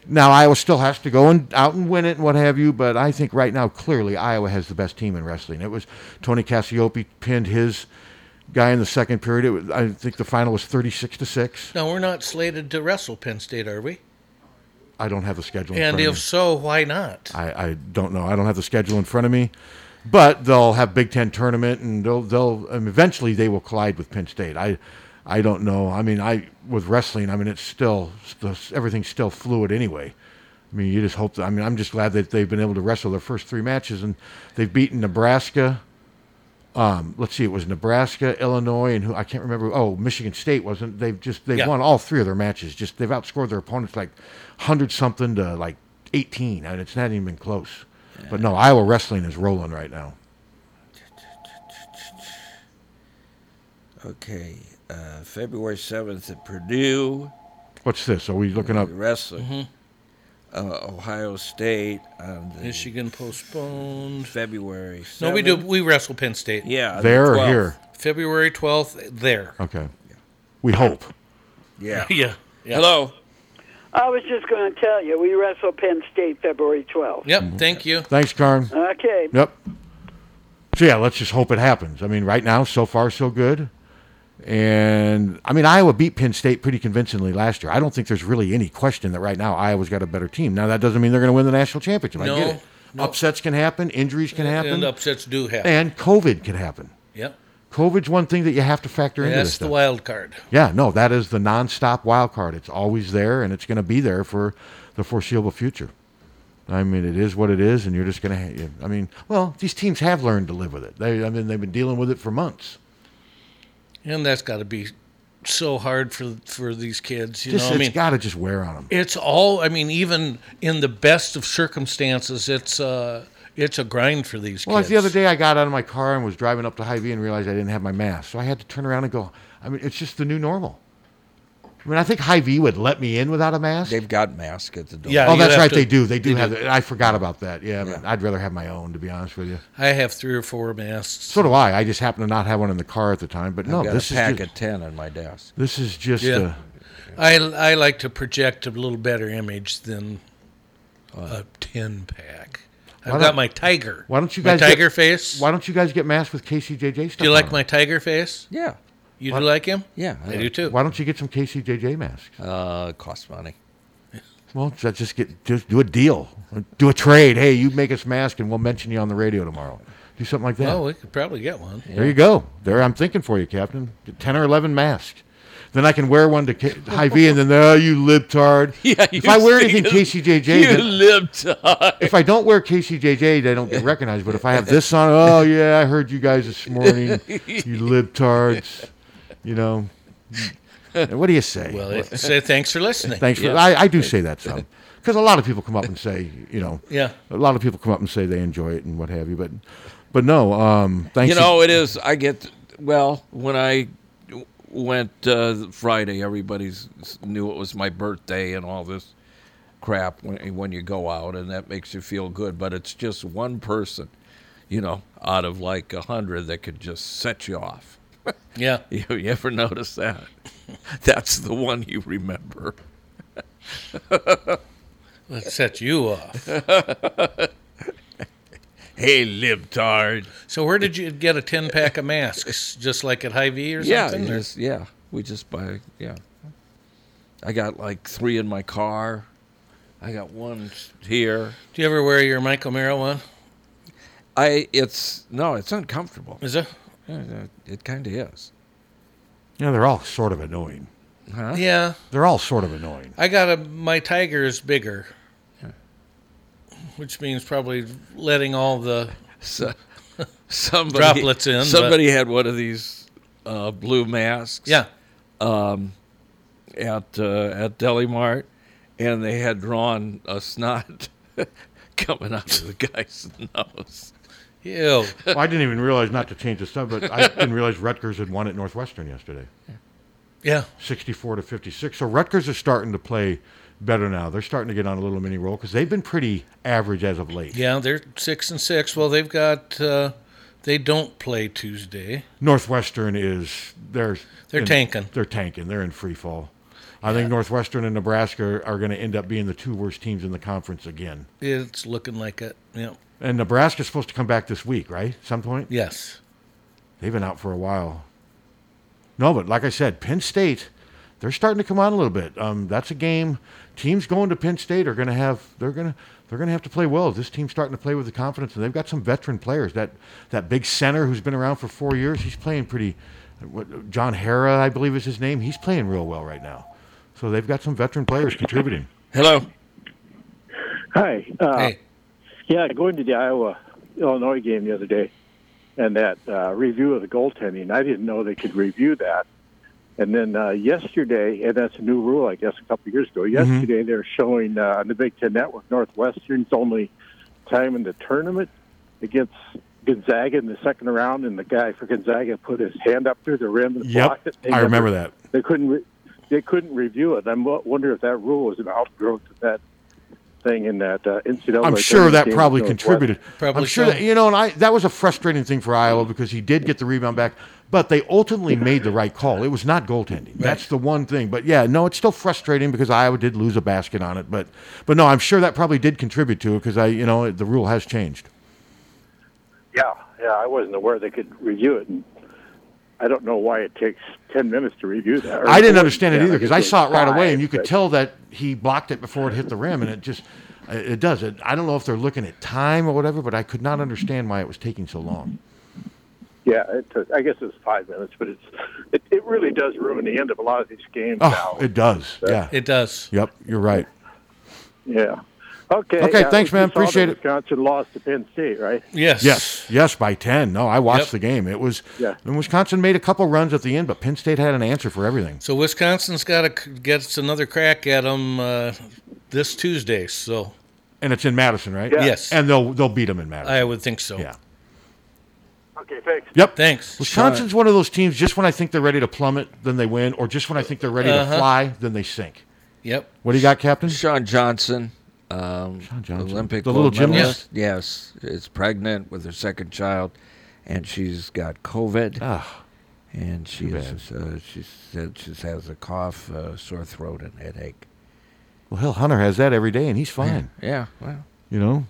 Speaker 1: Now Iowa still has to go and out and win it and what have you, but I think right now clearly Iowa has the best team in wrestling. It was Tony Cassiope pinned his guy in the second period. It was, I think the final was thirty-six to six.
Speaker 3: Now we're not slated to wrestle Penn State, are we?
Speaker 1: I don't have the schedule. in
Speaker 3: And
Speaker 1: front of
Speaker 3: if
Speaker 1: me.
Speaker 3: so, why not?
Speaker 1: I, I don't know. I don't have the schedule in front of me, but they'll have Big Ten tournament, and they'll they'll um, eventually they will collide with Penn State. I I don't know. I mean, I with wrestling, I mean, it's still still- everything's still fluid anyway. I mean, you just hope that. I mean, I'm just glad that they've been able to wrestle their first three matches, and they've beaten Nebraska. Um, let's see, it was Nebraska, Illinois, and who I can't remember. Oh, Michigan State wasn't. They've just they've
Speaker 3: Yeah.
Speaker 1: won all three of their matches. Just they've outscored their opponents like hundred something to like eighteen, and it's not even been close. But no, Iowa wrestling is rolling right now.
Speaker 2: Okay, uh, February seventh at Purdue.
Speaker 1: What's this? Are we looking up?
Speaker 2: The wrestling.
Speaker 3: Mm-hmm.
Speaker 2: Uh, Ohio State on the
Speaker 3: Michigan postponed
Speaker 2: February.
Speaker 3: No, we do.
Speaker 2: 7th.
Speaker 3: We wrestle Penn State.
Speaker 2: Yeah,
Speaker 1: There or 12th. here?
Speaker 3: February twelfth. There.
Speaker 1: Okay, we hope.
Speaker 2: Yeah.
Speaker 3: (laughs) yeah.
Speaker 2: Hello.
Speaker 21: I was just going to tell you, we wrestle Penn State February
Speaker 10: (laughs)
Speaker 21: 12th.
Speaker 3: Yep.
Speaker 1: Mm-hmm.
Speaker 3: Thank you.
Speaker 1: Thanks, Karn.
Speaker 21: Okay.
Speaker 1: Yep. So yeah, let's just hope it happens. I mean, right now, so far, so good. And I mean, Iowa beat Penn State pretty convincingly last year. I don't think there's really any question that right now Iowa's got a better team. Now that doesn't mean they're going to win the national championship. I get it.
Speaker 3: No,
Speaker 1: Upsets can happen. Injuries can happen.
Speaker 3: And upsets do happen.
Speaker 1: And COVID can happen.
Speaker 3: Yep.
Speaker 1: COVID's one thing that you have to factor into
Speaker 3: That's
Speaker 1: this
Speaker 3: the
Speaker 1: stuff.
Speaker 3: wild card.
Speaker 1: Yeah, no, that is the nonstop wild card. It's always there, and it's going to be there for the foreseeable future. I mean, it is what it is, and you're just going to. I mean, well, these teams have learned to live with it. They, I mean, they've been dealing with it for months.
Speaker 3: And that's got to be so hard for for these kids. You
Speaker 1: Just,
Speaker 3: know, I
Speaker 1: it's
Speaker 3: mean,
Speaker 1: got to just wear on them.
Speaker 3: it's all. I mean, even in the best of circumstances, it's uh, it's a grind for these
Speaker 1: Well, like
Speaker 3: kids.
Speaker 1: the other day, I got out of my car and was driving up to Hy-Vee and realized I didn't have my mask, so I had to turn around and go. I mean, it's just the new normal. I mean, I think Hy-Vee would let me in without a mask. They've
Speaker 2: got masks at the door.
Speaker 1: oh, that's right. they do. They do have. it. I forgot about that. Yeah, but I'd rather have my own, to be honest with you.
Speaker 3: I have three or four masks.
Speaker 1: So do I. I just happen to not have one in the car at the time. But
Speaker 2: I've
Speaker 1: no,
Speaker 2: got
Speaker 1: this
Speaker 2: a pack
Speaker 1: is just,
Speaker 2: of ten on my desk.
Speaker 1: this is just.
Speaker 3: Yeah.
Speaker 1: Uh,
Speaker 3: I I like to project a little better image than a tin pack.
Speaker 1: why
Speaker 3: I've got
Speaker 1: don't-
Speaker 3: my tiger.
Speaker 1: Why don't you
Speaker 3: My
Speaker 1: guys
Speaker 3: tiger
Speaker 1: get,
Speaker 3: face?
Speaker 1: Why don't you guys get masked with KCJJ stuff?
Speaker 3: Do you
Speaker 1: on
Speaker 3: like
Speaker 1: 'em?
Speaker 3: my tiger face?
Speaker 2: Yeah.
Speaker 3: You
Speaker 1: Why-
Speaker 3: do like him? I,
Speaker 1: Yeah. (laughs)
Speaker 3: do too.
Speaker 1: Why don't you get some KCJJ masks?
Speaker 2: Uh, costs money.
Speaker 1: Well, ju- just get just do a deal, do a trade. Hey, you make us mask, and we'll mention you on the radio tomorrow. Do something like that.
Speaker 3: Well, we could probably get one.
Speaker 1: There you go. There, I'm thinking for you, Captain. Get Ten or eleven masks. Then I can wear one to K- Hy-Vee, and then oh, you libtard.
Speaker 3: (laughs)
Speaker 2: Yeah,
Speaker 1: if
Speaker 2: you
Speaker 1: I wear
Speaker 2: see
Speaker 1: anything
Speaker 2: it.
Speaker 1: KCJJ,
Speaker 2: You
Speaker 1: then-
Speaker 2: libtard.
Speaker 1: If I don't wear KCJJ, they don't get recognized. But if I have this on, oh yeah, I heard you guys this morning, you libtards. You know, And what do you say?
Speaker 3: Well, it- say thanks for listening.
Speaker 1: Thanks for.
Speaker 3: Yeah.
Speaker 1: I, I do say that some because a lot of people come up and say, you know,
Speaker 3: Yeah.
Speaker 1: a lot of people come up and say they enjoy it and what have you. But, but no, um, thanks.
Speaker 2: you know, it is. I get well when I went uh, Friday. Everybody knew it was my birthday and all this crap when, when you go out, and that makes you feel good. But it's just one person, you know, out of like a hundred that could just set you off. (laughs)
Speaker 3: Yeah.
Speaker 2: you, you ever notice that? (laughs) That's the one you remember. (laughs)
Speaker 3: Let's set you off.
Speaker 2: hey, libtard.
Speaker 3: So where did you get a ten pack of masks? Just like at Hy-Vee or
Speaker 2: yeah,
Speaker 3: something?
Speaker 2: you
Speaker 3: or-
Speaker 2: just- yeah. We just buy. Yeah, I got like three in my car. I got one here.
Speaker 3: Do you ever wear your Michael Mara one?
Speaker 2: I it's no, it's uncomfortable.
Speaker 3: Is it?
Speaker 2: Yeah, yeah, it kind of is. (laughs)
Speaker 1: You know, they're all sort of annoying.
Speaker 2: Huh?
Speaker 3: Yeah.
Speaker 1: They're all sort of annoying.
Speaker 3: I got a my tiger is bigger. Which means probably letting all the
Speaker 2: So, somebody,
Speaker 3: droplets in. but-
Speaker 2: Somebody had one of these uh, blue masks.
Speaker 3: Yeah.
Speaker 2: Um, at uh, at Deli Mart, and they had drawn a snot (laughs) coming out of the guy's (laughs) nose.
Speaker 3: Ew.
Speaker 1: Well, I didn't even realize not to change the stuff, but I didn't realize Rutgers had won at Northwestern yesterday.
Speaker 3: Yeah.
Speaker 1: 64 to 56. So Rutgers is starting to play better now. They're starting to get on a little mini roll because they've been pretty average as of late.
Speaker 3: Yeah, they're six and six. Well, they've got uh, they don't play Tuesday.
Speaker 1: Northwestern is they're
Speaker 3: They're
Speaker 1: in-
Speaker 3: tanking.
Speaker 1: They're tanking. They're in free fall. I think Northwestern and Nebraska are going to end up being the two worst teams in the conference again.
Speaker 3: It's looking like it. Yeah.
Speaker 1: And Nebraska's supposed to come back this week, right? Some point.
Speaker 3: Yes.
Speaker 1: They've been out for a while. No, but like I said, Penn State, they're starting to come on a little bit. Um, that's a game. Teams going to Penn State are going to have they're going to they're going to have to play well. This team's starting to play with the confidence, and they've got some veteran players. That that big center who's been around for four years, he's playing pretty. What, John Hara, I believe, is his name. He's playing real well right now. So they've got some veteran players contributing.
Speaker 2: Hello.
Speaker 8: Hi. Uh, Yeah, going to the Iowa Illinois game the other day, and that uh, review of the goaltending, I didn't know they could review that. And then uh, yesterday, and that's a new rule, I guess, a couple of years ago.
Speaker 1: Mm-hmm.
Speaker 8: Yesterday, they're showing uh, on the Big Ten Network Northwestern's only time in the tournament against Gonzaga in the second round, and the guy for Gonzaga put his hand up through the rim and
Speaker 1: Yep,
Speaker 8: blocked it. They
Speaker 1: I remember
Speaker 8: never-
Speaker 1: that.
Speaker 8: They couldn't. Re- they couldn't review it. I mo- wonder if that rule was an outgrowth of that thing in that uh, NCAA.
Speaker 1: I'm sure that
Speaker 8: tournament
Speaker 1: probably
Speaker 8: game with
Speaker 1: contributed.
Speaker 8: Northwestern.
Speaker 1: I'm sure that you know, and I that was a frustrating thing for Iowa because he did get the rebound back, but they ultimately made the right call. It was not goaltending. That's the one thing. But yeah, no, it's still frustrating because Iowa did lose a basket on it. But but no, I'm sure that probably did contribute to it because I you know the rule has changed.
Speaker 8: Yeah, yeah. I wasn't aware they could review it, and I don't know why it takes ten minutes to review that. or
Speaker 1: I didn't
Speaker 8: more
Speaker 1: understand it
Speaker 8: than
Speaker 1: either
Speaker 8: that.
Speaker 1: because I
Speaker 8: think
Speaker 1: saw it right away,
Speaker 8: five,
Speaker 1: and you could
Speaker 8: but-
Speaker 1: tell that he blocked it before it hit the rim, and it just uh, it it does it. I don't know if they're looking at time or whatever, but I could not understand why it was taking so long.
Speaker 8: Yeah, it took, I guess it was five minutes, but it's it, it really does ruin the end of a lot of these games
Speaker 1: Oh,
Speaker 8: now.
Speaker 1: it does. Yeah,
Speaker 8: It does.
Speaker 1: Yep, you're right.
Speaker 8: Yeah. Okay.
Speaker 1: Okay,
Speaker 8: uh,
Speaker 1: thanks,
Speaker 8: we
Speaker 1: man.
Speaker 8: saw that
Speaker 1: Appreciate it.
Speaker 8: Wisconsin lost to Penn State, right?
Speaker 1: Yes. Yes, by 10. No, I watched
Speaker 8: Yep.
Speaker 1: the game. It was,
Speaker 8: Yeah.
Speaker 1: and Wisconsin made a couple runs at the end, but Penn State had an answer for everything.
Speaker 3: So Wisconsin's got to gets another crack at them uh, this Tuesday. So
Speaker 1: And it's in Madison, right?
Speaker 3: Yeah. Yes.
Speaker 1: And they'll, they'll beat them in Madison.
Speaker 3: I would think so.
Speaker 1: Yeah.
Speaker 8: Okay, thanks.
Speaker 1: Yep.
Speaker 3: Thanks.
Speaker 1: Wisconsin's one of those teams just when I think they're ready to plummet, then they win, or just when I think they're ready
Speaker 2: Uh-huh.
Speaker 1: to fly, then they sink.
Speaker 3: Yep.
Speaker 1: What do you got, Captain?
Speaker 2: Sean Johnson. Um,
Speaker 1: Johnson.
Speaker 2: Olympic
Speaker 1: The little
Speaker 2: gold
Speaker 1: gymnast?
Speaker 2: medalist. Yes, is pregnant with her second child, and she's got COVID.
Speaker 1: Ah,
Speaker 2: and she is, uh, she said she has a cough, uh, sore throat, and headache.
Speaker 1: Well, hell, Hunter has that every day, and he's fine.
Speaker 2: Yeah, well,
Speaker 1: You know,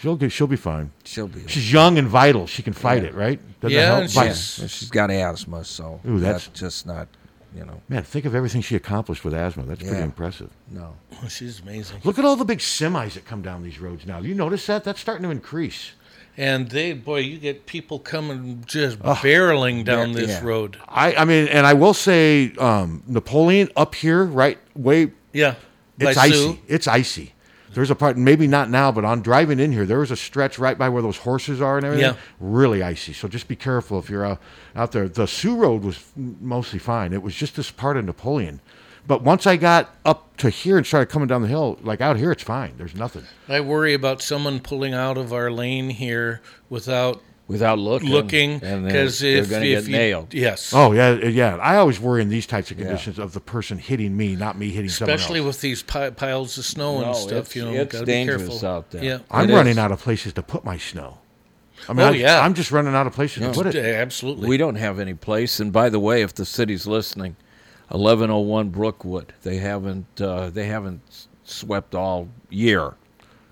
Speaker 1: she'll, get, she'll be fine.
Speaker 2: She'll be
Speaker 1: She's young and vital. She can fight it, right? Doesn't
Speaker 2: yeah,
Speaker 1: help?
Speaker 2: and
Speaker 1: Vital.
Speaker 2: she's, and she's got asthma, so
Speaker 1: Ooh,
Speaker 2: that's
Speaker 1: that's-
Speaker 2: just not, you know.
Speaker 1: Man, think of everything she accomplished with asthma. That's
Speaker 2: Yeah.
Speaker 1: pretty impressive.
Speaker 2: No.
Speaker 3: She's amazing.
Speaker 1: Look at all the big semis that come down these roads now. You notice that? That's starting to increase.
Speaker 3: And they, boy, you get people coming just
Speaker 1: Ugh.
Speaker 3: barreling down
Speaker 1: Yeah,
Speaker 3: this
Speaker 1: yeah.
Speaker 3: road.
Speaker 1: I, I mean, and I will say, um, Napoleon up here, right? Way.
Speaker 3: Yeah, by
Speaker 1: It's icy.
Speaker 3: Sioux.
Speaker 1: It's icy. There's a part, maybe not now, but on driving in here, there was a stretch right by where those horses are and everything.
Speaker 3: Yeah.
Speaker 1: Really icy. So just be careful if you're out, out there. The Sioux Road was mostly fine. It was just this part of Napoleon. But once I got up to here and started coming down the hill, like out here, it's fine. There's nothing.
Speaker 3: I worry about someone pulling out of our lane here without
Speaker 2: without looking,
Speaker 3: looking
Speaker 2: and they're-
Speaker 3: because
Speaker 2: they're
Speaker 3: if,
Speaker 2: gonna get
Speaker 3: if you,
Speaker 2: nailed.
Speaker 3: yes,
Speaker 1: Oh yeah, yeah. I always worry in these types of conditions of the person hitting me, not me hitting someone else.
Speaker 3: especially with these pi- piles of snow
Speaker 2: No,
Speaker 3: and stuff,
Speaker 2: it's-
Speaker 3: you know,
Speaker 2: it's
Speaker 3: gotta be
Speaker 2: dangerous
Speaker 3: careful.
Speaker 2: out there.
Speaker 3: Yeah,
Speaker 1: I'm
Speaker 3: it
Speaker 1: running
Speaker 3: is.
Speaker 1: out of places to put my snow. I
Speaker 2: Oh,
Speaker 1: mean, I'm,
Speaker 2: yeah.
Speaker 1: I'm just running out of places to put it.
Speaker 3: absolutely.
Speaker 2: We don't have any place. And by the way, if the city's listening, 1101 Brookwood, they haven't uh, they haven't s- swept all year.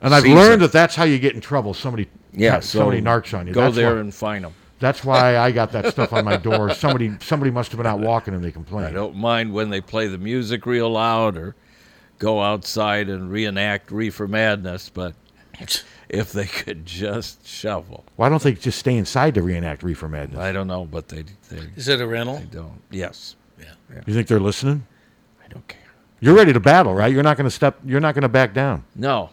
Speaker 1: And I've
Speaker 2: Season.
Speaker 1: learned that that's how you get in trouble. Somebody,
Speaker 2: Yeah, so
Speaker 1: somebody narcs on you.
Speaker 2: go
Speaker 1: That's
Speaker 2: there
Speaker 1: why-
Speaker 2: and find 'em.
Speaker 1: That's
Speaker 2: (laughs)
Speaker 1: why I got that stuff on my door. Somebody, somebody must have been out walking and they
Speaker 2: I
Speaker 1: complained.
Speaker 2: don't mind when they play the music real loud or go outside and reenact Reefer Madness,
Speaker 3: (laughs)
Speaker 2: but if they could just shovel.
Speaker 1: Why don't they just stay inside to reenact Reefer Madness?
Speaker 2: I don't know, but they. they
Speaker 3: Is it a rental? They
Speaker 2: don't. Yes.
Speaker 1: You think they're listening? I don't care. You're ready to battle, right? You're not going to step. You're not going to back down.
Speaker 2: No.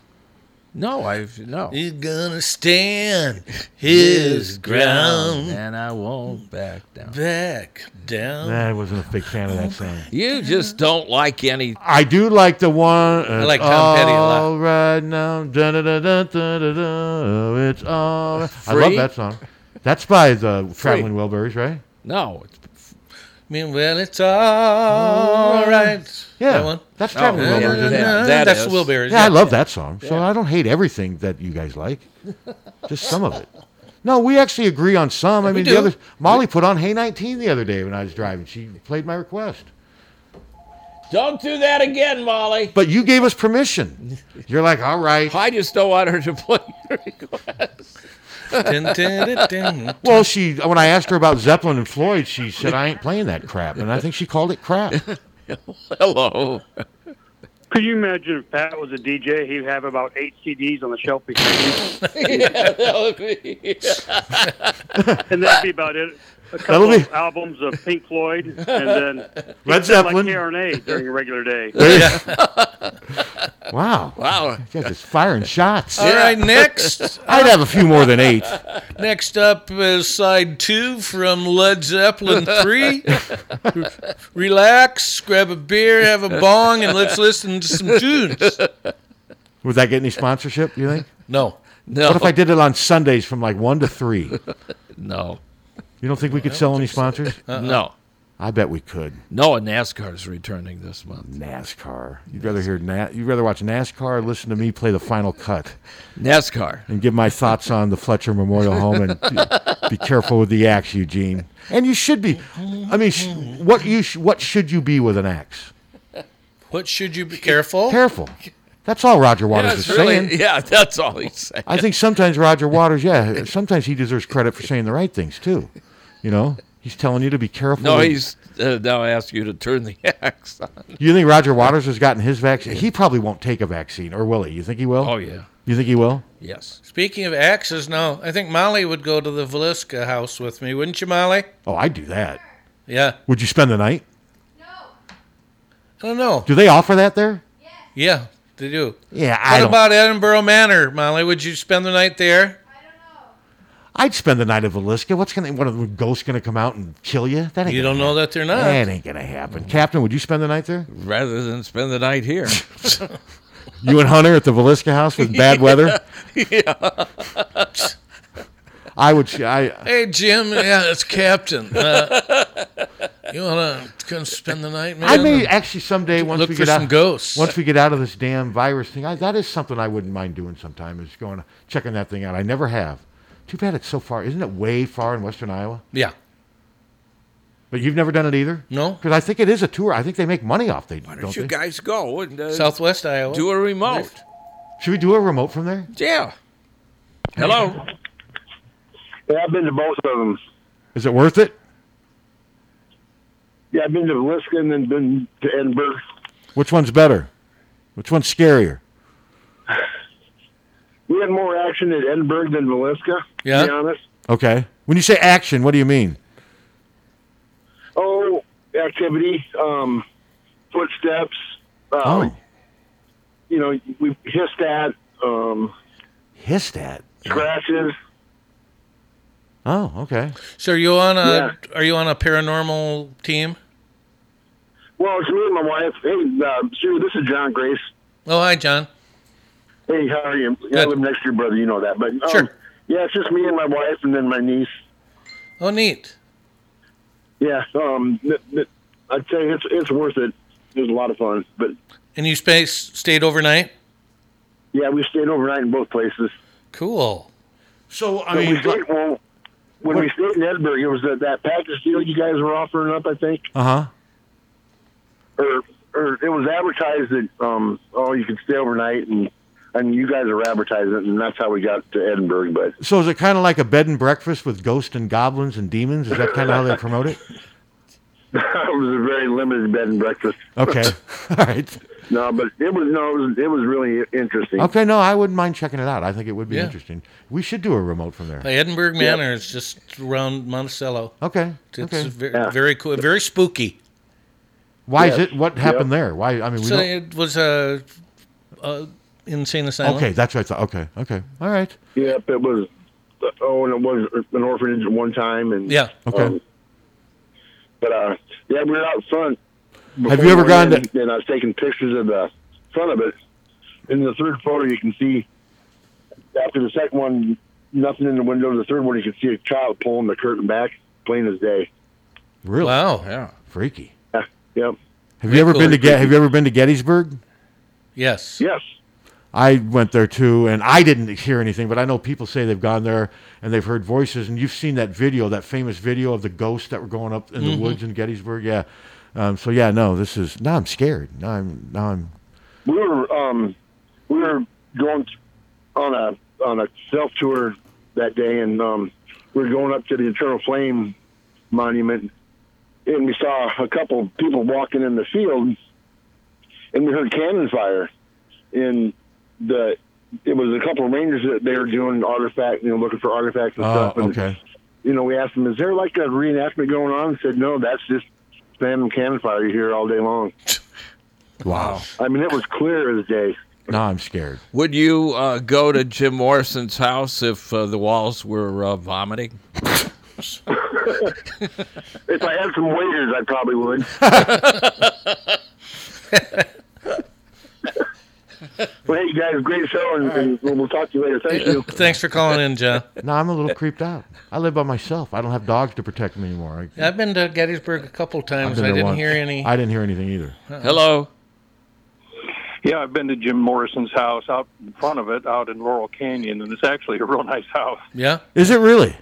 Speaker 2: No, I've. No.
Speaker 3: He's gonna stand his ground.
Speaker 2: And I won't back down.
Speaker 3: Back down.
Speaker 1: Nah, I wasn't a big fan of that song.
Speaker 2: You just don't like any.
Speaker 1: I do like the one.
Speaker 2: I like Tom Petty a lot.
Speaker 1: All right now, da da da da da da da. It's all. Right. I love
Speaker 3: Free?
Speaker 1: that song. That's by the Traveling Wilburys, right?
Speaker 2: No.
Speaker 3: I mean, well, it's all right.
Speaker 1: Yeah,
Speaker 3: that one.
Speaker 1: that's Traveling
Speaker 3: Oh,
Speaker 1: Wilburys. isn't it?
Speaker 3: that's the Wilburys.
Speaker 1: Yeah, I love that song. So I don't hate everything that you guys like. Just some of it. No, we actually agree on some. I
Speaker 3: We
Speaker 1: mean,
Speaker 3: do.
Speaker 1: the other Molly put on "Hey 19" the other day when I was driving. She played my request,
Speaker 2: Don't do that again, Molly.
Speaker 1: but you gave us permission. You're like, all right.
Speaker 2: I just don't want her to play your request.
Speaker 1: well, she when I asked her about Zeppelin and Floyd, she said I ain't playing that crap, and I think she called it crap.
Speaker 2: Hello.
Speaker 9: Could you imagine if Pat was a DJ? He'd have about eight CDs on the shelf behind him.
Speaker 10: (laughs) Yeah, that would be-
Speaker 9: (laughs) and that'd be about
Speaker 10: (laughs)
Speaker 9: it. A
Speaker 1: That'll
Speaker 9: couple
Speaker 1: be-
Speaker 9: of albums of Pink Floyd,
Speaker 1: (laughs)
Speaker 9: and then he'd
Speaker 1: Led
Speaker 9: sound
Speaker 1: Zeppelin.
Speaker 9: like KRNA during a regular day.
Speaker 1: (laughs) wow.
Speaker 9: Wow.
Speaker 1: You guys just firing shots.
Speaker 3: All right, next.
Speaker 1: I'd have a few more than eight.
Speaker 3: Next up is side two from Led
Speaker 2: (laughs)
Speaker 3: Zeppelin 3. Relax, grab a beer, have a bong, and let's listen to
Speaker 2: (laughs)
Speaker 3: some tunes.
Speaker 1: Would that get any sponsorship, you think?
Speaker 3: No. No.
Speaker 1: What if I did it on Sundays from like 1 to 3?
Speaker 2: no.
Speaker 1: You don't think we could sell any sponsors?
Speaker 2: Uh-uh. No.
Speaker 1: I bet we could.
Speaker 2: No, and NASCAR's returning this month.
Speaker 1: NASCAR. You'd rather hear Na- you'd rather watch NASCAR or listen to me play the final cut.
Speaker 2: NASCAR.
Speaker 1: And give my thoughts on the Fletcher Memorial Home and be careful with the axe, Eugene. And you should be. I mean, sh- what you sh- what should you be with an axe?
Speaker 3: What should you be careful?
Speaker 1: Careful. That's all Roger Waters
Speaker 2: yeah,
Speaker 1: is
Speaker 2: it's really-
Speaker 1: saying.
Speaker 2: (laughs) yeah, that's all he's saying.
Speaker 1: I think sometimes Roger Waters, yeah, sometimes he deserves credit for saying the right things too. You know, he's telling you to be careful.
Speaker 2: No,
Speaker 1: with-
Speaker 2: he's uh, now asked you to turn the (laughs) axe on.
Speaker 1: You think Roger Waters has gotten his vaccine? He probably won't take a vaccine, or will he? You think he will?
Speaker 2: Oh, yeah.
Speaker 1: You think he will?
Speaker 2: Yes.
Speaker 3: Speaking of axes, no, I think Molly would go to the Velisca house with me, wouldn't you, Molly?
Speaker 1: Oh, I'd do that.
Speaker 3: Yeah.
Speaker 1: Would you spend the night?
Speaker 3: I don't know.
Speaker 1: Do they offer that there?
Speaker 3: Yeah, they do.
Speaker 1: Yeah,
Speaker 3: What
Speaker 1: I don't-
Speaker 3: about Edinburgh Manor, Molly? Would you spend the
Speaker 2: (laughs)
Speaker 3: night there?
Speaker 1: I'd spend the night at Velisca. What's gonna? What are ghosts gonna come out and kill you? That ain't.
Speaker 3: You
Speaker 1: gonna
Speaker 3: don't know that they're not.
Speaker 1: That ain't gonna happen. Captain, would you spend the night there?
Speaker 2: Rather than spend the night here.
Speaker 1: You and Hunter at the Velisca house with bad (laughs)
Speaker 3: (laughs)
Speaker 1: weather.
Speaker 2: (laughs) yeah.
Speaker 1: I would. I
Speaker 3: Hey, Jim. Yeah, it's Captain. Uh, you wanna come spend the night, man?
Speaker 1: I may actually someday once
Speaker 3: Look
Speaker 1: we
Speaker 3: for
Speaker 1: get
Speaker 3: some
Speaker 1: out,
Speaker 3: ghosts.
Speaker 1: once we get out of this damn virus thing, I, that is something I wouldn't mind doing sometime. Is going checking that thing out. I never have. Too bad it's so far. Isn't it way far in Western Iowa?
Speaker 3: Yeah.
Speaker 1: But you've never done it either.
Speaker 3: No.
Speaker 1: Because I think it is a tour. I think they make money off. They
Speaker 2: Why don't
Speaker 1: don't.
Speaker 2: you
Speaker 1: They?
Speaker 2: guys go and uh,
Speaker 3: Southwest Iowa.
Speaker 2: do a remote?
Speaker 1: Should we do a remote from there?
Speaker 2: Yeah. Hello.
Speaker 9: Yeah, I've been to both of them.
Speaker 1: Is it worth it?
Speaker 9: Yeah, I've been to Velisca and then been to Edinburgh.
Speaker 1: Which one's better? Which one's scarier?
Speaker 9: We had more action at Edinburgh than Velisca.
Speaker 1: Yeah.
Speaker 9: To be honest.
Speaker 1: Okay. When you say action, what do you mean?
Speaker 9: Oh, activity, um, footsteps. Um,
Speaker 1: Oh.
Speaker 9: You know, we hissed at, um,
Speaker 1: Hissed at.
Speaker 9: scratches.
Speaker 1: Oh, okay.
Speaker 3: So are you on a are you on a paranormal team?
Speaker 9: Well, it's me and my wife. Hey, uh, Sue, this is John Grace.
Speaker 3: Oh, hi, John.
Speaker 9: Hey, how are you? I live next to your brother. You know that, but um,
Speaker 3: Sure.
Speaker 9: Yeah, it's just me and my wife, and then my niece.
Speaker 3: Oh, neat.
Speaker 9: Yeah, um, th- th- I'd say it's it's worth it. It was a lot of fun, but
Speaker 3: And you space stayed overnight?
Speaker 9: yeah, we stayed overnight in both places.
Speaker 3: Cool.
Speaker 1: So
Speaker 9: I mean, we stayed, well, when we stayed in Edinburgh, it was that, that package deal you guys were offering up, I think,
Speaker 1: Uh huh.
Speaker 9: or or it was advertised that um, oh, you could stay overnight, and and you guys are advertising, it, and that's how we got to Edinburgh. But (laughs)
Speaker 1: So is it kind of like a bed and breakfast with ghosts and goblins and demons? Is that kind of how they promote it?
Speaker 9: it was a very limited bed and breakfast. (laughs)
Speaker 1: Okay. All right.
Speaker 9: No, but it was no, it was, it was really interesting.
Speaker 1: Okay, no, I wouldn't mind checking it out. I think it would be
Speaker 9: Yeah.
Speaker 1: interesting. We should do a remote from there.
Speaker 3: Hey, Edinburgh Manor is just around Monticello.
Speaker 1: Okay,
Speaker 3: It's
Speaker 1: okay.
Speaker 3: Very,
Speaker 1: Yeah.
Speaker 3: very cool. Very spooky.
Speaker 1: Why is it? What happened there? Why? I mean, we
Speaker 3: So
Speaker 1: don't-
Speaker 3: it was a, a insane asylum.
Speaker 1: okay, that's what I thought. Okay, okay. All right.
Speaker 9: Yep, it was. Oh, and it was an orphanage at one time, and
Speaker 3: Yeah.
Speaker 1: Okay.
Speaker 9: um, but uh, yeah, we were out front.
Speaker 1: Have you ever gone
Speaker 9: And, and I was taking pictures of the front of it. In the third photo, you can see after the second one, nothing in the window. The third one, you can see a child pulling the curtain back, plain as day. (laughs)
Speaker 1: Really?
Speaker 3: Wow. Yeah.
Speaker 1: Freaky.
Speaker 9: Yeah, yep.
Speaker 1: Have you ever
Speaker 9: cool.
Speaker 1: been to Ge- Have you ever been to Gettysburg?
Speaker 3: Yes.
Speaker 9: Yes.
Speaker 1: I went there too, and I didn't hear anything, but I know people say they've gone there and they've heard voices. And you've seen that video, that famous video of the ghosts that were going up in the
Speaker 3: Mm-hmm.
Speaker 9: Mhm.
Speaker 1: woods in Gettysburg. Yeah. Um, so yeah, no, this is now I'm scared. Now I'm now I'm
Speaker 9: We were um, we were going t- on a on a self tour that day, and um, we were going up to the Eternal Flame Monument, and we saw a couple people walking in the field, and we heard cannon fire, and the it was a couple of rangers that they were doing artifact, you know, looking for artifacts and
Speaker 1: Oh,
Speaker 9: stuff. And
Speaker 1: okay.
Speaker 9: you know, we asked them, "Is there like a reenactment going on?" They said, "No, that's just random cannon fire you hear all day long."
Speaker 1: Wow.
Speaker 9: I mean, it was clear as day. (laughs)
Speaker 1: Now I'm scared.
Speaker 2: Would you uh, go to Jim Morrison's house if uh, the walls were uh, vomiting?
Speaker 9: if I had some waiters, I probably would. well, hey, guys, great show, and, and we'll talk to you later. Thank you.
Speaker 3: Thanks for calling in, John.
Speaker 1: (laughs) No, I'm a little creeped out. I live by myself. I don't have dogs to protect me anymore. I,
Speaker 3: I've been to Gettysburg a couple
Speaker 1: I've
Speaker 3: times.
Speaker 1: been
Speaker 3: I
Speaker 1: there
Speaker 3: didn't
Speaker 1: once.
Speaker 3: hear any. Uh-uh.
Speaker 1: I didn't hear anything either.
Speaker 2: Hello.
Speaker 22: Yeah, I've been to Jim Morrison's house out in front of it, out in Laurel Canyon, and it's actually a real (laughs) nice house.
Speaker 3: Yeah.
Speaker 1: Is it really?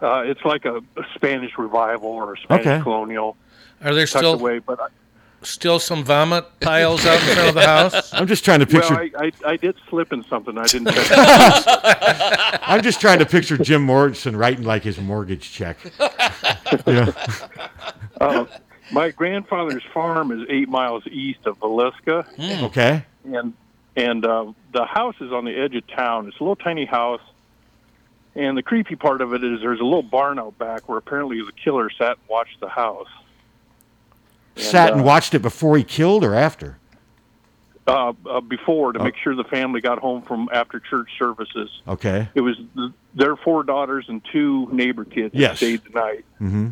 Speaker 22: Uh, it's like a, a Spanish revival or a Spanish
Speaker 1: Okay.
Speaker 22: colonial.
Speaker 3: Are there
Speaker 22: tucked
Speaker 3: still-
Speaker 22: away, but I,
Speaker 3: Still some vomit piles (laughs) out in
Speaker 1: (laughs)
Speaker 3: front of the house.
Speaker 1: I'm just trying to picture.
Speaker 22: Well, I, I, I did slip in something. I didn't.
Speaker 1: (laughs)
Speaker 22: check.
Speaker 1: I'm just trying to picture Jim Morrison writing like his mortgage
Speaker 3: (laughs)
Speaker 1: check. yeah.
Speaker 22: uh, my grandfather's farm is eight miles east of Valeska,
Speaker 3: Hmm.
Speaker 1: Okay.
Speaker 22: and and uh, the house is on the edge of town. It's a little tiny house, and the creepy part of it is there's a little barn out back where apparently the killer sat and watched the house.
Speaker 1: Sat
Speaker 22: uh,
Speaker 1: and watched it before he killed or after.
Speaker 22: uh, uh, before to make sure the family got home from after church services.
Speaker 1: Okay.
Speaker 22: It was th- their four daughters and two neighbor kids that
Speaker 1: Yes.
Speaker 22: stayed the night.
Speaker 1: Mm-hmm.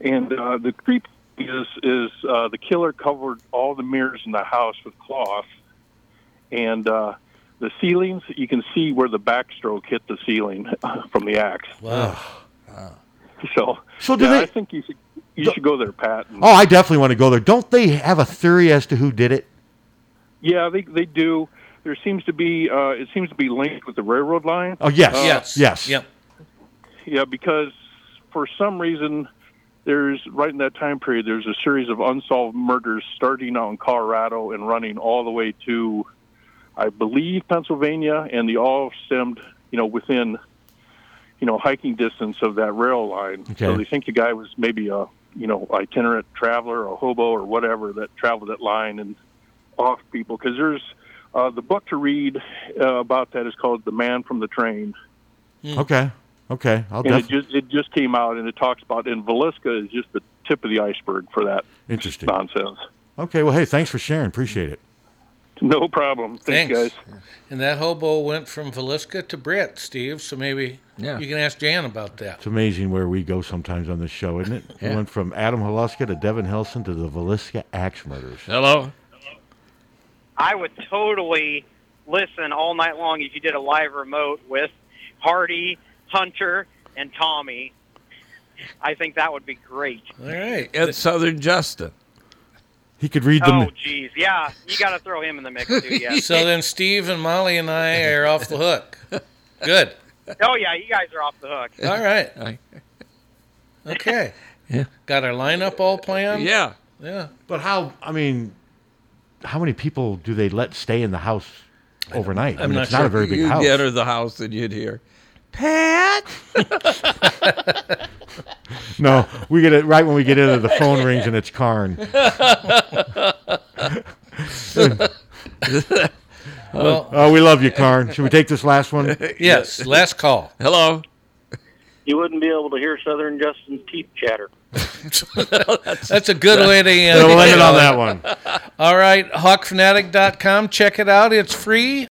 Speaker 22: And uh, the creep is is uh, the killer covered all the mirrors in the house with cloth, and uh, the ceilings you can see where the backstroke hit the ceiling (laughs) from the axe.
Speaker 3: Wow.
Speaker 22: So,
Speaker 1: So do
Speaker 22: yeah,
Speaker 1: they-
Speaker 22: I think you should you should go there, Pat. and-
Speaker 1: Oh, I definitely want to go there. Don't they have a theory as to who did it?
Speaker 22: Yeah, they they do. There seems to be uh, it seems to be linked with the railroad line.
Speaker 1: Oh, yes.
Speaker 22: Uh,
Speaker 1: Yes. Yes.
Speaker 3: Yep.
Speaker 22: Yeah, because for some reason there's right in that time period there's a series of unsolved murders starting out in Colorado and running all the way to I believe Pennsylvania and they all stemmed, you know, within you know, hiking distance of that rail line. So
Speaker 1: Okay.
Speaker 22: they think the guy was maybe a, you know, itinerant traveler or hobo or whatever that traveled that line and off people because there's uh, the book to read uh, about that is called The Man from the Train Hmm.
Speaker 1: Okay. Okay. I'll
Speaker 22: and it
Speaker 1: Oh, definitely.
Speaker 22: just it just came out, and it talks about and Velisca is just the tip of the iceberg for that
Speaker 1: Interesting.
Speaker 22: nonsense.
Speaker 1: Okay. Well, hey, thanks for sharing. Appreciate it.
Speaker 22: (laughs) No problem. Thanks,
Speaker 3: Thanks.
Speaker 22: guys.
Speaker 3: And that hobo went from Velisca to Britt, Steve. So maybe
Speaker 1: Yeah.
Speaker 3: you can ask Jan about that.
Speaker 1: It's amazing where we go sometimes on this show, isn't it?
Speaker 3: Yeah.
Speaker 1: We went from Adam Halaska to Devin Helson to the Velisca Axe Murders.
Speaker 3: (laughs)
Speaker 2: Hello.
Speaker 23: I would totally listen all night long if you did a live remote with Hardy, Hunter, and Tommy. I think that would be great.
Speaker 3: All right.
Speaker 2: It's Southern Justin.
Speaker 1: He could read
Speaker 23: Oh, jeez. Yeah, you got to throw him in the
Speaker 3: (laughs)
Speaker 23: mix, too. Yeah.
Speaker 3: So then Steve and Molly and I are off the hook. Good.
Speaker 23: oh, yeah, you guys are off the hook.
Speaker 3: All right. Okay.
Speaker 2: Yeah.
Speaker 3: Got our lineup all planned?
Speaker 2: Yeah.
Speaker 3: Yeah.
Speaker 1: But how? I mean, how many people do they let stay in the house overnight? I mean, it's not a very big
Speaker 2: You'd
Speaker 1: house.
Speaker 2: enter the house and you'd hear.
Speaker 10: Pat?
Speaker 1: No, we get it right when we get into the phone rings and it's Karn.
Speaker 3: Well-
Speaker 1: oh, we love you, Karn. Should we take this last one?
Speaker 3: (laughs) Yes. Last call.
Speaker 2: Hello.
Speaker 11: You wouldn't be able to hear Southern Justin's teeth chatter.
Speaker 3: (laughs) That's a good way to end.
Speaker 1: We'll
Speaker 3: it. (laughs)
Speaker 1: end it on that one.
Speaker 3: All right, hawkfanatic.com. Check it out. It's free.